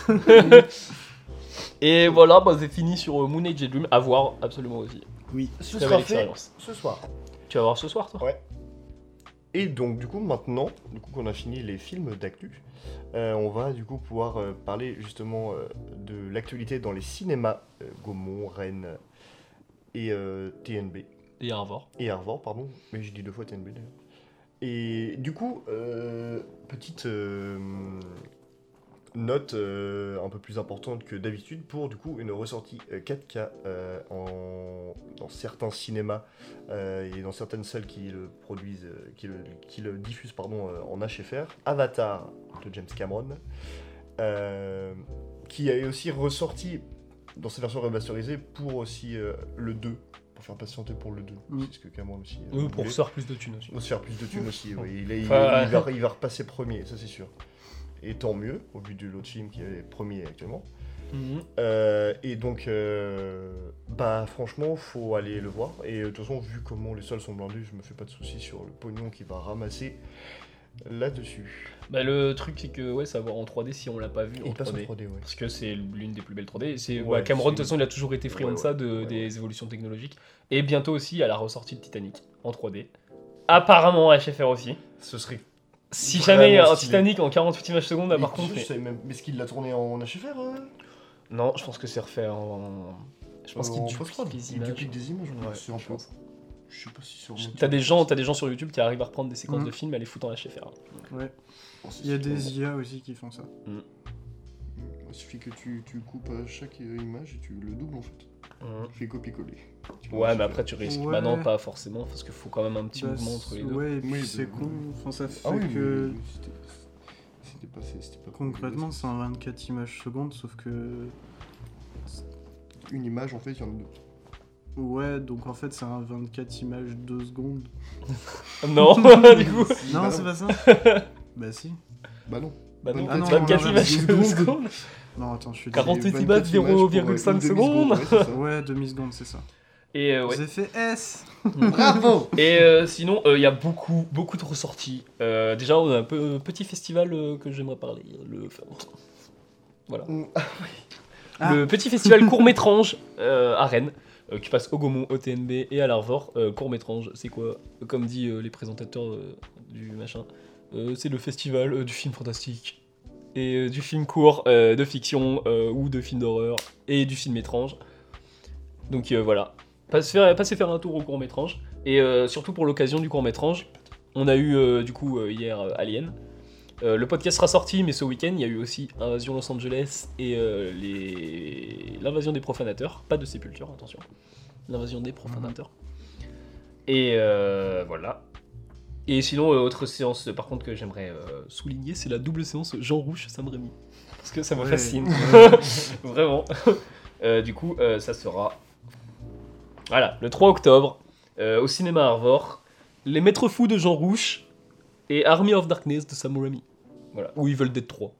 [SPEAKER 3] Et voilà bah c'est fini sur euh, Moon Age et Dream à voir absolument aussi.
[SPEAKER 4] Oui.
[SPEAKER 1] Ce
[SPEAKER 3] Très belle
[SPEAKER 1] sera fait
[SPEAKER 3] expérience.
[SPEAKER 1] ce soir.
[SPEAKER 3] Tu vas voir ce soir toi.
[SPEAKER 1] Et donc, du coup, maintenant, du coup qu'on a fini les films d'actu, euh, on va du coup pouvoir euh, parler justement euh, de l'actualité dans les cinémas euh, Gaumont, Rennes et euh, TNB.
[SPEAKER 3] Et à voir.
[SPEAKER 1] Et Arvor, pardon. Mais j'ai dit deux fois TNB d'ailleurs. Et du coup, euh, petite euh, note euh, un peu plus importante que d'habitude pour du coup une ressortie euh, 4K euh, en, dans certains cinémas euh, et dans certaines salles qui le produisent, euh, qui, le, qui le diffusent pardon, euh, en HFR. Avatar de James Cameron, euh, qui est aussi ressorti dans sa version remasterisée pour aussi euh, le 2, pour faire patienter pour le 2.
[SPEAKER 4] Mm.
[SPEAKER 1] C'est ce que Cameron aussi. euh,
[SPEAKER 3] Oui, pour
[SPEAKER 1] voulait.
[SPEAKER 3] faire plus de thunes aussi.
[SPEAKER 1] On va se faire plus de thunes aussi, oui. Il, est- il-
[SPEAKER 3] Enfin,
[SPEAKER 1] il va,
[SPEAKER 3] [LAUGHS]
[SPEAKER 1] il va repasser premier, ça c'est sûr. Et tant mieux, au but de l'autre film qui est premier actuellement.
[SPEAKER 3] Mhm.
[SPEAKER 1] Euh, et donc, euh, bah franchement, faut aller le voir. Et euh, de toute façon, vu comment les salles sont blindées, je me fais pas de soucis sur le pognon qui va ramasser là-dessus.
[SPEAKER 3] Bah le truc c'est que ouais ça va voir en 3D si on l'a pas vu en
[SPEAKER 1] Il passe en
[SPEAKER 3] 3D.
[SPEAKER 1] 3D, ouais.
[SPEAKER 3] Parce que c'est l'une des plus belles 3D. C'est
[SPEAKER 1] Ouais,
[SPEAKER 3] bah, Cameron,
[SPEAKER 1] c'est-
[SPEAKER 3] de toute façon, il a toujours été friand
[SPEAKER 1] Ouais,
[SPEAKER 3] de ça,
[SPEAKER 1] ouais,
[SPEAKER 3] de-
[SPEAKER 1] ouais,
[SPEAKER 3] des
[SPEAKER 1] ouais.
[SPEAKER 3] évolutions technologiques. Et bientôt aussi à la ressortie de Titanic en 3D. Apparemment HFR aussi.
[SPEAKER 1] Ce serait.
[SPEAKER 3] Si
[SPEAKER 1] Vraiment
[SPEAKER 3] jamais il y a un
[SPEAKER 1] stylé.
[SPEAKER 3] Titanic en 48 images secondes,
[SPEAKER 1] Mais
[SPEAKER 3] Bah, par
[SPEAKER 1] qui- je
[SPEAKER 3] contre. mais-
[SPEAKER 1] savais même- Mais est-ce qu'il l'a tourné en HFR euh
[SPEAKER 3] Non, je pense que c'est refait en. Je pense
[SPEAKER 1] En
[SPEAKER 3] qu'il
[SPEAKER 1] post-prod
[SPEAKER 3] duplique les
[SPEAKER 1] Il
[SPEAKER 3] images.
[SPEAKER 1] duplique des images,
[SPEAKER 3] Ouais,
[SPEAKER 1] c'est un
[SPEAKER 3] je
[SPEAKER 1] peu.
[SPEAKER 3] pense.
[SPEAKER 5] Je sais pas si sur.
[SPEAKER 3] T'as des gens, t'as des gens sur YouTube qui arrivent à reprendre des séquences
[SPEAKER 4] Mhm.
[SPEAKER 3] de films, à les foutre en HFR.
[SPEAKER 4] Ouais.
[SPEAKER 5] Oh, c'est
[SPEAKER 4] Il y a
[SPEAKER 5] sûr.
[SPEAKER 4] des IA aussi qui font ça.
[SPEAKER 5] Bah, Il suffit que tu, tu coupes à chaque euh, image et tu le doubles en fait.
[SPEAKER 3] Mm.
[SPEAKER 5] Tu fais copier-coller. Tu vois,
[SPEAKER 3] Ouais,
[SPEAKER 5] c'est
[SPEAKER 3] mais
[SPEAKER 5] fait.
[SPEAKER 3] après tu risques.
[SPEAKER 4] Ouais.
[SPEAKER 3] Bah non, pas forcément, parce qu'il faut quand même un petit
[SPEAKER 4] Bah,
[SPEAKER 3] mouvement entre les deux.
[SPEAKER 4] ouais, et puis
[SPEAKER 5] Oui,
[SPEAKER 4] c'est
[SPEAKER 5] bah,
[SPEAKER 4] con.
[SPEAKER 5] oui.
[SPEAKER 4] Enfin, ça fait
[SPEAKER 5] Ah oui,
[SPEAKER 4] que
[SPEAKER 5] mais c'était- c'était pas. C'était pas
[SPEAKER 4] concrètement, c'est un 24 images secondes, sauf que.
[SPEAKER 5] Une image en fait, il y en a deux.
[SPEAKER 4] Ouais, donc en fait, c'est un 24 images 2 secondes.
[SPEAKER 3] Non, [LAUGHS] [LAUGHS] du coup.
[SPEAKER 4] non,
[SPEAKER 5] bah
[SPEAKER 4] c'est
[SPEAKER 5] non.
[SPEAKER 4] pas ça Bah si.
[SPEAKER 5] Bah non.
[SPEAKER 3] Bah non,
[SPEAKER 5] Ah non,
[SPEAKER 3] 24
[SPEAKER 4] on
[SPEAKER 3] images [LAUGHS]
[SPEAKER 5] arrête.
[SPEAKER 3] secondes.
[SPEAKER 4] Non, attends, je suis
[SPEAKER 5] C'est
[SPEAKER 3] 48
[SPEAKER 5] 24
[SPEAKER 3] images,
[SPEAKER 5] pour, euh,
[SPEAKER 3] 0,5
[SPEAKER 5] une demi-seconde, ouais, c'est ça.
[SPEAKER 4] désolé. [LAUGHS] Ouais, demi-seconde, c'est ça.
[SPEAKER 3] Et euh, ouais.
[SPEAKER 4] J'ai fait S
[SPEAKER 5] Bravo
[SPEAKER 3] Et euh, sinon, euh, il y a beaucoup, beaucoup de ressorties. Euh, déjà, on a un peu, un petit festival euh, que j'aimerais parler. Le, enfin, voilà.
[SPEAKER 4] Ah.
[SPEAKER 3] Le petit festival court-métrange euh, à Rennes, euh, qui passe au Gaumont, au TNB et à l'Arvor. court-métrange, c'est quoi Comme dit euh, les présentateurs euh, du machin, euh, c'est le festival euh, du film fantastique et euh, du film court euh, de fiction euh, ou de film d'horreur et du film étrange. Donc euh, voilà, Passe faire- passez faire un tour au court-métrange. Et euh, surtout pour l'occasion du court-métrange, on a eu euh, du coup euh, hier euh, Alien. Euh, le podcast sera sorti, mais ce week-end il y a eu aussi Invasion Los Angeles et euh, les- l'invasion des profanateurs. Pas de sépulture, attention. L'invasion des profanateurs. Et euh, voilà. Et sinon, euh, autre séance euh, par contre que j'aimerais euh, souligner, c'est la double séance Jean Rouge Sam Remy. Parce que ça me
[SPEAKER 4] Ouais.
[SPEAKER 3] fascine. Vraiment. Euh, du coup, euh, ça sera. Voilà, le 3 octobre, euh, au cinéma Arvor, Les Maîtres Fous de Jean Rouge et Army of Darkness de Sam Raimi. Voilà, ou Evil Dead 3.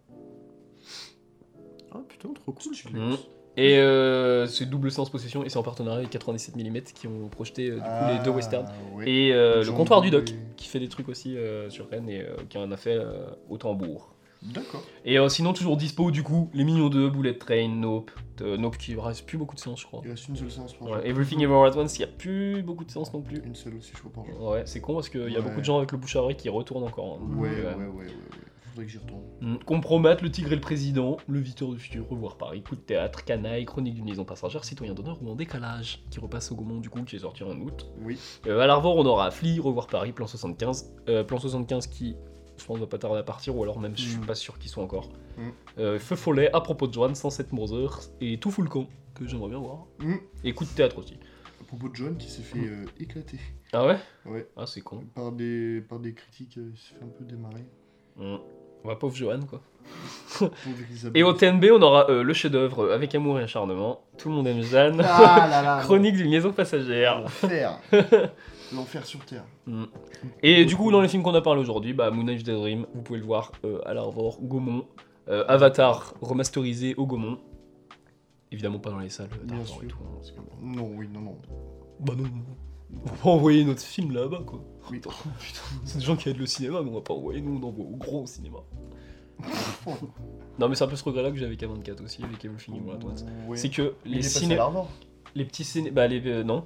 [SPEAKER 4] Oh putain, trop cool.
[SPEAKER 3] Mhm. Et euh, c'est double séance possession et c'est en partenariat avec 97 mm qui ont projeté euh, du coup, les
[SPEAKER 1] Ah.
[SPEAKER 5] Ah,
[SPEAKER 3] deux westerns. Et euh, le comptoir du doc qui fait des trucs aussi euh, sur Rennes et euh, qui en a fait euh, au tambour.
[SPEAKER 5] D'accord.
[SPEAKER 3] Et euh, sinon toujours dispo du coup les Mignons 2, Bullet Train, Nope, euh, Nope qui reste plus beaucoup de séances je crois.
[SPEAKER 5] Il reste une seule séance par jour.
[SPEAKER 3] Ouais, Everything Everywhere at Once, il n'y a plus beaucoup de séances non plus.
[SPEAKER 5] Une seule aussi, je crois, par jour.
[SPEAKER 3] Ouais, c'est con parce qu'il y a
[SPEAKER 5] Ouais.
[SPEAKER 3] beaucoup de gens avec le bouche à oreille qui retournent encore. hein.
[SPEAKER 5] Ouais, ouais,
[SPEAKER 3] Ouais.
[SPEAKER 5] ouais, ouais. ouais. faudrait que j'y retourne.
[SPEAKER 3] Mm. Compromettre le tigre et le président, le visiteur du futur, revoir Paris, coup de théâtre, canaille, chronique d'une liaison passagère, citoyen d'honneur ou en décalage, qui repasse au Gaumont du coup, qui est sorti en août.
[SPEAKER 5] Oui.
[SPEAKER 3] Euh, à l'Arvor, on aura Fli, revoir Paris, plan 75. Euh, plan 75 qui, je pense, va pas tarder à partir, ou alors même, je suis
[SPEAKER 4] Mm.
[SPEAKER 3] pas sûr qu'ils soient encore.
[SPEAKER 5] Mm.
[SPEAKER 3] Euh, Feu follet, à propos de Joanne, 107 Brothers, et tout fout le camp, que j'aimerais bien voir.
[SPEAKER 5] Mm.
[SPEAKER 3] Et coup de théâtre aussi.
[SPEAKER 5] À propos de John qui s'est fait
[SPEAKER 3] Mm.
[SPEAKER 5] euh, éclater
[SPEAKER 3] Ah ouais
[SPEAKER 5] Ouais.
[SPEAKER 3] Ah, c'est con.
[SPEAKER 5] par des, par des critiques, euh, il s'est fait un peu démarrer.
[SPEAKER 3] Mm. Ouais, pauvre Joanne, quoi.
[SPEAKER 5] Mm. Pauvre Elisabeth.
[SPEAKER 3] Et au TNB, on aura euh, le chef-d'œuvre euh, avec amour et acharnement. Tout le monde
[SPEAKER 5] [LAUGHS]
[SPEAKER 3] aime Jeanne.
[SPEAKER 5] Ah là là
[SPEAKER 3] [LAUGHS] Chronique d'une liaison passagère.
[SPEAKER 5] L'enfer [LAUGHS] L'enfer sur Terre.
[SPEAKER 3] Et du coup, dans les films qu'on a parlé aujourd'hui, bah, Moon Age Dream, vous pouvez le voir euh, à l'Arvor, Gaumont. Euh, Avatar, remasterisé au Gaumont. Évidemment pas dans les salles
[SPEAKER 5] Bien
[SPEAKER 3] d'Arvor et
[SPEAKER 5] sûr.
[SPEAKER 3] tout. hein, parce que-
[SPEAKER 5] Non, oui, non, non.
[SPEAKER 3] Bah non, non, non. on va pas envoyer notre film là-bas, quoi.
[SPEAKER 5] Oui.
[SPEAKER 3] Attends, [LAUGHS] putain, c'est des gens qui aident le cinéma, mais on va pas envoyer, nous, on envoie au gros au cinéma. [LAUGHS] non, mais c'est un peu ce regret-là que j'avais avec K24 aussi, avec Evil Thinking Black Ones.
[SPEAKER 5] Ouais.
[SPEAKER 3] C'est que
[SPEAKER 1] Il est
[SPEAKER 3] les
[SPEAKER 1] passé
[SPEAKER 3] ciné...
[SPEAKER 1] à l'Arvor.
[SPEAKER 3] les petits ciné... bah les euh, non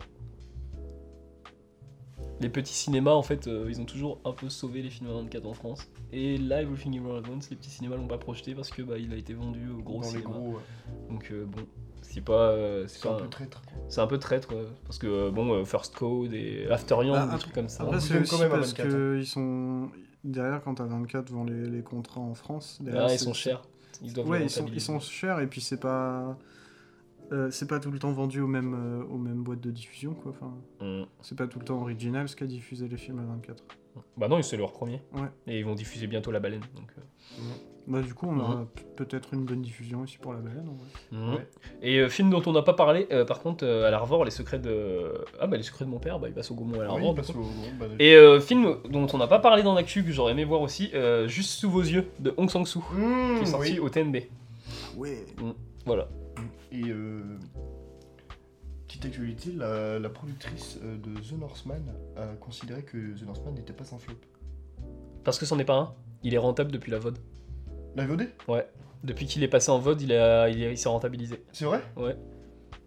[SPEAKER 3] les petits cinémas en fait euh, ils ont toujours un peu sauvé les films à 24 en France et là Everything Everywhere at Once les petits cinémas l'ont pas projeté parce que bah il a été vendu au gros
[SPEAKER 5] Dans les
[SPEAKER 3] cinéma
[SPEAKER 5] gros, ouais.
[SPEAKER 3] donc euh, bon c'est pas euh, c'est
[SPEAKER 5] c'est un
[SPEAKER 3] pas
[SPEAKER 5] peu traître. quoi.
[SPEAKER 3] un- c'est un peu traître quoi parce que euh, bon euh, First Code et After Young
[SPEAKER 4] Bah,
[SPEAKER 3] des
[SPEAKER 4] après-
[SPEAKER 3] trucs comme ça
[SPEAKER 4] Après,
[SPEAKER 1] on
[SPEAKER 4] c'est
[SPEAKER 1] vous aime
[SPEAKER 4] aussi
[SPEAKER 1] quand même à
[SPEAKER 4] parce
[SPEAKER 1] 24,
[SPEAKER 4] qu'ils sont. Derrière, quand t'as 24 devant les, les contrats en France. derrière,
[SPEAKER 3] là Ah, ils
[SPEAKER 4] euh, c'est-
[SPEAKER 3] sont chers ils doivent
[SPEAKER 4] Ouais,
[SPEAKER 3] les
[SPEAKER 4] ils sont, ils
[SPEAKER 3] rentabiliser.
[SPEAKER 4] sont chers et puis c'est pas. euh, c'est pas tout le temps vendu aux mêmes, euh, aux mêmes boîtes de diffusion, quoi. Enfin,
[SPEAKER 3] Mm.
[SPEAKER 4] c'est pas tout le temps original ce qu'a diffusé les films à 24.
[SPEAKER 3] bah non c'est leur premier
[SPEAKER 4] Ouais.
[SPEAKER 3] et ils vont diffuser bientôt La Baleine donc euh,
[SPEAKER 4] Bah, du coup, on aura p- peut-être une bonne diffusion aussi pour la baleine. en vrai.
[SPEAKER 3] Mhm.
[SPEAKER 1] Ouais.
[SPEAKER 3] Et euh, film dont on n'a pas parlé, euh, par contre, euh, à l'Arvor, les secrets de. Ah bah les secrets de mon père, bah il passe au Gaumont à
[SPEAKER 5] Oui,
[SPEAKER 3] l'Arvor. du
[SPEAKER 5] parce que,
[SPEAKER 3] coup.
[SPEAKER 5] bon, bah,
[SPEAKER 3] Et euh, film dont on n'a pas parlé dans l'actu que j'aurais aimé voir aussi, euh, Juste sous vos yeux de Hong Sang Soo,
[SPEAKER 5] Hmm,
[SPEAKER 3] qui est
[SPEAKER 1] Mmh,
[SPEAKER 3] sorti
[SPEAKER 1] oui.
[SPEAKER 3] au TNB.
[SPEAKER 4] Ah Ouais.
[SPEAKER 3] Voilà.
[SPEAKER 5] Et euh, petite actualité, la, la productrice euh, de The Northman a considéré que The Northman n'était pas un flop.
[SPEAKER 3] Parce que c'en est pas un, il est rentable depuis la VOD.
[SPEAKER 5] La VOD
[SPEAKER 3] Depuis qu'il est passé en VOD, il, a... il, est- il s'est rentabilisé.
[SPEAKER 5] C'est vrai
[SPEAKER 3] Ouais.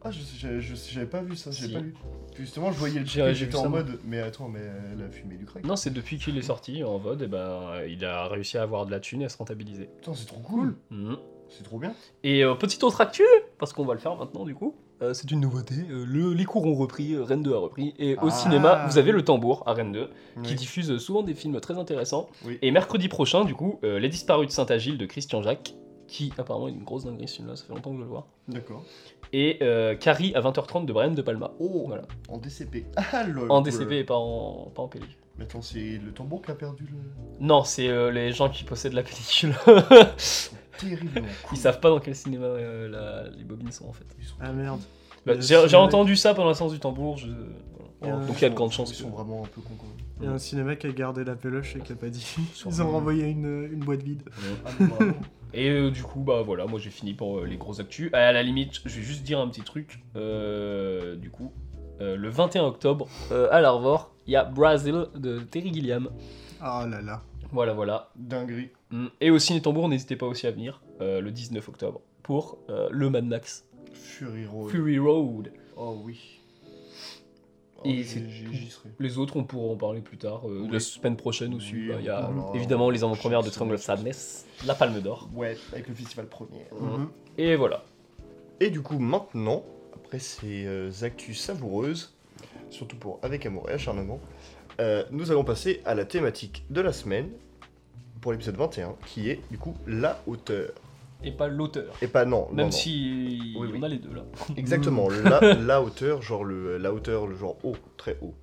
[SPEAKER 5] Ah, je sais- j'avais je sais- j'avais pas vu ça, j'avais
[SPEAKER 3] Si.
[SPEAKER 5] pas lu. Justement, je voyais le
[SPEAKER 3] J'ai-
[SPEAKER 5] truc et
[SPEAKER 3] j'ai
[SPEAKER 5] j'étais
[SPEAKER 3] vu ça,
[SPEAKER 5] en
[SPEAKER 3] moi.
[SPEAKER 5] mode, mais attends, mais elle a fumé du crack.
[SPEAKER 3] Non, c'est depuis qu'il est sorti en VOD, et ben, il a réussi à avoir de la thune et à se rentabiliser.
[SPEAKER 5] Putain, c'est trop cool,
[SPEAKER 3] Mhm.
[SPEAKER 5] c'est trop bien.
[SPEAKER 3] Et euh, petite autre actu, parce qu'on va le faire maintenant du coup. euh, c'est une nouveauté. euh, le- les cours ont repris, euh, Rennes 2 a repris. Et au
[SPEAKER 5] Ah.
[SPEAKER 3] cinéma, vous avez le tambour à Rennes 2, qui
[SPEAKER 5] Oui.
[SPEAKER 3] diffuse souvent des films très intéressants.
[SPEAKER 5] Oui.
[SPEAKER 3] Et mercredi prochain, du coup, euh, Les Disparus de Saint-Agile de Christian Jacques, qui apparemment est une grosse dinguerie ce film-là, ça fait longtemps que je le vois.
[SPEAKER 5] D'accord.
[SPEAKER 3] Et euh, Carrie à 20h30 de Brian De Palma.
[SPEAKER 5] Oh,
[SPEAKER 3] Voilà.
[SPEAKER 5] en DCP. [LAUGHS] Ah, lol.
[SPEAKER 3] En DCP et pas en, pas en pellicule.
[SPEAKER 5] Mais attends, c'est le tambour qui a perdu le.
[SPEAKER 3] Non, c'est euh, les gens qui possèdent la
[SPEAKER 5] [LAUGHS]
[SPEAKER 3] pellicule.
[SPEAKER 5] Terriblement cool.
[SPEAKER 3] [LAUGHS] Ils savent pas dans quel cinéma euh, la- les bobines sont en fait.
[SPEAKER 5] Ils sont-
[SPEAKER 4] Ah merde.
[SPEAKER 3] Bah, J'ai
[SPEAKER 4] Euh,
[SPEAKER 3] j'ai
[SPEAKER 4] cinéma-
[SPEAKER 3] entendu ça pendant la séance du tambour. je- voilà.
[SPEAKER 4] Euh,
[SPEAKER 3] Donc il y a de
[SPEAKER 5] sont-
[SPEAKER 3] grandes chances.
[SPEAKER 5] Ils
[SPEAKER 3] que-
[SPEAKER 5] sont vraiment un peu con. quoi.
[SPEAKER 4] Il y a un cinéma qui a gardé la peluche et qui a pas dit. [LAUGHS] Ils ont renvoyé une, une boîte vide.
[SPEAKER 5] Ah, mais vraiment.
[SPEAKER 3] Et euh, du coup, bah voilà, moi j'ai fini pour euh, les grosses actus. À la limite, je vais juste dire un petit truc. euh, du coup, euh, le 21 octobre, euh, à l'Arvor, il y a Brazil de Terry Gilliam.
[SPEAKER 4] Ah là là.
[SPEAKER 3] Voilà, voilà.
[SPEAKER 5] [LAUGHS] Dinguerie.
[SPEAKER 3] Mm. Et au Ciné Tambour, n'hésitez pas aussi à venir euh, le 19 octobre pour euh, le Mad Max
[SPEAKER 5] Fury Road.
[SPEAKER 3] Fury Road.
[SPEAKER 5] Oh oui. Oh,
[SPEAKER 3] Et
[SPEAKER 5] j'ai-
[SPEAKER 3] c'est
[SPEAKER 5] j'ai-
[SPEAKER 3] tout.
[SPEAKER 5] J'y serai.
[SPEAKER 3] Les autres, on pourra en parler plus tard. euh,
[SPEAKER 5] Oui.
[SPEAKER 3] La semaine prochaine aussi,
[SPEAKER 5] Oui,
[SPEAKER 3] bah, il y a
[SPEAKER 5] on parlera.
[SPEAKER 3] évidemment les avant-premières de Triangle of Sadness, La Palme d'Or.
[SPEAKER 5] Ouais, avec le festival premier.
[SPEAKER 3] Mm.
[SPEAKER 4] Mhm.
[SPEAKER 3] Et voilà.
[SPEAKER 1] Et du coup, maintenant, après ces euh, actus savoureuses, surtout pour Avec Amour et Acharnement, euh, nous allons passer à la thématique de la semaine pour l'épisode 21, qui est du coup la hauteur.
[SPEAKER 3] Et pas l'auteur.
[SPEAKER 1] Et pas non, non,
[SPEAKER 3] Même
[SPEAKER 1] non.
[SPEAKER 3] si Mm.
[SPEAKER 1] Oui,
[SPEAKER 3] on
[SPEAKER 1] oui.
[SPEAKER 3] a les deux là.
[SPEAKER 1] Exactement,
[SPEAKER 3] [LAUGHS]
[SPEAKER 1] la, la hauteur, genre le, la hauteur, le genre haut, très haut.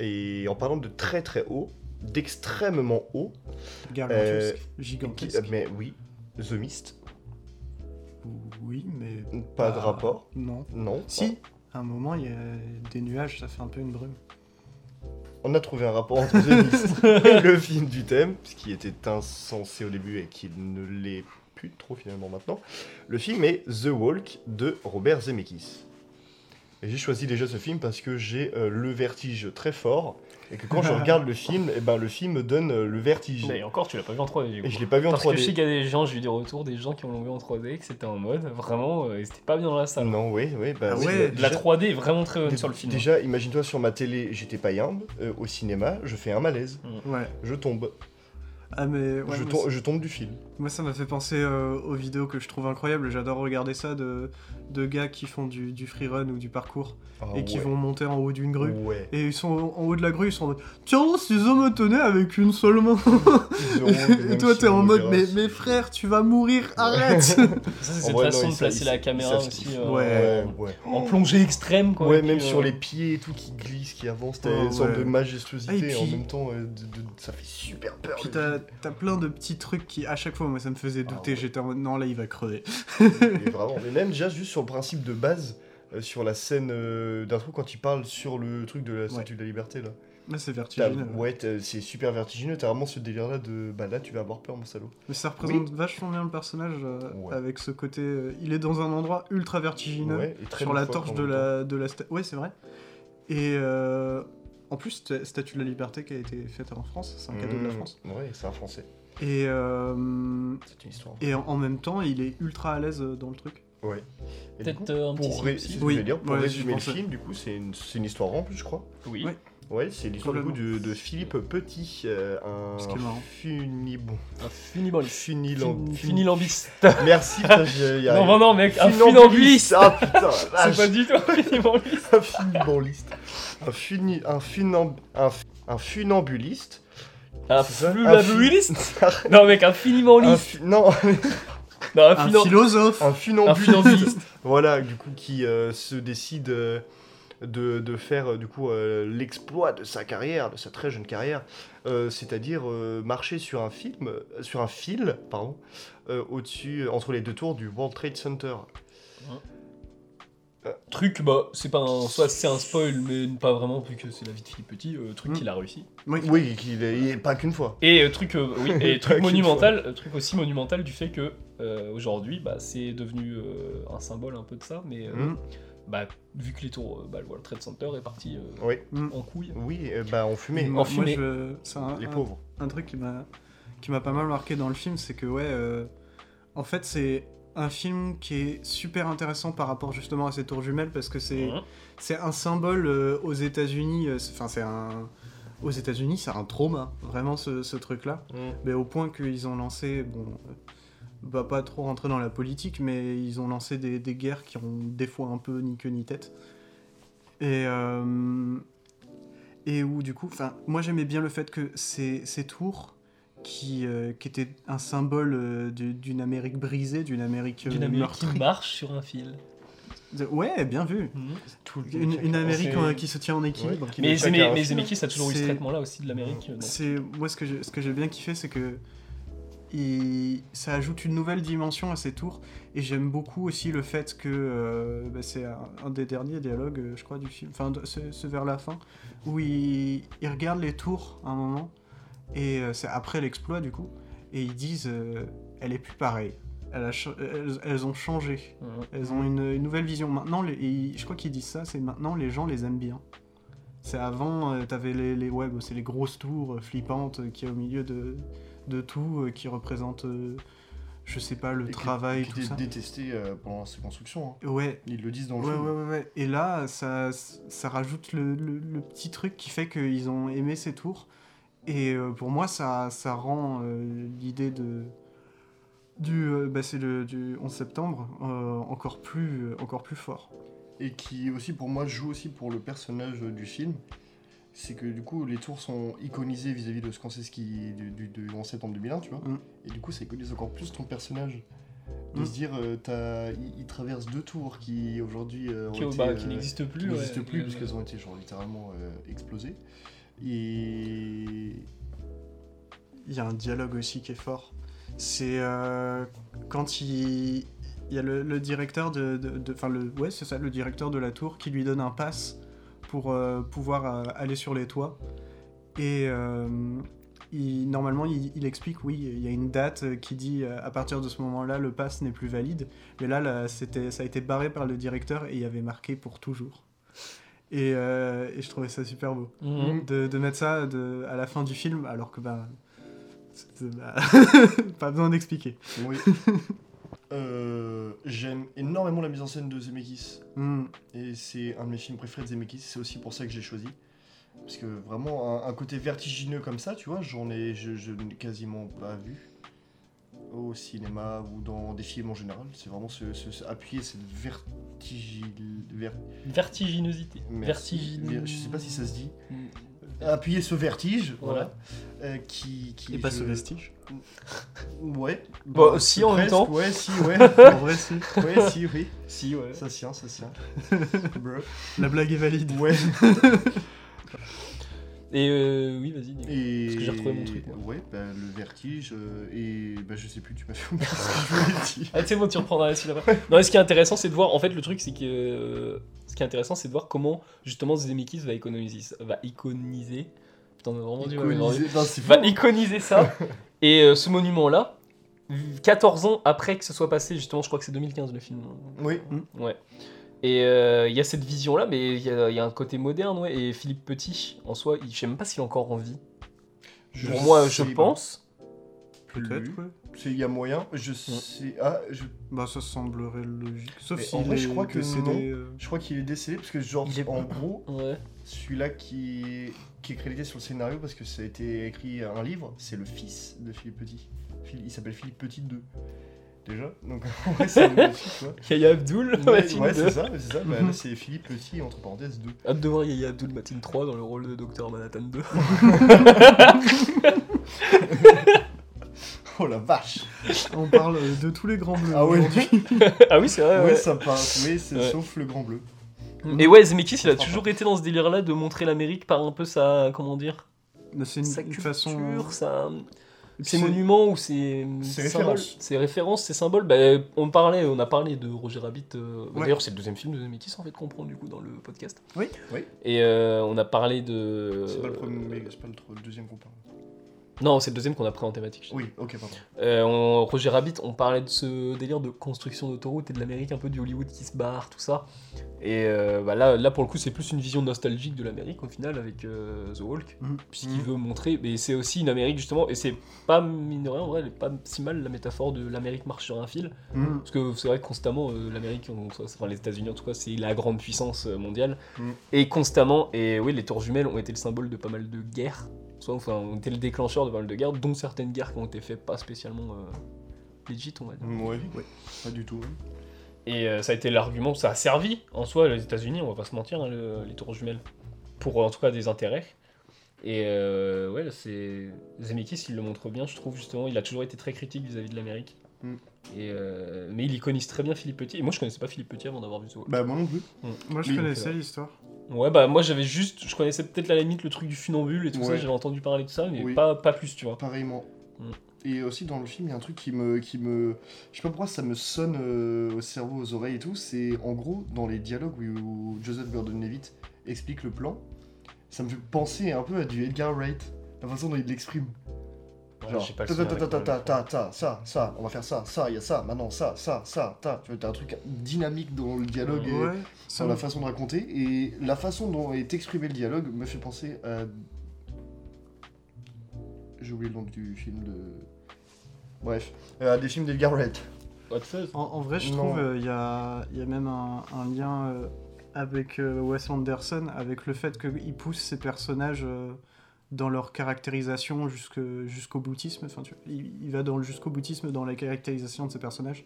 [SPEAKER 1] Et en parlant de très très haut, d'extrêmement haut,
[SPEAKER 4] Gargantuesque.
[SPEAKER 1] qui-
[SPEAKER 4] Gigantesque.
[SPEAKER 1] mais oui, The Mist,
[SPEAKER 4] Oui, mais.
[SPEAKER 1] pas de
[SPEAKER 3] Ah.
[SPEAKER 4] bah,
[SPEAKER 1] rapport,
[SPEAKER 4] Non.
[SPEAKER 1] non.
[SPEAKER 4] Si, à un moment, il y a des nuages, ça fait un peu une brume.
[SPEAKER 1] On a trouvé un rapport entre The Mist et le film du thème, ce qui était insensé au début et qui ne l'est plus trop finalement maintenant. Le film est The Walk de Robert Zemeckis. Et j'ai choisi déjà ce film parce que j'ai euh, le vertige très fort et que quand je regarde le film, et ben, le film me donne euh, le vertige.
[SPEAKER 3] Mais encore, tu l'as pas vu en 3D du coup.
[SPEAKER 1] Et je l'ai pas vu en
[SPEAKER 3] Parce que je sais
[SPEAKER 1] 3D.
[SPEAKER 3] qu'il y a des gens, j'ai eu des retours des gens qui l'ont vu en 3D, que c'était en mode vraiment, euh, ils étaient pas bien dans la salle.
[SPEAKER 1] Non, oui, oui. Bah,
[SPEAKER 4] Ah
[SPEAKER 1] oui,
[SPEAKER 4] ouais,
[SPEAKER 1] bah,
[SPEAKER 3] La
[SPEAKER 1] déjà-
[SPEAKER 3] 3D est vraiment très bonne
[SPEAKER 1] dé-
[SPEAKER 3] sur le film.
[SPEAKER 1] Déjà, imagine-toi sur ma télé, j'étais pas yambe, euh, au cinéma, je fais un malaise,
[SPEAKER 4] Ouais.
[SPEAKER 1] je tombe.
[SPEAKER 4] Ah, mais. ouais,
[SPEAKER 1] je,
[SPEAKER 4] mais
[SPEAKER 1] tom- je tombe du fil.
[SPEAKER 4] Moi, ça m'a fait penser euh, aux vidéos que je trouve incroyables. J'adore regarder ça de, de gars qui font du, du free run ou du parcours
[SPEAKER 1] Ah,
[SPEAKER 4] et qui
[SPEAKER 1] ouais.
[SPEAKER 4] vont monter en haut d'une grue.
[SPEAKER 1] Ouais.
[SPEAKER 4] Et ils sont en haut de la grue, ils sont en mode Tiens, ces hommes me tenaient avec une seule main.
[SPEAKER 1] Ils auront le
[SPEAKER 4] [LAUGHS] et
[SPEAKER 1] même
[SPEAKER 4] toi, t'es en
[SPEAKER 1] signe,
[SPEAKER 4] mode
[SPEAKER 1] on
[SPEAKER 4] Mais,
[SPEAKER 1] verra.
[SPEAKER 4] mais frère, tu vas mourir,
[SPEAKER 1] [LAUGHS]
[SPEAKER 4] arrête [LAUGHS]
[SPEAKER 2] Ça, c'est
[SPEAKER 1] En
[SPEAKER 2] cette
[SPEAKER 1] vrai,
[SPEAKER 2] façon
[SPEAKER 1] non,
[SPEAKER 2] de
[SPEAKER 1] ils-
[SPEAKER 2] placer
[SPEAKER 1] ils-
[SPEAKER 2] la
[SPEAKER 1] ils
[SPEAKER 2] caméra
[SPEAKER 1] savent ce
[SPEAKER 2] aussi.
[SPEAKER 1] qu'ils
[SPEAKER 2] euh,
[SPEAKER 1] font.
[SPEAKER 4] Ouais.
[SPEAKER 1] ouais.
[SPEAKER 2] En plongée extrême, quoi.
[SPEAKER 1] Ouais,
[SPEAKER 2] et puis,
[SPEAKER 1] même
[SPEAKER 2] euh,
[SPEAKER 1] sur les pieds et tout qui glisse, qui avance, t'as
[SPEAKER 4] Oh,
[SPEAKER 1] une sorte
[SPEAKER 4] ouais.
[SPEAKER 1] de
[SPEAKER 4] Ah, et
[SPEAKER 1] majestuosité
[SPEAKER 4] puis-
[SPEAKER 1] en même temps, euh, de- de- ça fait super peur.
[SPEAKER 4] Puis
[SPEAKER 1] le
[SPEAKER 4] t'as
[SPEAKER 1] vide.
[SPEAKER 4] t'as plein de petits trucs qui, à chaque fois, moi, ça me faisait
[SPEAKER 1] Ah,
[SPEAKER 4] douter.
[SPEAKER 1] ouais.
[SPEAKER 4] J'étais en mode Non, là, il va crever. [LAUGHS]
[SPEAKER 1] Mais vraiment, mais même déjà juste sur le principe de base, euh, sur la scène euh, d'intro quand il parle sur le truc de la statue de la liberté là.
[SPEAKER 4] Là, c'est
[SPEAKER 1] T'as-
[SPEAKER 4] vertigineux.
[SPEAKER 1] Ouais, t'as- c'est super vertigineux, t'as vraiment ce délire là de bah là tu vas avoir peur mon salaud.
[SPEAKER 4] Mais ça représente vachement bien le personnage euh,
[SPEAKER 1] Ouais.
[SPEAKER 4] avec ce côté. euh, il est dans un endroit ultra vertigineux.
[SPEAKER 1] Ouais, et très
[SPEAKER 4] sur la
[SPEAKER 1] loufoque
[SPEAKER 4] torche
[SPEAKER 1] en
[SPEAKER 4] de
[SPEAKER 1] même
[SPEAKER 4] la, de la sta- Ouais, c'est vrai. Et euh, en plus, sta- Statue de la Liberté qui a été faite en France, c'est
[SPEAKER 1] temps.
[SPEAKER 4] un cadeau de la
[SPEAKER 1] Mmh,
[SPEAKER 4] France.
[SPEAKER 1] Ouais, c'est un français.
[SPEAKER 4] Et, euh,
[SPEAKER 1] C'est une histoire.
[SPEAKER 4] et en, en même temps, il est ultra à l'aise euh, dans le truc.
[SPEAKER 1] Et du
[SPEAKER 2] Peut-être
[SPEAKER 1] coup,
[SPEAKER 2] euh, un petit
[SPEAKER 1] pour, ré- c'est ce
[SPEAKER 2] synopsis.
[SPEAKER 1] que
[SPEAKER 4] Oui,
[SPEAKER 1] je voulais dire, pour
[SPEAKER 4] ouais, j'y
[SPEAKER 1] résumer le
[SPEAKER 4] pensais.
[SPEAKER 1] film, du coup, c'est une, c'est une histoire en plus, je crois.
[SPEAKER 3] Oui.
[SPEAKER 4] Ouais.
[SPEAKER 1] Ouais, c'est l'histoire du coup de, de Philippe Petit, euh, un
[SPEAKER 4] Ce qui est marrant.
[SPEAKER 1] funibon.
[SPEAKER 2] Un funibolis.
[SPEAKER 1] Funilam-
[SPEAKER 2] Oh, Fini-
[SPEAKER 1] funi-
[SPEAKER 2] Finilambis.
[SPEAKER 1] Merci, putain, j'y- y
[SPEAKER 2] [LAUGHS]
[SPEAKER 1] a-
[SPEAKER 2] Non, non, non, mec, un funambuliste.
[SPEAKER 1] Funambuliste Ah putain, la
[SPEAKER 2] [LAUGHS] C'est pas
[SPEAKER 1] vache.
[SPEAKER 2] du tout un funambuliste.
[SPEAKER 1] un funambuliste. Un funi... Un funam- un f- un funambuliste.
[SPEAKER 2] Un
[SPEAKER 1] Ah, C'est ça Un
[SPEAKER 2] funambuliste Non, mec, un
[SPEAKER 1] Un
[SPEAKER 2] funimambuliste.
[SPEAKER 1] fu- Non, [LAUGHS]
[SPEAKER 2] Non, un
[SPEAKER 4] Un
[SPEAKER 2] finan-
[SPEAKER 4] philosophe
[SPEAKER 1] un
[SPEAKER 2] un
[SPEAKER 1] funambuliste.
[SPEAKER 2] funambuliste.
[SPEAKER 1] Voilà, du coup, qui euh, se décide euh, de, de faire euh, du coup euh, l'exploit de sa carrière, de sa très jeune carrière, euh, c'est-à-dire euh, marcher sur un film, euh, sur un fil, pardon, euh, au-dessus, entre les deux tours du World Trade Center.
[SPEAKER 2] Truc, bah, c'est pas un. Soit c'est un spoil, mais pas vraiment, vu que c'est la vie de Philippe Petit, euh, truc
[SPEAKER 4] Mm.
[SPEAKER 2] qu'il a réussi.
[SPEAKER 1] Oui, qu'il est, il est pas qu'une fois.
[SPEAKER 2] Et euh, truc, euh, oui,
[SPEAKER 1] [LAUGHS]
[SPEAKER 2] et
[SPEAKER 1] Pas
[SPEAKER 2] truc
[SPEAKER 1] qu'une
[SPEAKER 2] monumental, euh, truc aussi monumental du fait que euh, aujourd'hui, bah, c'est devenu euh, un symbole un peu de ça, mais euh,
[SPEAKER 1] Mm.
[SPEAKER 2] bah, vu que les tours, euh, bah, le World Trade Center est parti euh,
[SPEAKER 1] Oui,
[SPEAKER 4] Mm.
[SPEAKER 2] en couille.
[SPEAKER 1] oui, euh, bah on fumait.
[SPEAKER 4] Moi,
[SPEAKER 2] en fumée.
[SPEAKER 4] je- c'est un,
[SPEAKER 1] les
[SPEAKER 4] un-
[SPEAKER 1] pauvres.
[SPEAKER 4] un truc qui m'a qui m'a pas mal marqué dans le film, c'est que ouais, euh, en fait, c'est un film qui est super intéressant par rapport justement à ces tours jumelles parce que c'est
[SPEAKER 2] Mhm.
[SPEAKER 4] c'est un symbole euh, aux États-Unis. euh, c'est- Enfin, c'est un aux États-Unis, c'est un trauma vraiment ce, ce truc-là.
[SPEAKER 1] Mm.
[SPEAKER 4] Mais au point qu'ils ont lancé, bon, euh, bah pas trop rentrer dans la politique, mais ils ont lancé des, des guerres qui ont des fois un peu ni queue ni tête. Et euh, et où du coup, enfin, moi j'aimais bien le fait que ces, ces tours qui, euh, qui étaient un symbole euh, du- d'une Amérique brisée, d'une Amérique, euh,
[SPEAKER 2] Une Amérique qui
[SPEAKER 4] meurtrie.
[SPEAKER 2] marche sur un fil.
[SPEAKER 4] Ouais, bien vu.
[SPEAKER 2] Mhm.
[SPEAKER 1] Tout-
[SPEAKER 4] Une, une Amérique
[SPEAKER 2] C'est-
[SPEAKER 4] euh, qui se tient en équilibre.
[SPEAKER 1] Ouais, qui
[SPEAKER 2] Mais
[SPEAKER 1] met chacun un
[SPEAKER 2] Zemeckis,
[SPEAKER 1] film.
[SPEAKER 2] ça a toujours eu ce
[SPEAKER 4] C'est-
[SPEAKER 2] traitement-là aussi de l'Amérique.
[SPEAKER 1] Mm.
[SPEAKER 2] euh, dans-
[SPEAKER 4] C'est moi ce que j'ai- ce que j'ai bien kiffé, c'est que il- ça ajoute une nouvelle dimension à ces tours. Et j'aime beaucoup aussi le fait que euh, bah, c'est un, un des derniers dialogues, euh, je crois, du film. Enfin, de- c'est c'est vers la fin où il, il regarde les tours à un moment et euh, c'est après l'exploit du coup. Et ils disent, euh, elle est plus pareille. Elle a cha- elles, elles ont changé.
[SPEAKER 2] Mhm.
[SPEAKER 4] Elles ont une, une nouvelle vision. Maintenant, les- et je crois qu'ils disent ça, c'est maintenant les gens les aiment bien. C'est avant, euh, t'avais les, les ouais, bah, c'est les grosses tours euh, flippantes euh, qu'il y a au milieu de, de tout, euh, qui représentent, euh, je sais pas, le
[SPEAKER 1] Et qui-
[SPEAKER 4] travail,
[SPEAKER 1] qui
[SPEAKER 4] tout
[SPEAKER 1] était
[SPEAKER 4] ça.
[SPEAKER 1] détesté euh, pendant ses constructions. hein.
[SPEAKER 4] Ouais,
[SPEAKER 1] Ils le disent dans le
[SPEAKER 4] ouais,
[SPEAKER 1] film.
[SPEAKER 4] ouais, ouais, ouais. Et là, ça, ça rajoute le, le- le petit truc qui fait qu'ils ont aimé ces tours. Et euh, pour moi, ça, ça rend euh, l'idée de du, euh, bah, c'est le, du 11 septembre euh, encore plus, euh, encore plus fort.
[SPEAKER 1] et qui aussi pour moi joue aussi pour le personnage euh, du film, c'est que du coup les tours sont iconisés vis-à-vis de ce qu'on sait ce qui du, du, du 11 septembre 2001, tu vois.
[SPEAKER 4] Mm.
[SPEAKER 1] Et du coup ça iconise encore plus ton personnage. De
[SPEAKER 4] Mm.
[SPEAKER 1] se dire, euh, t'as- il il traverse deux tours qui aujourd'hui euh, ont
[SPEAKER 2] Qui,
[SPEAKER 1] été,
[SPEAKER 2] bah,
[SPEAKER 1] euh,
[SPEAKER 2] qui n'existe plus.
[SPEAKER 1] qui
[SPEAKER 2] ouais.
[SPEAKER 1] n'existent plus
[SPEAKER 2] Euh,
[SPEAKER 1] puisqu'elles ont été genre, littéralement euh, explosées.
[SPEAKER 2] [LAUGHS]
[SPEAKER 1] Et
[SPEAKER 4] Il y a un dialogue aussi qui est fort. C'est euh, quand il, il y a le, le directeur de, de- de- enfin le, ouais c'est ça, le directeur de la tour qui lui donne un pass pour euh, pouvoir euh, aller sur les toits. Et euh, il- normalement il, il explique oui, il y a une date euh, qui dit euh, à partir de ce moment-là le pass n'est plus valide. Mais là, là, c'était, ça a été barré par le directeur et il y avait marqué pour toujours. Et, euh, et je trouvais ça super beau
[SPEAKER 1] Mmh. Mm.
[SPEAKER 2] mhm.
[SPEAKER 4] de, de mettre ça de- à la fin du film alors que bah, c'est- bah, [LAUGHS] pas besoin d'expliquer.
[SPEAKER 1] oui. Euh, J'aime énormément la mise en scène de Zemeckis.
[SPEAKER 4] Hmm,
[SPEAKER 1] Et c'est un de mes films préférés de Zemeckis, c'est aussi pour ça que j'ai choisi. Parce que vraiment, un, un côté vertigineux comme ça, tu vois, j'en ai je, je n'ai quasiment pas vu au cinéma ou dans des films en général. C'est vraiment se, se- se appuyer cette vertigine.
[SPEAKER 3] Vertiginosité. Vertigine.
[SPEAKER 1] Je sais pas si ça se dit.
[SPEAKER 3] Mm.
[SPEAKER 1] Appuyer ce vertige,
[SPEAKER 3] Voilà.
[SPEAKER 1] voilà. euh, qui, qui
[SPEAKER 4] Et pas
[SPEAKER 1] je-
[SPEAKER 4] ce vestige.
[SPEAKER 1] Ouais.
[SPEAKER 3] Bah,
[SPEAKER 1] Bah,
[SPEAKER 3] si, en même
[SPEAKER 1] presque,
[SPEAKER 3] temps.
[SPEAKER 1] Ouais, si, ouais.
[SPEAKER 3] [LAUGHS]
[SPEAKER 4] En vrai, si.
[SPEAKER 1] ouais, si, oui.
[SPEAKER 3] Si, ouais.
[SPEAKER 1] Ça tient, ça
[SPEAKER 3] [LAUGHS]
[SPEAKER 1] tient. Bruh.
[SPEAKER 4] La blague est valide. [LAUGHS]
[SPEAKER 1] Ouais.
[SPEAKER 3] Et euh, oui, vas-y. dis-moi.
[SPEAKER 1] Et...
[SPEAKER 3] Parce que j'ai retrouvé mon truc, moi.
[SPEAKER 1] Ouais, bah, le vertige, euh, et bah, je sais plus, tu m'as
[SPEAKER 3] [LAUGHS]
[SPEAKER 1] fait oublier ce que je voulais dire.
[SPEAKER 3] Ah, c'est bon, tu reprendras la suite après. Non, mais ce qui est intéressant, c'est de voir. En fait, le truc, c'est que. euh, ce qui est intéressant, c'est de voir comment, justement, Zemeckis va économiser. Va iconiser. Putain, on a vraiment du mal aujourd'hui.
[SPEAKER 1] Iconiser- non, c'est
[SPEAKER 3] va
[SPEAKER 1] [LAUGHS]
[SPEAKER 3] iconiser ça. Et euh, ce monument-là, 14 ans après que ce soit passé, justement, je crois que c'est 2015 le film.
[SPEAKER 1] Oui.
[SPEAKER 3] Ouais. Et euh, il y a cette vision-là, mais il y, a- il y a un côté moderne, ouais. Et Philippe Petit, en soi, il- je sais même pas s'il est encore en vie. Pour moi, je
[SPEAKER 1] sais
[SPEAKER 3] pense.
[SPEAKER 4] Peut-être,
[SPEAKER 1] Plus.
[SPEAKER 4] ouais.
[SPEAKER 1] pas. C'est- Il y a moyen, je sais. Ah, je,
[SPEAKER 4] Bah, ça semblerait logique. Sauf
[SPEAKER 1] Mais en
[SPEAKER 4] s'il
[SPEAKER 1] vrai,
[SPEAKER 4] est
[SPEAKER 1] je crois que
[SPEAKER 4] décédé,
[SPEAKER 1] non.
[SPEAKER 4] euh,
[SPEAKER 1] je crois qu'il est décédé, parce que, genre,
[SPEAKER 3] Il est-
[SPEAKER 1] en gros,
[SPEAKER 3] Ouais.
[SPEAKER 1] celui-là qui, qui est crédité sur le scénario, parce que ça a été écrit un livre, c'est le fils de Philippe Petit. Phil- Il s'appelle Philippe Petit 2. Déjà, donc [LAUGHS] en vrai,
[SPEAKER 3] [LAUGHS]
[SPEAKER 1] c'est magnifique, quoi.
[SPEAKER 3] Yaya Abdul,
[SPEAKER 1] Ouais,
[SPEAKER 3] Mathilde
[SPEAKER 1] ouais,
[SPEAKER 3] 2.
[SPEAKER 1] c'est ça, c'est ça. Bah, là,
[SPEAKER 4] Mhm.
[SPEAKER 1] c'est Philippe Petit, entre parenthèses, 2.
[SPEAKER 3] Hâte de voir Yaya Abdul, Mathilde 3 dans le rôle de Docteur Manhattan 2.
[SPEAKER 1] Oh la vache
[SPEAKER 4] On parle euh, de tous les grands bleus.
[SPEAKER 1] Ah ouais.
[SPEAKER 4] aujourd'hui.
[SPEAKER 1] [LAUGHS]
[SPEAKER 3] ah oui, c'est vrai.
[SPEAKER 1] Ouais,
[SPEAKER 3] ouais.
[SPEAKER 1] ça passe, oui, c'est
[SPEAKER 3] Ouais.
[SPEAKER 1] sauf le grand bleu.
[SPEAKER 3] Et ouais, Zemeckis, il a toujours été dans ce délire-là de montrer l'Amérique par un peu sa. Comment dire
[SPEAKER 4] Mais Bah, C'est une,
[SPEAKER 3] Sa
[SPEAKER 4] une
[SPEAKER 3] culture,
[SPEAKER 4] façon.
[SPEAKER 3] sa.
[SPEAKER 4] Et puis
[SPEAKER 3] Ces
[SPEAKER 4] c'est-
[SPEAKER 3] monuments ou ces,
[SPEAKER 1] Ces
[SPEAKER 3] symboles-
[SPEAKER 1] références.
[SPEAKER 3] ces références, ces symboles, bah, on parlait, on a parlé de Roger Rabbit. euh, bah,
[SPEAKER 4] Ouais.
[SPEAKER 3] D'ailleurs, c'est le deuxième film de Zemeckis en fait qu'on prend du coup dans le podcast.
[SPEAKER 4] Oui.
[SPEAKER 1] Oui.
[SPEAKER 3] Et euh, on a parlé de.
[SPEAKER 1] C'est pas le premier, c'est pas le, tro- le deuxième qu'on parle.
[SPEAKER 3] Non, c'est le deuxième qu'on a pris en thématique. je sais.
[SPEAKER 1] Oui, ok, pardon.
[SPEAKER 3] Euh, on- Roger Rabbit, on parlait de ce délire de construction d'autoroute et de l'Amérique un peu du Hollywood qui se barre, tout ça. Et euh, bah, là, là, pour le coup, c'est plus une vision nostalgique de l'Amérique au final avec euh, The Hulk,
[SPEAKER 4] Mhm.
[SPEAKER 3] puisqu'il veut montrer. Mais c'est aussi une Amérique justement, et c'est pas minoré en vrai, elle est pas si mal la métaphore de l'Amérique marche sur un fil.
[SPEAKER 4] Mm.
[SPEAKER 3] Parce que c'est vrai que constamment, euh, l'Amérique, en soi, c'est- enfin les États-Unis en tout cas, c'est la grande puissance euh, mondiale.
[SPEAKER 1] Mm.
[SPEAKER 3] Et constamment, et oui, les tours jumelles ont été le symbole de pas mal de guerres. Soit, enfin, ont été le déclencheur de pas mal de guerres, dont certaines guerres qui ont été faites pas spécialement euh, legit, on va dire.
[SPEAKER 1] Ouais, pas du tout. hein.
[SPEAKER 3] Et euh, ça a été l'argument, ça a servi en soi les États-Unis, on va pas se mentir, hein, le- les tours jumelles, pour euh, en tout cas des intérêts. Et euh, ouais, c'est Zemeckis, il le montre bien, je trouve justement, il a toujours été très critique vis-à-vis de l'Amérique.
[SPEAKER 1] Mm.
[SPEAKER 3] Et euh, mais il iconise très bien Philippe Petit. Et moi, je connaissais pas Philippe Petit avant d'avoir vu ce
[SPEAKER 1] Bah, moi non plus.
[SPEAKER 4] Moi, je
[SPEAKER 1] Oui,
[SPEAKER 4] connaissais l'histoire.
[SPEAKER 3] Ouais, bah moi j'avais juste, je connaissais peut-être à la limite le truc du funambule et tout ça,
[SPEAKER 1] Ouais.
[SPEAKER 3] j'avais entendu parler de ça, mais
[SPEAKER 1] Oui.
[SPEAKER 3] pas, pas plus, tu vois.
[SPEAKER 1] Pareillement.
[SPEAKER 3] Mm.
[SPEAKER 1] Et aussi dans le film, il y a un truc qui me, qui me. Je sais pas pourquoi ça me sonne euh, au cerveau, aux oreilles et tout. C'est en gros dans les dialogues où, où Joseph Gordon-Levitt explique le plan. Ça me fait penser un peu à du Edgar Wright. La façon dont il l'exprime.
[SPEAKER 3] Ouais,
[SPEAKER 1] Genre,
[SPEAKER 3] j'ai pas
[SPEAKER 1] ta
[SPEAKER 3] le
[SPEAKER 1] ta
[SPEAKER 3] souvenir
[SPEAKER 1] ta ta ta
[SPEAKER 3] avec moi,
[SPEAKER 1] ta ta ta, ça, ça, on va faire ça, ça, il y a ça, maintenant ça, ça, ça, ta. Tu vois, t'as un truc dynamique dans le dialogue et
[SPEAKER 4] Ouais. Ça
[SPEAKER 1] dans la
[SPEAKER 4] me-
[SPEAKER 1] façon de raconter. Et la façon dont est exprimé le dialogue me fait penser à. J'ai oublié le nom du film de. Bref, euh, à des films d'Edgar Wright.
[SPEAKER 3] Autre chose.
[SPEAKER 4] En, en vrai, je
[SPEAKER 1] Non.
[SPEAKER 4] trouve euh, il y, a, y a même un, un lien euh, avec euh, Wes Anderson, avec le fait qu'il pousse ses personnages euh, dans leur caractérisation jusque- jusqu'au boutisme. Enfin, tu vois, il, il va dans le jusqu'au boutisme dans la caractérisation de ses personnages.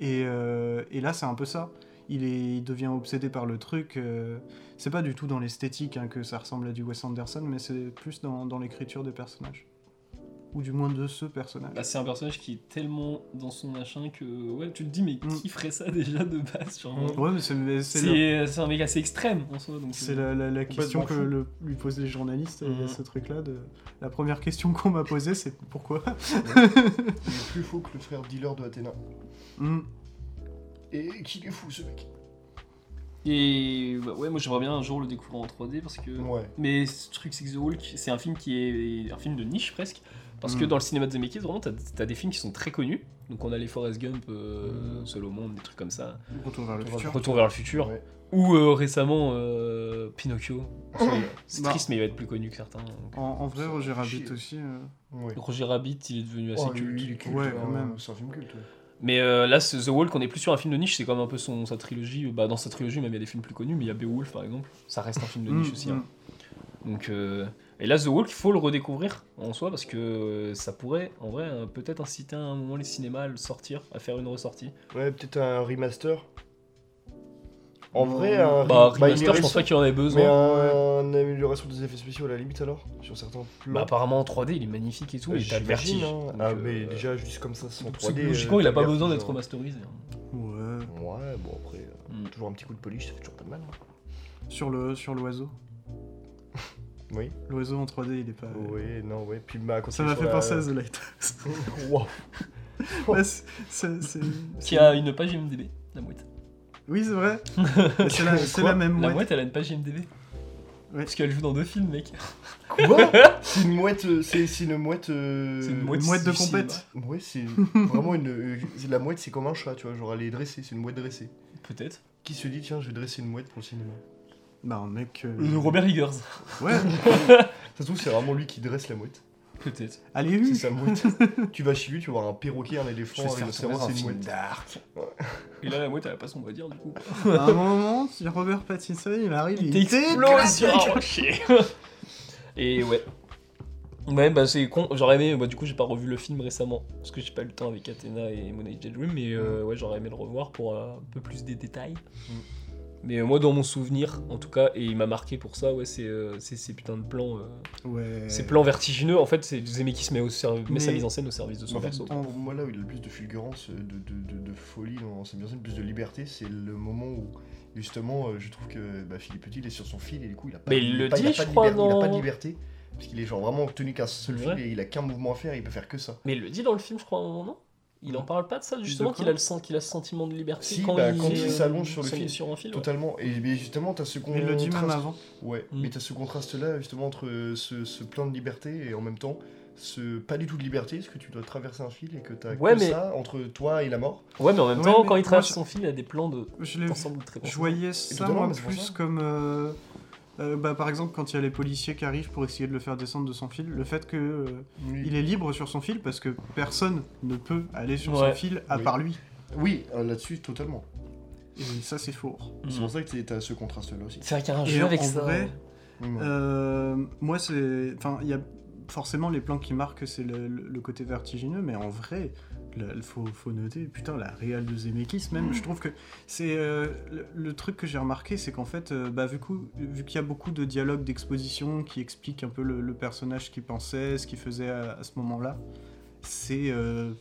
[SPEAKER 4] Et, euh, et là, c'est un peu ça. Il, est, il devient obsédé par le truc. euh, c'est pas du tout dans l'esthétique hein, que ça ressemble à du Wes Anderson, mais c'est plus dans, dans l'écriture des personnages. Ou du moins de ce personnage.
[SPEAKER 2] Bah, c'est un personnage qui est tellement dans son machin que ouais, tu te dis, mais
[SPEAKER 1] Hmm.
[SPEAKER 4] Mm.
[SPEAKER 2] qui ferait ça déjà de base genre, vraiment
[SPEAKER 4] Ouais, mais c'est- mais c'est le-
[SPEAKER 2] C'est c'est un mec assez extrême en soi. donc,
[SPEAKER 4] C'est
[SPEAKER 2] euh,
[SPEAKER 4] la, la- la question que
[SPEAKER 1] fou.
[SPEAKER 4] le- lui posent les journalistes, euh,
[SPEAKER 3] Mhm.
[SPEAKER 4] ce truc-là. De... La première question qu'on m'a posée, c'est pourquoi
[SPEAKER 1] Il est plus faux que le frère dealer de Athéna.
[SPEAKER 4] Mm.
[SPEAKER 1] Et qu'il est fou ce mec.
[SPEAKER 2] Et bah, ouais, moi j'aimerais bien un jour le découvrir en 3D parce que.
[SPEAKER 1] Ouais.
[SPEAKER 2] Mais ce truc, c'est que The Hulk, c'est un film qui est un film de niche presque. Parce que
[SPEAKER 4] Mm.
[SPEAKER 2] dans le cinéma de Zemeckis, vraiment, t'as as des films qui sont très connus. Donc on a les Forrest Gump, euh, Seul au monde, des trucs comme ça.
[SPEAKER 4] Retour vers Mm. le futur.
[SPEAKER 3] Retour vers le futur.
[SPEAKER 1] Ouais.
[SPEAKER 3] Ou euh, récemment, euh,
[SPEAKER 4] [LAUGHS]
[SPEAKER 3] Pinocchio. C'est
[SPEAKER 4] Bah.
[SPEAKER 3] triste, mais il va être plus connu que certains. donc.
[SPEAKER 4] En, en vrai, Roger Rabbit
[SPEAKER 1] Chier.
[SPEAKER 4] aussi. euh,
[SPEAKER 1] Ouais.
[SPEAKER 3] Roger Rabbit, il est devenu assez
[SPEAKER 1] Oh,
[SPEAKER 3] culte.
[SPEAKER 1] lui, il est culte,
[SPEAKER 4] Ouais,
[SPEAKER 1] hein,
[SPEAKER 4] quand même.
[SPEAKER 1] C'est un film culte. ouais.
[SPEAKER 3] Mais euh, là, c'est The Wall, qu'on est plus sur un film de niche, c'est quand même un peu son, euh, sa trilogie. Bah, dans sa trilogie, même il y a des films plus connus, mais il y a Beowulf par exemple. Ça reste un film de niche
[SPEAKER 4] mm,
[SPEAKER 3] aussi.
[SPEAKER 4] mm.
[SPEAKER 3] hein. Donc, euh, et là, The Walk, faut le redécouvrir en soi parce que euh, ça pourrait, en vrai, euh, peut-être inciter à un moment les cinémas à le sortir, à faire une ressortie.
[SPEAKER 1] Ouais, peut-être un remaster. En vrai,
[SPEAKER 4] Bah,
[SPEAKER 1] un
[SPEAKER 3] Bah,
[SPEAKER 1] bah, une
[SPEAKER 3] remaster, je pense pas qu'il y en ait besoin. Bah,
[SPEAKER 1] Mais un- une amélioration des effets spéciaux à la limite alors Sur certains plans
[SPEAKER 3] Bah, apparemment en 3D, il est magnifique et tout,
[SPEAKER 1] Euh,
[SPEAKER 3] et t'as le
[SPEAKER 1] j'imagine,
[SPEAKER 3] vertige.
[SPEAKER 1] hein.
[SPEAKER 3] Donc,
[SPEAKER 1] Ah,
[SPEAKER 3] euh,
[SPEAKER 1] mais déjà, juste comme ça, sans
[SPEAKER 3] donc,
[SPEAKER 1] 3D. euh,
[SPEAKER 3] logiquement, il a
[SPEAKER 1] t'as
[SPEAKER 3] pas
[SPEAKER 1] le
[SPEAKER 3] besoin
[SPEAKER 1] vertige,
[SPEAKER 3] d'être
[SPEAKER 1] hein.
[SPEAKER 3] remasterisé. hein.
[SPEAKER 4] hmm. Ouais.
[SPEAKER 1] Ouais, bon, après, euh,
[SPEAKER 3] Mm.
[SPEAKER 1] toujours un petit coup de polish, ça fait toujours pas de mal. hein.
[SPEAKER 4] Sur le sur l'oiseau.
[SPEAKER 1] Oui.
[SPEAKER 4] L'oiseau en 3D, il est pas.
[SPEAKER 1] Euh, Ouais, non, ouais. Puis, bah, quand
[SPEAKER 4] Ça
[SPEAKER 1] il est
[SPEAKER 4] m'a
[SPEAKER 1] sur
[SPEAKER 4] fait
[SPEAKER 1] la-
[SPEAKER 4] penser à The Light.
[SPEAKER 1] [LAUGHS] Waouh.
[SPEAKER 4] Ouais, c'est- c'est- c'est-
[SPEAKER 1] Bah,
[SPEAKER 3] Qui a une page IMDB, la mouette.
[SPEAKER 4] Oui, c'est vrai. Mais c'est la, c'est la même
[SPEAKER 3] La
[SPEAKER 4] mouette.
[SPEAKER 3] mouette, elle a une page IMDB. Parce qu'elle joue dans deux films, mec.
[SPEAKER 1] Quoi C'est une mouette. euh, C'est c'est une mouette. euh,
[SPEAKER 3] C'est une
[SPEAKER 4] Une
[SPEAKER 3] mouette
[SPEAKER 4] mouette de
[SPEAKER 3] du cinéma.
[SPEAKER 4] compète.
[SPEAKER 1] Ouais, c'est vraiment une. euh, c'est- la mouette, c'est comme un chat, tu vois. Genre, elle est dressée, c'est une mouette dressée.
[SPEAKER 3] Peut-être.
[SPEAKER 1] Qui se dit, tiens, je vais dresser une mouette pour le cinéma
[SPEAKER 4] Bah, un mec. euh,
[SPEAKER 3] Le Robert Higgers.
[SPEAKER 4] Ouais,
[SPEAKER 1] Ça se trouve, c'est vraiment lui qui dresse la mouette.
[SPEAKER 3] Peut-être.
[SPEAKER 4] allez,
[SPEAKER 1] C'est
[SPEAKER 4] oui.
[SPEAKER 1] sa mouette. tu vas chez lui, tu vas voir un perroquet, un éléphant, un rhinocéros, c'est une mouette.
[SPEAKER 4] dark.
[SPEAKER 3] Et là, la mouette, elle a pas son mot à dire, du coup.
[SPEAKER 4] À un moment, si Robert Pattinson, il arrive, il
[SPEAKER 3] T'exploses sur un rocher. Ah, [LAUGHS] Et ouais. Ouais, bah c'est con. J'aurais aimé. Bah, du coup, j'ai pas revu le film récemment. Parce que j'ai pas eu le temps avec Athena et Moon Age Dream. Mais euh,
[SPEAKER 4] Mm.
[SPEAKER 3] ouais, j'aurais aimé le revoir pour euh, un peu plus des détails. Mais euh, moi, dans mon souvenir, en tout cas, et il m'a marqué pour ça, ouais, c'est euh, c'est ces putains de plans. euh,
[SPEAKER 4] Ouais.
[SPEAKER 3] Ces plans vertigineux, en fait, c'est Zemeckis qui se met, au serv- met sa
[SPEAKER 4] Mais-
[SPEAKER 3] mise en scène au service de son
[SPEAKER 1] En fait,
[SPEAKER 3] perso.
[SPEAKER 1] Bah, pour moi, là où il y a le plus de fulgurance, euh, de, de- de- de folie dans sa mise en scène, plus de liberté, c'est le moment où, justement, euh, je trouve que bah, Philippe Petit, il est sur son fil et du coup, il a pas,
[SPEAKER 3] Mais il
[SPEAKER 1] il
[SPEAKER 3] le
[SPEAKER 1] a pas- il a
[SPEAKER 3] dit,
[SPEAKER 1] pas
[SPEAKER 3] je
[SPEAKER 1] de
[SPEAKER 3] crois,
[SPEAKER 1] liber- il a pas de
[SPEAKER 3] dans-
[SPEAKER 1] liberté, parce qu'il est genre vraiment tenu qu'à un seul
[SPEAKER 3] Ouais.
[SPEAKER 1] fil et il a qu'un mouvement à faire, il peut faire que ça.
[SPEAKER 3] Mais il le dit dans le film, je crois, à un moment, non Il en parle pas de ça, justement,
[SPEAKER 4] quoi
[SPEAKER 3] qu'il a, le sen- qu'il a ce sentiment de liberté
[SPEAKER 1] Si, bah, quand
[SPEAKER 3] est,
[SPEAKER 1] il s'allonge sur le
[SPEAKER 3] sur-
[SPEAKER 1] fil.
[SPEAKER 3] sur un fil. ouais.
[SPEAKER 1] Totalement. Et mais justement, t'as ce
[SPEAKER 4] Il le dit même
[SPEAKER 1] contraste-
[SPEAKER 4] avant.
[SPEAKER 1] Ouais,
[SPEAKER 3] Mm.
[SPEAKER 1] mais t'as ce contraste-là, justement, entre euh, ce, ce plan de liberté et en même temps, ce pas du tout de liberté, parce que tu dois traverser un fil et que t'as
[SPEAKER 3] Ouais,
[SPEAKER 1] que
[SPEAKER 3] mais-
[SPEAKER 1] ça entre toi et la mort.
[SPEAKER 3] Ouais, mais Euh, en même
[SPEAKER 4] Ouais,
[SPEAKER 3] temps,
[SPEAKER 4] mais
[SPEAKER 3] quand il
[SPEAKER 4] moi,
[SPEAKER 3] traverse
[SPEAKER 4] je-
[SPEAKER 3] son fil, il a des plans de
[SPEAKER 4] Je l'ai vu.
[SPEAKER 3] ensemble de très
[SPEAKER 4] Je voyais ça
[SPEAKER 1] dedans,
[SPEAKER 4] moi,
[SPEAKER 1] mais c'est pour
[SPEAKER 4] plus
[SPEAKER 1] ça.
[SPEAKER 4] comme. euh, euh, bah, par exemple, quand il y a les policiers qui arrivent pour essayer de le faire descendre de son fil, le fait que euh,
[SPEAKER 1] Oui.
[SPEAKER 4] il est libre sur son fil parce que personne ne peut aller sur
[SPEAKER 3] Ouais.
[SPEAKER 4] son fil à
[SPEAKER 1] Oui.
[SPEAKER 4] part lui.
[SPEAKER 1] Oui, euh, là-dessus, totalement.
[SPEAKER 4] Et ça, c'est faux.
[SPEAKER 1] C'est pour ça que t'as ce contraste-là aussi.
[SPEAKER 3] C'est vrai qu'il y a un
[SPEAKER 4] Et
[SPEAKER 3] jeu
[SPEAKER 4] en
[SPEAKER 3] avec ça.
[SPEAKER 4] vrai,
[SPEAKER 3] ouais.
[SPEAKER 1] Mm.
[SPEAKER 4] Euh, moi, c'est. Enfin, il y a forcément les plans qui marquent, c'est le, le- le côté vertigineux, mais en vrai, il faut, faut noter, putain, la réal de Zemeckis, même, je trouve que c'est. euh, le, le truc que j'ai remarqué, c'est qu'en fait, euh, bah, vu, qu'ou- vu qu'il y a beaucoup de dialogues d'exposition qui expliquent un peu le, le personnage qui pensait, ce qu'il faisait à, à ce moment-là, c'est. euh,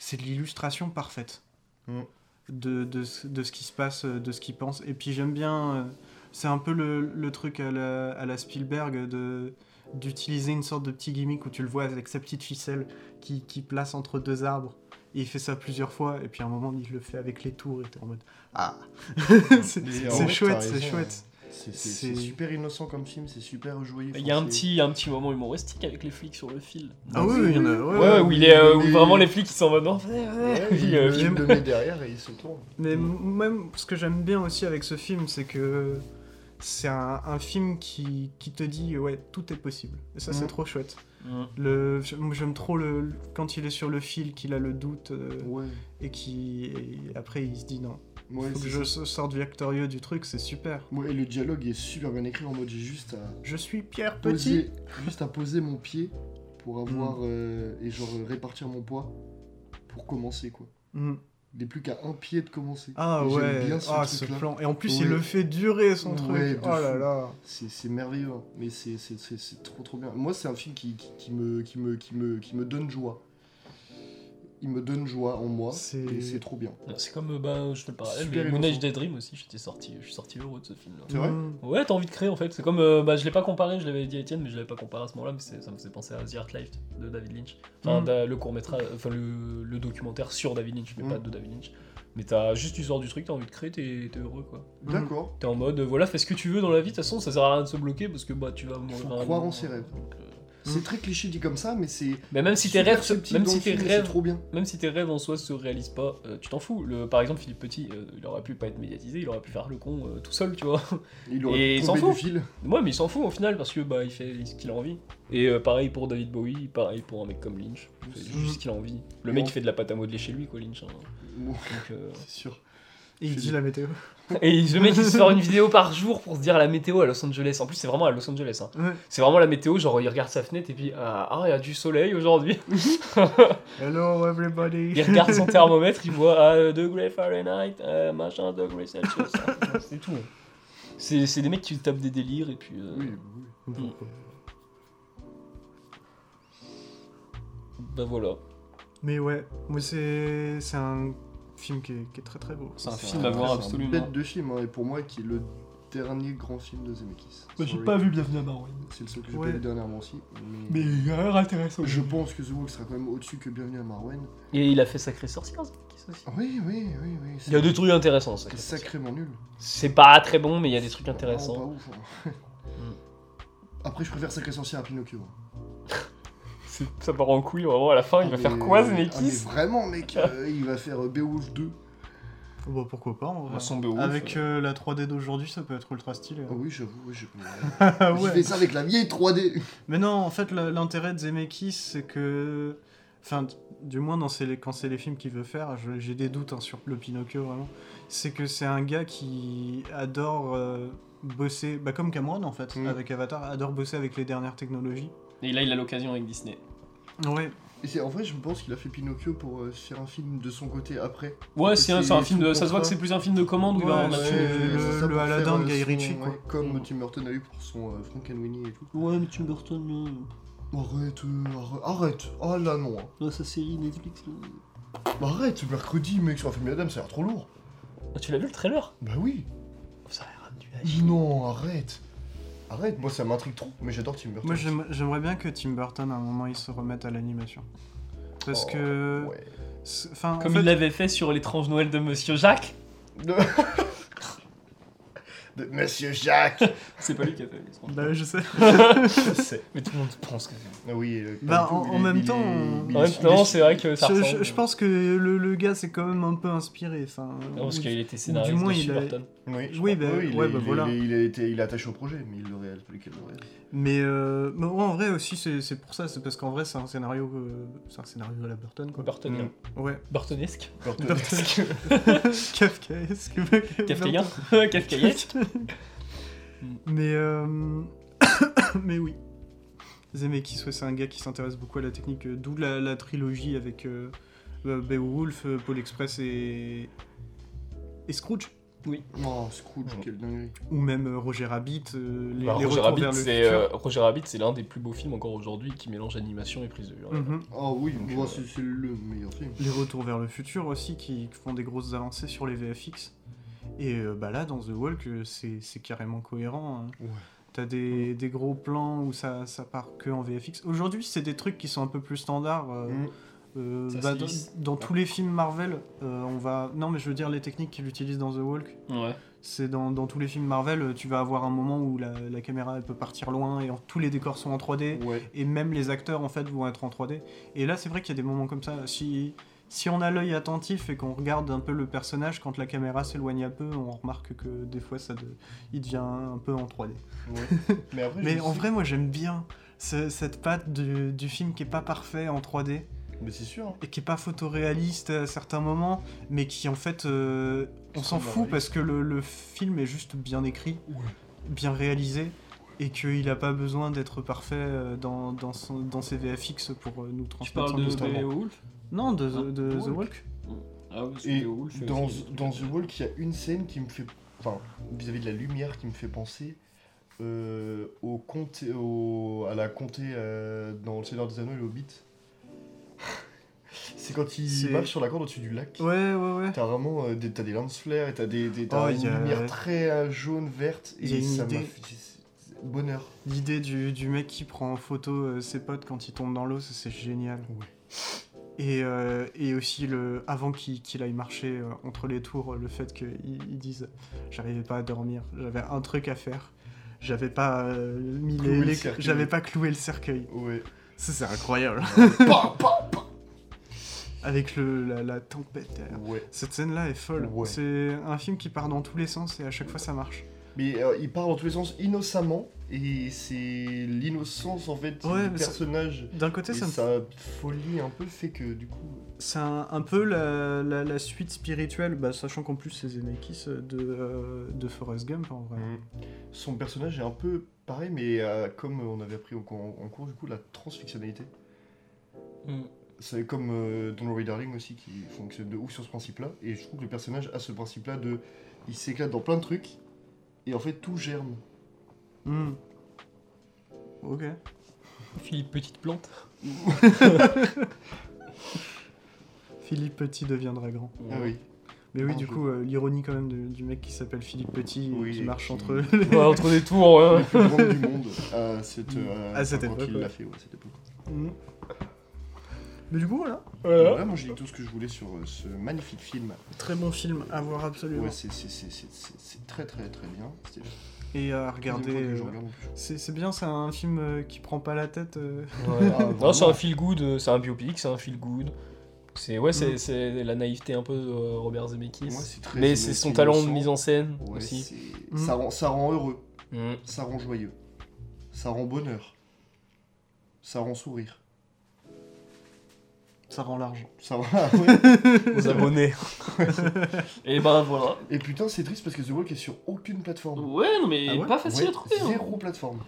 [SPEAKER 4] c'est de l'illustration parfaite.
[SPEAKER 1] Mm.
[SPEAKER 4] De, de, ce- de ce qui se passe, euh, de ce qu'il pense. Et puis j'aime bien euh, c'est un peu le, le truc à la, à la Spielberg de d'utiliser une sorte de petit gimmick où tu le vois avec sa petite ficelle qui, qui place entre deux arbres. Et il fait ça plusieurs fois, et puis à un moment, il le fait avec les tours, et t'es en mode Ah [LAUGHS] C'est
[SPEAKER 1] Mais
[SPEAKER 4] c'est
[SPEAKER 1] en vrai,
[SPEAKER 4] chouette,
[SPEAKER 1] t'as
[SPEAKER 4] c'est
[SPEAKER 1] raison, hein.
[SPEAKER 4] chouette.
[SPEAKER 1] C'est- C'est
[SPEAKER 4] C'est-
[SPEAKER 1] c'est super innocent comme film, c'est super joyeux.
[SPEAKER 3] Il y a un
[SPEAKER 1] enfin, c'est-
[SPEAKER 3] petit, un petit moment humoristique avec les flics sur le fil.
[SPEAKER 4] Ah oui, oui, il y en a. ouais,
[SPEAKER 3] Ouais,
[SPEAKER 4] ouais.
[SPEAKER 3] ouais, où, il est, euh, où
[SPEAKER 1] mais-
[SPEAKER 3] vraiment les flics ils sont en mode non, venez,
[SPEAKER 1] [LAUGHS]
[SPEAKER 3] venez.
[SPEAKER 1] Ouais,
[SPEAKER 3] Puis,
[SPEAKER 1] il,
[SPEAKER 3] euh,
[SPEAKER 1] il
[SPEAKER 4] j'aime-
[SPEAKER 1] le met derrière et il se tourne.
[SPEAKER 4] Mais m- même ce que j'aime bien aussi avec ce film, c'est que c'est un, un film qui, qui te dit Ouais, tout est possible. Et ça, c'est
[SPEAKER 1] Mhm.
[SPEAKER 4] trop chouette.
[SPEAKER 3] Mhm.
[SPEAKER 4] Le- J'aime trop le, le- quand il est sur le fil, qu'il a le doute. euh,
[SPEAKER 1] Ouais.
[SPEAKER 4] et qui et après il se dit non
[SPEAKER 1] Ouais,
[SPEAKER 4] faut que
[SPEAKER 1] c'est
[SPEAKER 4] je sorte victorieux du truc c'est super
[SPEAKER 1] ça. Ouais, et le dialogue est super bien écrit en mode j'ai juste à
[SPEAKER 4] je suis Pierre Petit Mm.
[SPEAKER 1] poser, juste à poser mon pied pour avoir euh, et genre euh, répartir mon poids pour commencer quoi.
[SPEAKER 4] Mm.
[SPEAKER 1] Il n'est plus qu'à un pied de commencer.
[SPEAKER 4] ah
[SPEAKER 1] Et j'aime
[SPEAKER 4] ouais
[SPEAKER 1] bien ce
[SPEAKER 4] ah ce
[SPEAKER 1] truc-là.
[SPEAKER 4] plan et en plus
[SPEAKER 1] Ouais.
[SPEAKER 4] il le fait durer son
[SPEAKER 1] Ouais,
[SPEAKER 4] truc
[SPEAKER 1] de
[SPEAKER 4] oh là
[SPEAKER 1] fou.
[SPEAKER 4] là
[SPEAKER 1] C'est c'est merveilleux, hein. mais c'est- c'est c'est- c'est trop trop bien. Moi, c'est un film qui, qui, qui me, qui, me, qui, me, qui me donne joie. Il me donne joie en moi,
[SPEAKER 4] C'est-
[SPEAKER 1] et c'est trop bien.
[SPEAKER 3] C'est comme, euh, bah, je te le parallèle,
[SPEAKER 1] Super
[SPEAKER 3] mais Moon Age
[SPEAKER 1] innocent.
[SPEAKER 3] Daydream aussi, j'étais sorti, je suis sorti heureux de ce film. là
[SPEAKER 1] C'est vrai
[SPEAKER 4] Mm.
[SPEAKER 3] Ouais, t'as envie de créer en fait. C'est comme, euh, bah, je l'ai pas comparé, je l'avais dit à Étienne, mais je l'avais pas comparé à ce moment-là, mais c'est- ça me faisait penser à The Art Life de David Lynch. Enfin,
[SPEAKER 4] Mm.
[SPEAKER 3] da- le court métrage, enfin le, le documentaire sur David Lynch, mais
[SPEAKER 1] Mm.
[SPEAKER 3] pas de David Lynch. Mais t'as juste tu sors du truc, t'as envie de créer, t'es t'es heureux quoi.
[SPEAKER 4] Mm.
[SPEAKER 1] D'accord.
[SPEAKER 3] T'es en mode, euh, voilà, fais ce que tu veux dans la vie. De toute façon, ça sert à rien de se bloquer parce que bah tu vas mourir.
[SPEAKER 1] Faut
[SPEAKER 3] à un
[SPEAKER 1] croire
[SPEAKER 3] moment,
[SPEAKER 1] en ses rêves.
[SPEAKER 3] donc, euh,
[SPEAKER 4] Mm.
[SPEAKER 1] C'est très cliché dit comme ça, mais c'est.
[SPEAKER 3] Mais même si tes
[SPEAKER 1] super
[SPEAKER 3] rêves, se-
[SPEAKER 1] subtil
[SPEAKER 3] même
[SPEAKER 1] dans
[SPEAKER 3] si
[SPEAKER 1] le
[SPEAKER 3] tes
[SPEAKER 1] film, c'est
[SPEAKER 3] rêves
[SPEAKER 1] trop bien.
[SPEAKER 3] même si tes rêves en soi se réalisent pas, euh, tu t'en fous. Le, par exemple, Philippe Petit, euh, il aurait pu pas être médiatisé, il aurait pu faire le con euh, tout seul, tu vois.
[SPEAKER 1] Il
[SPEAKER 3] Et
[SPEAKER 1] aurait
[SPEAKER 3] il
[SPEAKER 1] pu
[SPEAKER 3] s'en
[SPEAKER 1] tomber du
[SPEAKER 3] fout.
[SPEAKER 1] fil.
[SPEAKER 3] Ouais, mais il s'en fout au final parce que bah il fait ce qu'il a envie. Et euh, pareil pour David Bowie, pareil pour un mec comme Lynch. Il fait juste ce qu'il a envie. Le mec
[SPEAKER 1] Mm.
[SPEAKER 3] il fait de la pâte à modeler chez lui quoi, Lynch. hein.
[SPEAKER 1] Bon, [LAUGHS]
[SPEAKER 3] Donc, euh,
[SPEAKER 1] C'est sûr.
[SPEAKER 4] Et il dit la météo.
[SPEAKER 3] [LAUGHS]
[SPEAKER 4] [LAUGHS]
[SPEAKER 3] Et le mec, il se sort une vidéo par jour pour se dire la météo à Los Angeles. En plus, c'est vraiment à Los Angeles. hein.
[SPEAKER 4] Ouais.
[SPEAKER 3] C'est vraiment la météo, genre, il regarde sa fenêtre et puis, ah, ah, il y a du soleil aujourd'hui. [LAUGHS]
[SPEAKER 4] Hello everybody. [LAUGHS]
[SPEAKER 3] Il regarde son thermomètre, il voit ah, euh, degré Fahrenheit, euh, machin, degré Celsius. hein. [LAUGHS] c'est tout. hein. C'est c'est des mecs qui tapent des délires et puis. euh,
[SPEAKER 4] oui.
[SPEAKER 3] Bah voilà.
[SPEAKER 4] Mais ouais, moi c'est c'est un film qui est, qui est très très beau.
[SPEAKER 6] C'est un
[SPEAKER 7] C'est
[SPEAKER 6] film
[SPEAKER 7] un-
[SPEAKER 6] à voir
[SPEAKER 7] c'est un
[SPEAKER 6] absolument.
[SPEAKER 1] Bête de film, hein, et pour moi, qui est le dernier grand film de Zemeckis.
[SPEAKER 4] Bah,
[SPEAKER 1] Sorry.
[SPEAKER 6] Bienvenue à Marouille.
[SPEAKER 1] C'est le seul que j'ai
[SPEAKER 4] Ouais.
[SPEAKER 1] pas vu dernièrement aussi.
[SPEAKER 6] Mais
[SPEAKER 1] Mais...
[SPEAKER 6] il a l'air intéressant.
[SPEAKER 1] Je pense que The Walk sera quand même au-dessus que Bienvenue à Marwen.
[SPEAKER 3] Et il a fait Sacré Sorcière, Zemeckis, aussi.
[SPEAKER 1] Oui, oui, oui, oui.
[SPEAKER 3] Il y a
[SPEAKER 1] c'est-
[SPEAKER 3] des trucs intéressants, Sacré
[SPEAKER 1] C'est
[SPEAKER 3] Sorcière.
[SPEAKER 1] sacrément nul.
[SPEAKER 3] C'est pas très bon, mais il y a des trucs
[SPEAKER 1] Vraiment
[SPEAKER 3] intéressants.
[SPEAKER 1] pas ouf,
[SPEAKER 3] [LAUGHS]
[SPEAKER 1] hein. Après, je préfère Sacré Sorcier à Pinocchio. hein.
[SPEAKER 3] C'est- Ça part en couille, vraiment, à la
[SPEAKER 4] Oh,
[SPEAKER 3] fin, il va
[SPEAKER 1] Ah,
[SPEAKER 3] faire
[SPEAKER 1] mais-
[SPEAKER 3] quoi,
[SPEAKER 1] ah, mais
[SPEAKER 3] Zemeckis
[SPEAKER 1] Vraiment, mec,
[SPEAKER 4] [LAUGHS]
[SPEAKER 1] euh, il va faire euh, Beowulf 2.
[SPEAKER 4] Oh, bah pourquoi pas en vrai.
[SPEAKER 7] Vincent Beowulf,
[SPEAKER 4] Avec euh, la 3D d'aujourd'hui, ça peut être ultra stylé. hein.
[SPEAKER 1] Ah oui, j'avoue, oui, j'ai
[SPEAKER 4] [LAUGHS] Ah
[SPEAKER 1] J'ai
[SPEAKER 4] ouais.
[SPEAKER 1] fait euh, ça avec la vieille 3D.
[SPEAKER 4] Mais non, en fait, la- l'intérêt de Zemeckis, c'est que. Enfin, d- du moins, dans ses- quand c'est les films qu'il veut faire, je- j'ai des doutes hein, sur le Pinocchio, vraiment. C'est que c'est un gars qui adore euh, bosser, bah, comme Cameron en fait,
[SPEAKER 1] Mm.
[SPEAKER 4] avec Avatar, adore bosser avec les dernières technologies.
[SPEAKER 6] Et là, il a l'occasion avec Disney.
[SPEAKER 4] Ouais,
[SPEAKER 1] [LAUGHS] Et c'est- en vrai, je pense qu'il a fait Pinocchio pour euh, faire un film de son côté après.
[SPEAKER 6] Ouais,
[SPEAKER 1] Et
[SPEAKER 6] c'est un,
[SPEAKER 1] c'est
[SPEAKER 6] c'est un film
[SPEAKER 1] tout
[SPEAKER 6] de. Ça
[SPEAKER 1] pour
[SPEAKER 6] se voit que
[SPEAKER 1] ça.
[SPEAKER 6] c'est plus un film de commande où il
[SPEAKER 4] Ouais,
[SPEAKER 6] va en
[SPEAKER 4] c'est-
[SPEAKER 6] action.
[SPEAKER 4] le-
[SPEAKER 1] c'est ça
[SPEAKER 4] le
[SPEAKER 1] pour
[SPEAKER 4] Aladdin
[SPEAKER 1] faire, euh,
[SPEAKER 4] de Guy
[SPEAKER 1] son-
[SPEAKER 4] Ritchie, quoi.
[SPEAKER 1] ouais, comme
[SPEAKER 6] Mm.
[SPEAKER 1] Tim Burton a eu pour son euh, Frankenweenie et tout.
[SPEAKER 6] Ouais, mais Tim Burton,
[SPEAKER 1] Arrête, euh, arrête, arrête. Ah là non. hein.
[SPEAKER 6] sa série Netflix.
[SPEAKER 1] Bah, Arrête, mercredi, mec, sur la famille Adam, ça a l'air trop lourd.
[SPEAKER 3] Ah, tu l'as vu le trailer
[SPEAKER 1] Bah oui.
[SPEAKER 3] Ça a l'air nul à
[SPEAKER 1] Non, arrête. Arrête, moi ça m'intrigue trop, mais j'adore Tim Burton.
[SPEAKER 4] moi j'aime- j'aimerais bien que Tim Burton, à un moment, il se remette à l'animation. Parce
[SPEAKER 1] Oh,
[SPEAKER 4] que.
[SPEAKER 1] Ouais.
[SPEAKER 4] c'est- Enfin, en
[SPEAKER 6] Comme
[SPEAKER 4] fait,
[SPEAKER 6] il l'avait fait sur l'étrange Noël de Monsieur Jacques.
[SPEAKER 1] [LAUGHS] De Monsieur Jacques
[SPEAKER 6] C'est pas lui qui a fait l'étrange.
[SPEAKER 4] Bah, je sais.
[SPEAKER 1] Je sais.
[SPEAKER 3] Mais tout le monde pense que c'est.
[SPEAKER 1] Ah Oui, euh,
[SPEAKER 4] Bah,
[SPEAKER 1] comme
[SPEAKER 4] en-
[SPEAKER 1] tout,
[SPEAKER 4] en
[SPEAKER 1] il est-
[SPEAKER 4] même
[SPEAKER 1] il est-
[SPEAKER 4] temps,
[SPEAKER 1] il est-
[SPEAKER 3] En même
[SPEAKER 1] il est-
[SPEAKER 3] temps, c'est vrai que ça
[SPEAKER 4] Je,
[SPEAKER 3] ressemble.
[SPEAKER 4] je- je pense que le, le gars, c'est quand même un peu inspiré. Enfin,
[SPEAKER 3] Non, euh, parce
[SPEAKER 4] oui.
[SPEAKER 3] qu'il était scénariste
[SPEAKER 4] moins,
[SPEAKER 3] de
[SPEAKER 4] il
[SPEAKER 3] Tim
[SPEAKER 4] a-
[SPEAKER 3] Burton.
[SPEAKER 1] Oui, je crois
[SPEAKER 4] Oui, bah,
[SPEAKER 1] que il
[SPEAKER 4] ouais,
[SPEAKER 1] est-
[SPEAKER 4] bah,
[SPEAKER 1] il est-
[SPEAKER 4] voilà.
[SPEAKER 1] Il a été, il est attaché au projet, mais il le réalise pas lequel le réalise.
[SPEAKER 4] Mais, euh, mais ouais, en vrai aussi, c'est c'est pour ça, c'est parce qu'en vrai, c'est un scénario, euh, c'est un scénario à la Burton, quoi.
[SPEAKER 3] Burtonien.
[SPEAKER 1] Mm.
[SPEAKER 3] [LAUGHS]
[SPEAKER 4] Ouais.
[SPEAKER 3] Burtonesque.
[SPEAKER 1] Burton.
[SPEAKER 4] [LAUGHS] Burton. Kafkaesque. mec.
[SPEAKER 3] Kafkaïen. Kafkaïen. [LAUGHS]
[SPEAKER 4] Mais, euh, [COUGHS] mais oui. Zemeckis, ouais, c'est un gars qui s'intéresse beaucoup à la technique, euh, d'où la, la trilogie avec euh, euh, Beowulf, euh, Paul Express et, et Scrooge.
[SPEAKER 1] Oh, Scrooge, quelle dinguerie.
[SPEAKER 4] Ou même euh, Roger Rabbit, euh, les,
[SPEAKER 3] Bah,
[SPEAKER 4] les
[SPEAKER 3] Roger,
[SPEAKER 4] retours
[SPEAKER 3] Rabbit,
[SPEAKER 4] vers le
[SPEAKER 3] c'est,
[SPEAKER 4] futur.
[SPEAKER 3] euh, Roger Rabbit, c'est l'un des plus beaux films encore aujourd'hui qui mélange animation et prise de vue. hein.
[SPEAKER 4] Mhm.
[SPEAKER 1] Oh oui,
[SPEAKER 3] Donc,
[SPEAKER 1] moi,
[SPEAKER 3] euh,
[SPEAKER 1] c'est c'est le meilleur film.
[SPEAKER 4] les retours vers le futur aussi qui font des grosses avancées sur les VFX. Et euh, bah là, dans The Walk, euh, c'est c'est carrément cohérent. hein.
[SPEAKER 1] Ouais.
[SPEAKER 4] T'as des, des gros plans où ça, ça part que en VFX. Aujourd'hui, c'est des trucs qui sont un peu plus standards. euh,
[SPEAKER 1] Mm.
[SPEAKER 4] euh,
[SPEAKER 3] Ça
[SPEAKER 4] bah,
[SPEAKER 3] se
[SPEAKER 4] dans,
[SPEAKER 3] lisse.
[SPEAKER 4] dans tous les films Marvel, euh, on va. Non, mais je veux dire, les techniques qu'il utilise dans The Walk,
[SPEAKER 8] Mhm.
[SPEAKER 6] Ouais.
[SPEAKER 4] c'est dans, dans tous les films Marvel, euh, tu vas avoir un moment où la, la caméra elle peut partir loin et en- tous les décors sont en 3D
[SPEAKER 1] Ouais.
[SPEAKER 4] et même les acteurs en fait vont être en 3D. Et là, c'est vrai qu'il y a des moments comme ça. Si, si on a l'œil attentif et qu'on regarde un peu le personnage, quand la caméra s'éloigne un peu, on remarque que des fois, ça de- il devient un peu en 3D. [LAUGHS]
[SPEAKER 1] Mais après,
[SPEAKER 4] Mais
[SPEAKER 1] je
[SPEAKER 4] en
[SPEAKER 1] sais-
[SPEAKER 4] vrai, moi, j'aime bien ce- cette patte du, du film qui est pas parfait en 3D
[SPEAKER 1] Mais c'est sûr. hein.
[SPEAKER 4] et qui est pas photoréaliste à certains moments, mais qui en fait, euh, on s'en
[SPEAKER 1] Extrêmement
[SPEAKER 4] fout
[SPEAKER 1] réaliste.
[SPEAKER 4] parce que le, le film est juste bien écrit,
[SPEAKER 1] Ouais.
[SPEAKER 4] bien réalisé, et qu'il a pas besoin d'être parfait euh, dans, dans, son- dans ses VFX pour euh, nous
[SPEAKER 6] Tu
[SPEAKER 4] transmettre
[SPEAKER 6] parles
[SPEAKER 4] son
[SPEAKER 6] de
[SPEAKER 4] histoire.
[SPEAKER 6] Beowulf
[SPEAKER 4] Non, de,
[SPEAKER 6] Hein,
[SPEAKER 4] The- de The
[SPEAKER 1] Walk.
[SPEAKER 4] Walk.
[SPEAKER 6] Ah oui, parce que
[SPEAKER 1] Et
[SPEAKER 6] Beowulf,
[SPEAKER 1] dans,
[SPEAKER 6] c'est-
[SPEAKER 1] dans The Walk, il y a une scène qui me fait. Enfin, vis-à-vis de la lumière, qui me fait penser euh, au comté, au, à la comté euh, dans Le Seigneur des Anneaux et le Hobbit. [LAUGHS] C'est quand
[SPEAKER 4] C'est-
[SPEAKER 1] il marche sur la corde au-dessus du lac.
[SPEAKER 4] Ouais, ouais, ouais.
[SPEAKER 1] T'as vraiment euh, des, t'as des lance flares et t'as des, des
[SPEAKER 4] Oh,
[SPEAKER 1] t'as une
[SPEAKER 4] y a-
[SPEAKER 1] lumière très euh, jaune verte et
[SPEAKER 4] Y a une
[SPEAKER 1] ça m'a
[SPEAKER 4] idée.
[SPEAKER 1] fait c'est- bonheur.
[SPEAKER 4] L'idée du, du mec qui prend en photo euh, ses potes quand ils tombent dans l'eau, ça, c'est génial.
[SPEAKER 1] Ouais.
[SPEAKER 4] Et, euh, et aussi, le, avant qu'il qu'il aille marcher euh, entre les tours, le fait qu'ils disent J'arrivais pas à dormir, j'avais un truc à faire, j'avais pas, euh, mis
[SPEAKER 1] Clouer
[SPEAKER 4] les-
[SPEAKER 1] le
[SPEAKER 4] les-
[SPEAKER 1] cercueil.
[SPEAKER 4] j'avais pas cloué le cercueil.
[SPEAKER 1] Ouais.
[SPEAKER 4] Ça, c'est incroyable.
[SPEAKER 1] [LAUGHS] Pa, pa,
[SPEAKER 4] Avec le, la, la tempête derrière.
[SPEAKER 1] ouais.
[SPEAKER 4] Cette scène-là est folle.
[SPEAKER 1] Ouais.
[SPEAKER 4] C'est un film qui part dans tous les sens et à chaque fois ça marche.
[SPEAKER 1] Mais euh, il part dans tous les sens innocemment, et c'est l'innocence en fait
[SPEAKER 4] Ouais,
[SPEAKER 1] du
[SPEAKER 4] mais ça-
[SPEAKER 1] personnage.
[SPEAKER 4] D'un côté,
[SPEAKER 1] Et
[SPEAKER 4] ça me
[SPEAKER 1] sa folie un peu fait que du coup.
[SPEAKER 4] C'est un, un peu la, la- la suite spirituelle, bah, sachant qu'en plus c'est Zemeckis euh, de, euh, de Forrest Gump en vrai.
[SPEAKER 1] euh, Son personnage est un peu pareil, mais euh, comme on avait appris en, cours- en cours, du coup, la transfictionnalité.
[SPEAKER 8] Mm.
[SPEAKER 1] C'est comme euh, Don't Worry Darling aussi, qui fonctionne de ouf sur ce principe-là. Et je trouve que le personnage a ce principe-là de. Il s'éclate dans plein de trucs, et en fait, tout germe.
[SPEAKER 4] Hmm. Ok.
[SPEAKER 8] Philippe Petite Plante.
[SPEAKER 4] Philippe Petit deviendra grand.
[SPEAKER 1] Ah oui.
[SPEAKER 4] Mais oui,
[SPEAKER 1] Ah,
[SPEAKER 4] du
[SPEAKER 1] je-
[SPEAKER 4] coup, euh, l'ironie quand même du, du mec qui s'appelle Philippe Petit, euh,
[SPEAKER 1] Oui,
[SPEAKER 4] qui
[SPEAKER 1] et
[SPEAKER 4] marche
[SPEAKER 1] qui-
[SPEAKER 4] entre eux.
[SPEAKER 3] [LAUGHS]
[SPEAKER 4] [LAUGHS]
[SPEAKER 3] Ouais, entre des tours. hein.
[SPEAKER 1] le plus grand du monde à cette, euh,
[SPEAKER 4] Mm. À cette
[SPEAKER 1] quand
[SPEAKER 4] époque,
[SPEAKER 1] il
[SPEAKER 4] ouais.
[SPEAKER 1] l'a fait, ouais, à cette époque.
[SPEAKER 4] Hmm. Mais du coup, voilà.
[SPEAKER 3] Voilà.
[SPEAKER 1] Voilà, moi j'ai dit tout ce que je voulais sur euh, ce magnifique film.
[SPEAKER 4] Très bon film à voir absolument.
[SPEAKER 1] Ouais, c'est c'est- c'est- c'est- c'est- c'est très très très bien. C'était la
[SPEAKER 4] Et à
[SPEAKER 1] deuxième
[SPEAKER 4] regarder.
[SPEAKER 1] fois que je
[SPEAKER 4] euh,
[SPEAKER 1] regarde en plus.
[SPEAKER 4] C'est c'est bien, c'est un film euh, qui prend pas la tête. euh. [LAUGHS]
[SPEAKER 1] Ah,
[SPEAKER 3] Non,
[SPEAKER 1] vraiment.
[SPEAKER 3] c'est un feel good, euh, c'est un biopic, c'est un feel good. C'est ouais, c'est
[SPEAKER 4] Mm.
[SPEAKER 3] c'est la naïveté un peu de euh, Robert Zemeckis.
[SPEAKER 1] Ouais, c'est très
[SPEAKER 3] mais c'est son talent de mise en scène
[SPEAKER 1] Ouais,
[SPEAKER 3] aussi.
[SPEAKER 1] c'est-
[SPEAKER 4] Mm.
[SPEAKER 1] ça, rend, ça rend heureux, [LAUGHS]
[SPEAKER 3] Mm.
[SPEAKER 1] ça rend joyeux, ça rend bonheur, ça rend sourire.
[SPEAKER 4] Ça rend l'argent.
[SPEAKER 1] Ça rend... Ah, [LAUGHS] ouais.
[SPEAKER 4] [LAUGHS]
[SPEAKER 3] Aux [LAUGHS] abonnés.
[SPEAKER 8] Et ben voilà.
[SPEAKER 1] Et putain, c'est triste parce que The Walk est sur aucune plateforme.
[SPEAKER 8] Ouais, non mais
[SPEAKER 4] Ah ouais
[SPEAKER 8] pas facile
[SPEAKER 1] Ouais,
[SPEAKER 8] à trouver. hein.
[SPEAKER 1] Zéro plateforme.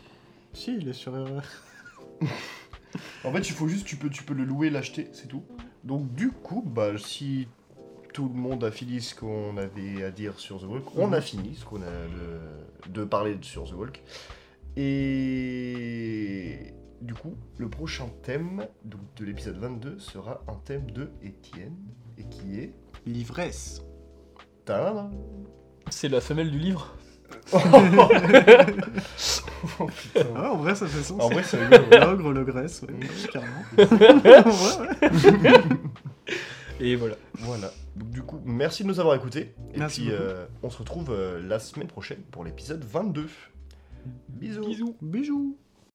[SPEAKER 4] Si, il est sur. euh,
[SPEAKER 1] En fait, il faut juste, tu peux, tu peux le louer, l'acheter, c'est tout.
[SPEAKER 9] Donc du coup, bah, si tout le monde a fini ce qu'on avait à dire sur The Walk, on a fini ce qu'on a de, de parler de- sur The Walk. Et du coup, le prochain thème donc, de l'épisode 22 sera un thème de Étienne, et qui est...
[SPEAKER 4] L'ivresse.
[SPEAKER 9] Tadam
[SPEAKER 3] C'est la femelle du livre.
[SPEAKER 4] Ah ouais, en vrai, ça fait sens.
[SPEAKER 9] En vrai, c'est rigolo.
[SPEAKER 4] L'ogre, l'ogresse, ouais, carrément. Ouais, ouais.
[SPEAKER 3] Et voilà.
[SPEAKER 9] [LAUGHS] Voilà. Donc du coup, merci de nous avoir écoutés. Et
[SPEAKER 4] Merci
[SPEAKER 9] puis,
[SPEAKER 4] beaucoup.
[SPEAKER 9] euh, on se retrouve euh, la semaine prochaine pour l'épisode 22. Bisous.
[SPEAKER 3] Bisous.
[SPEAKER 4] Bijou.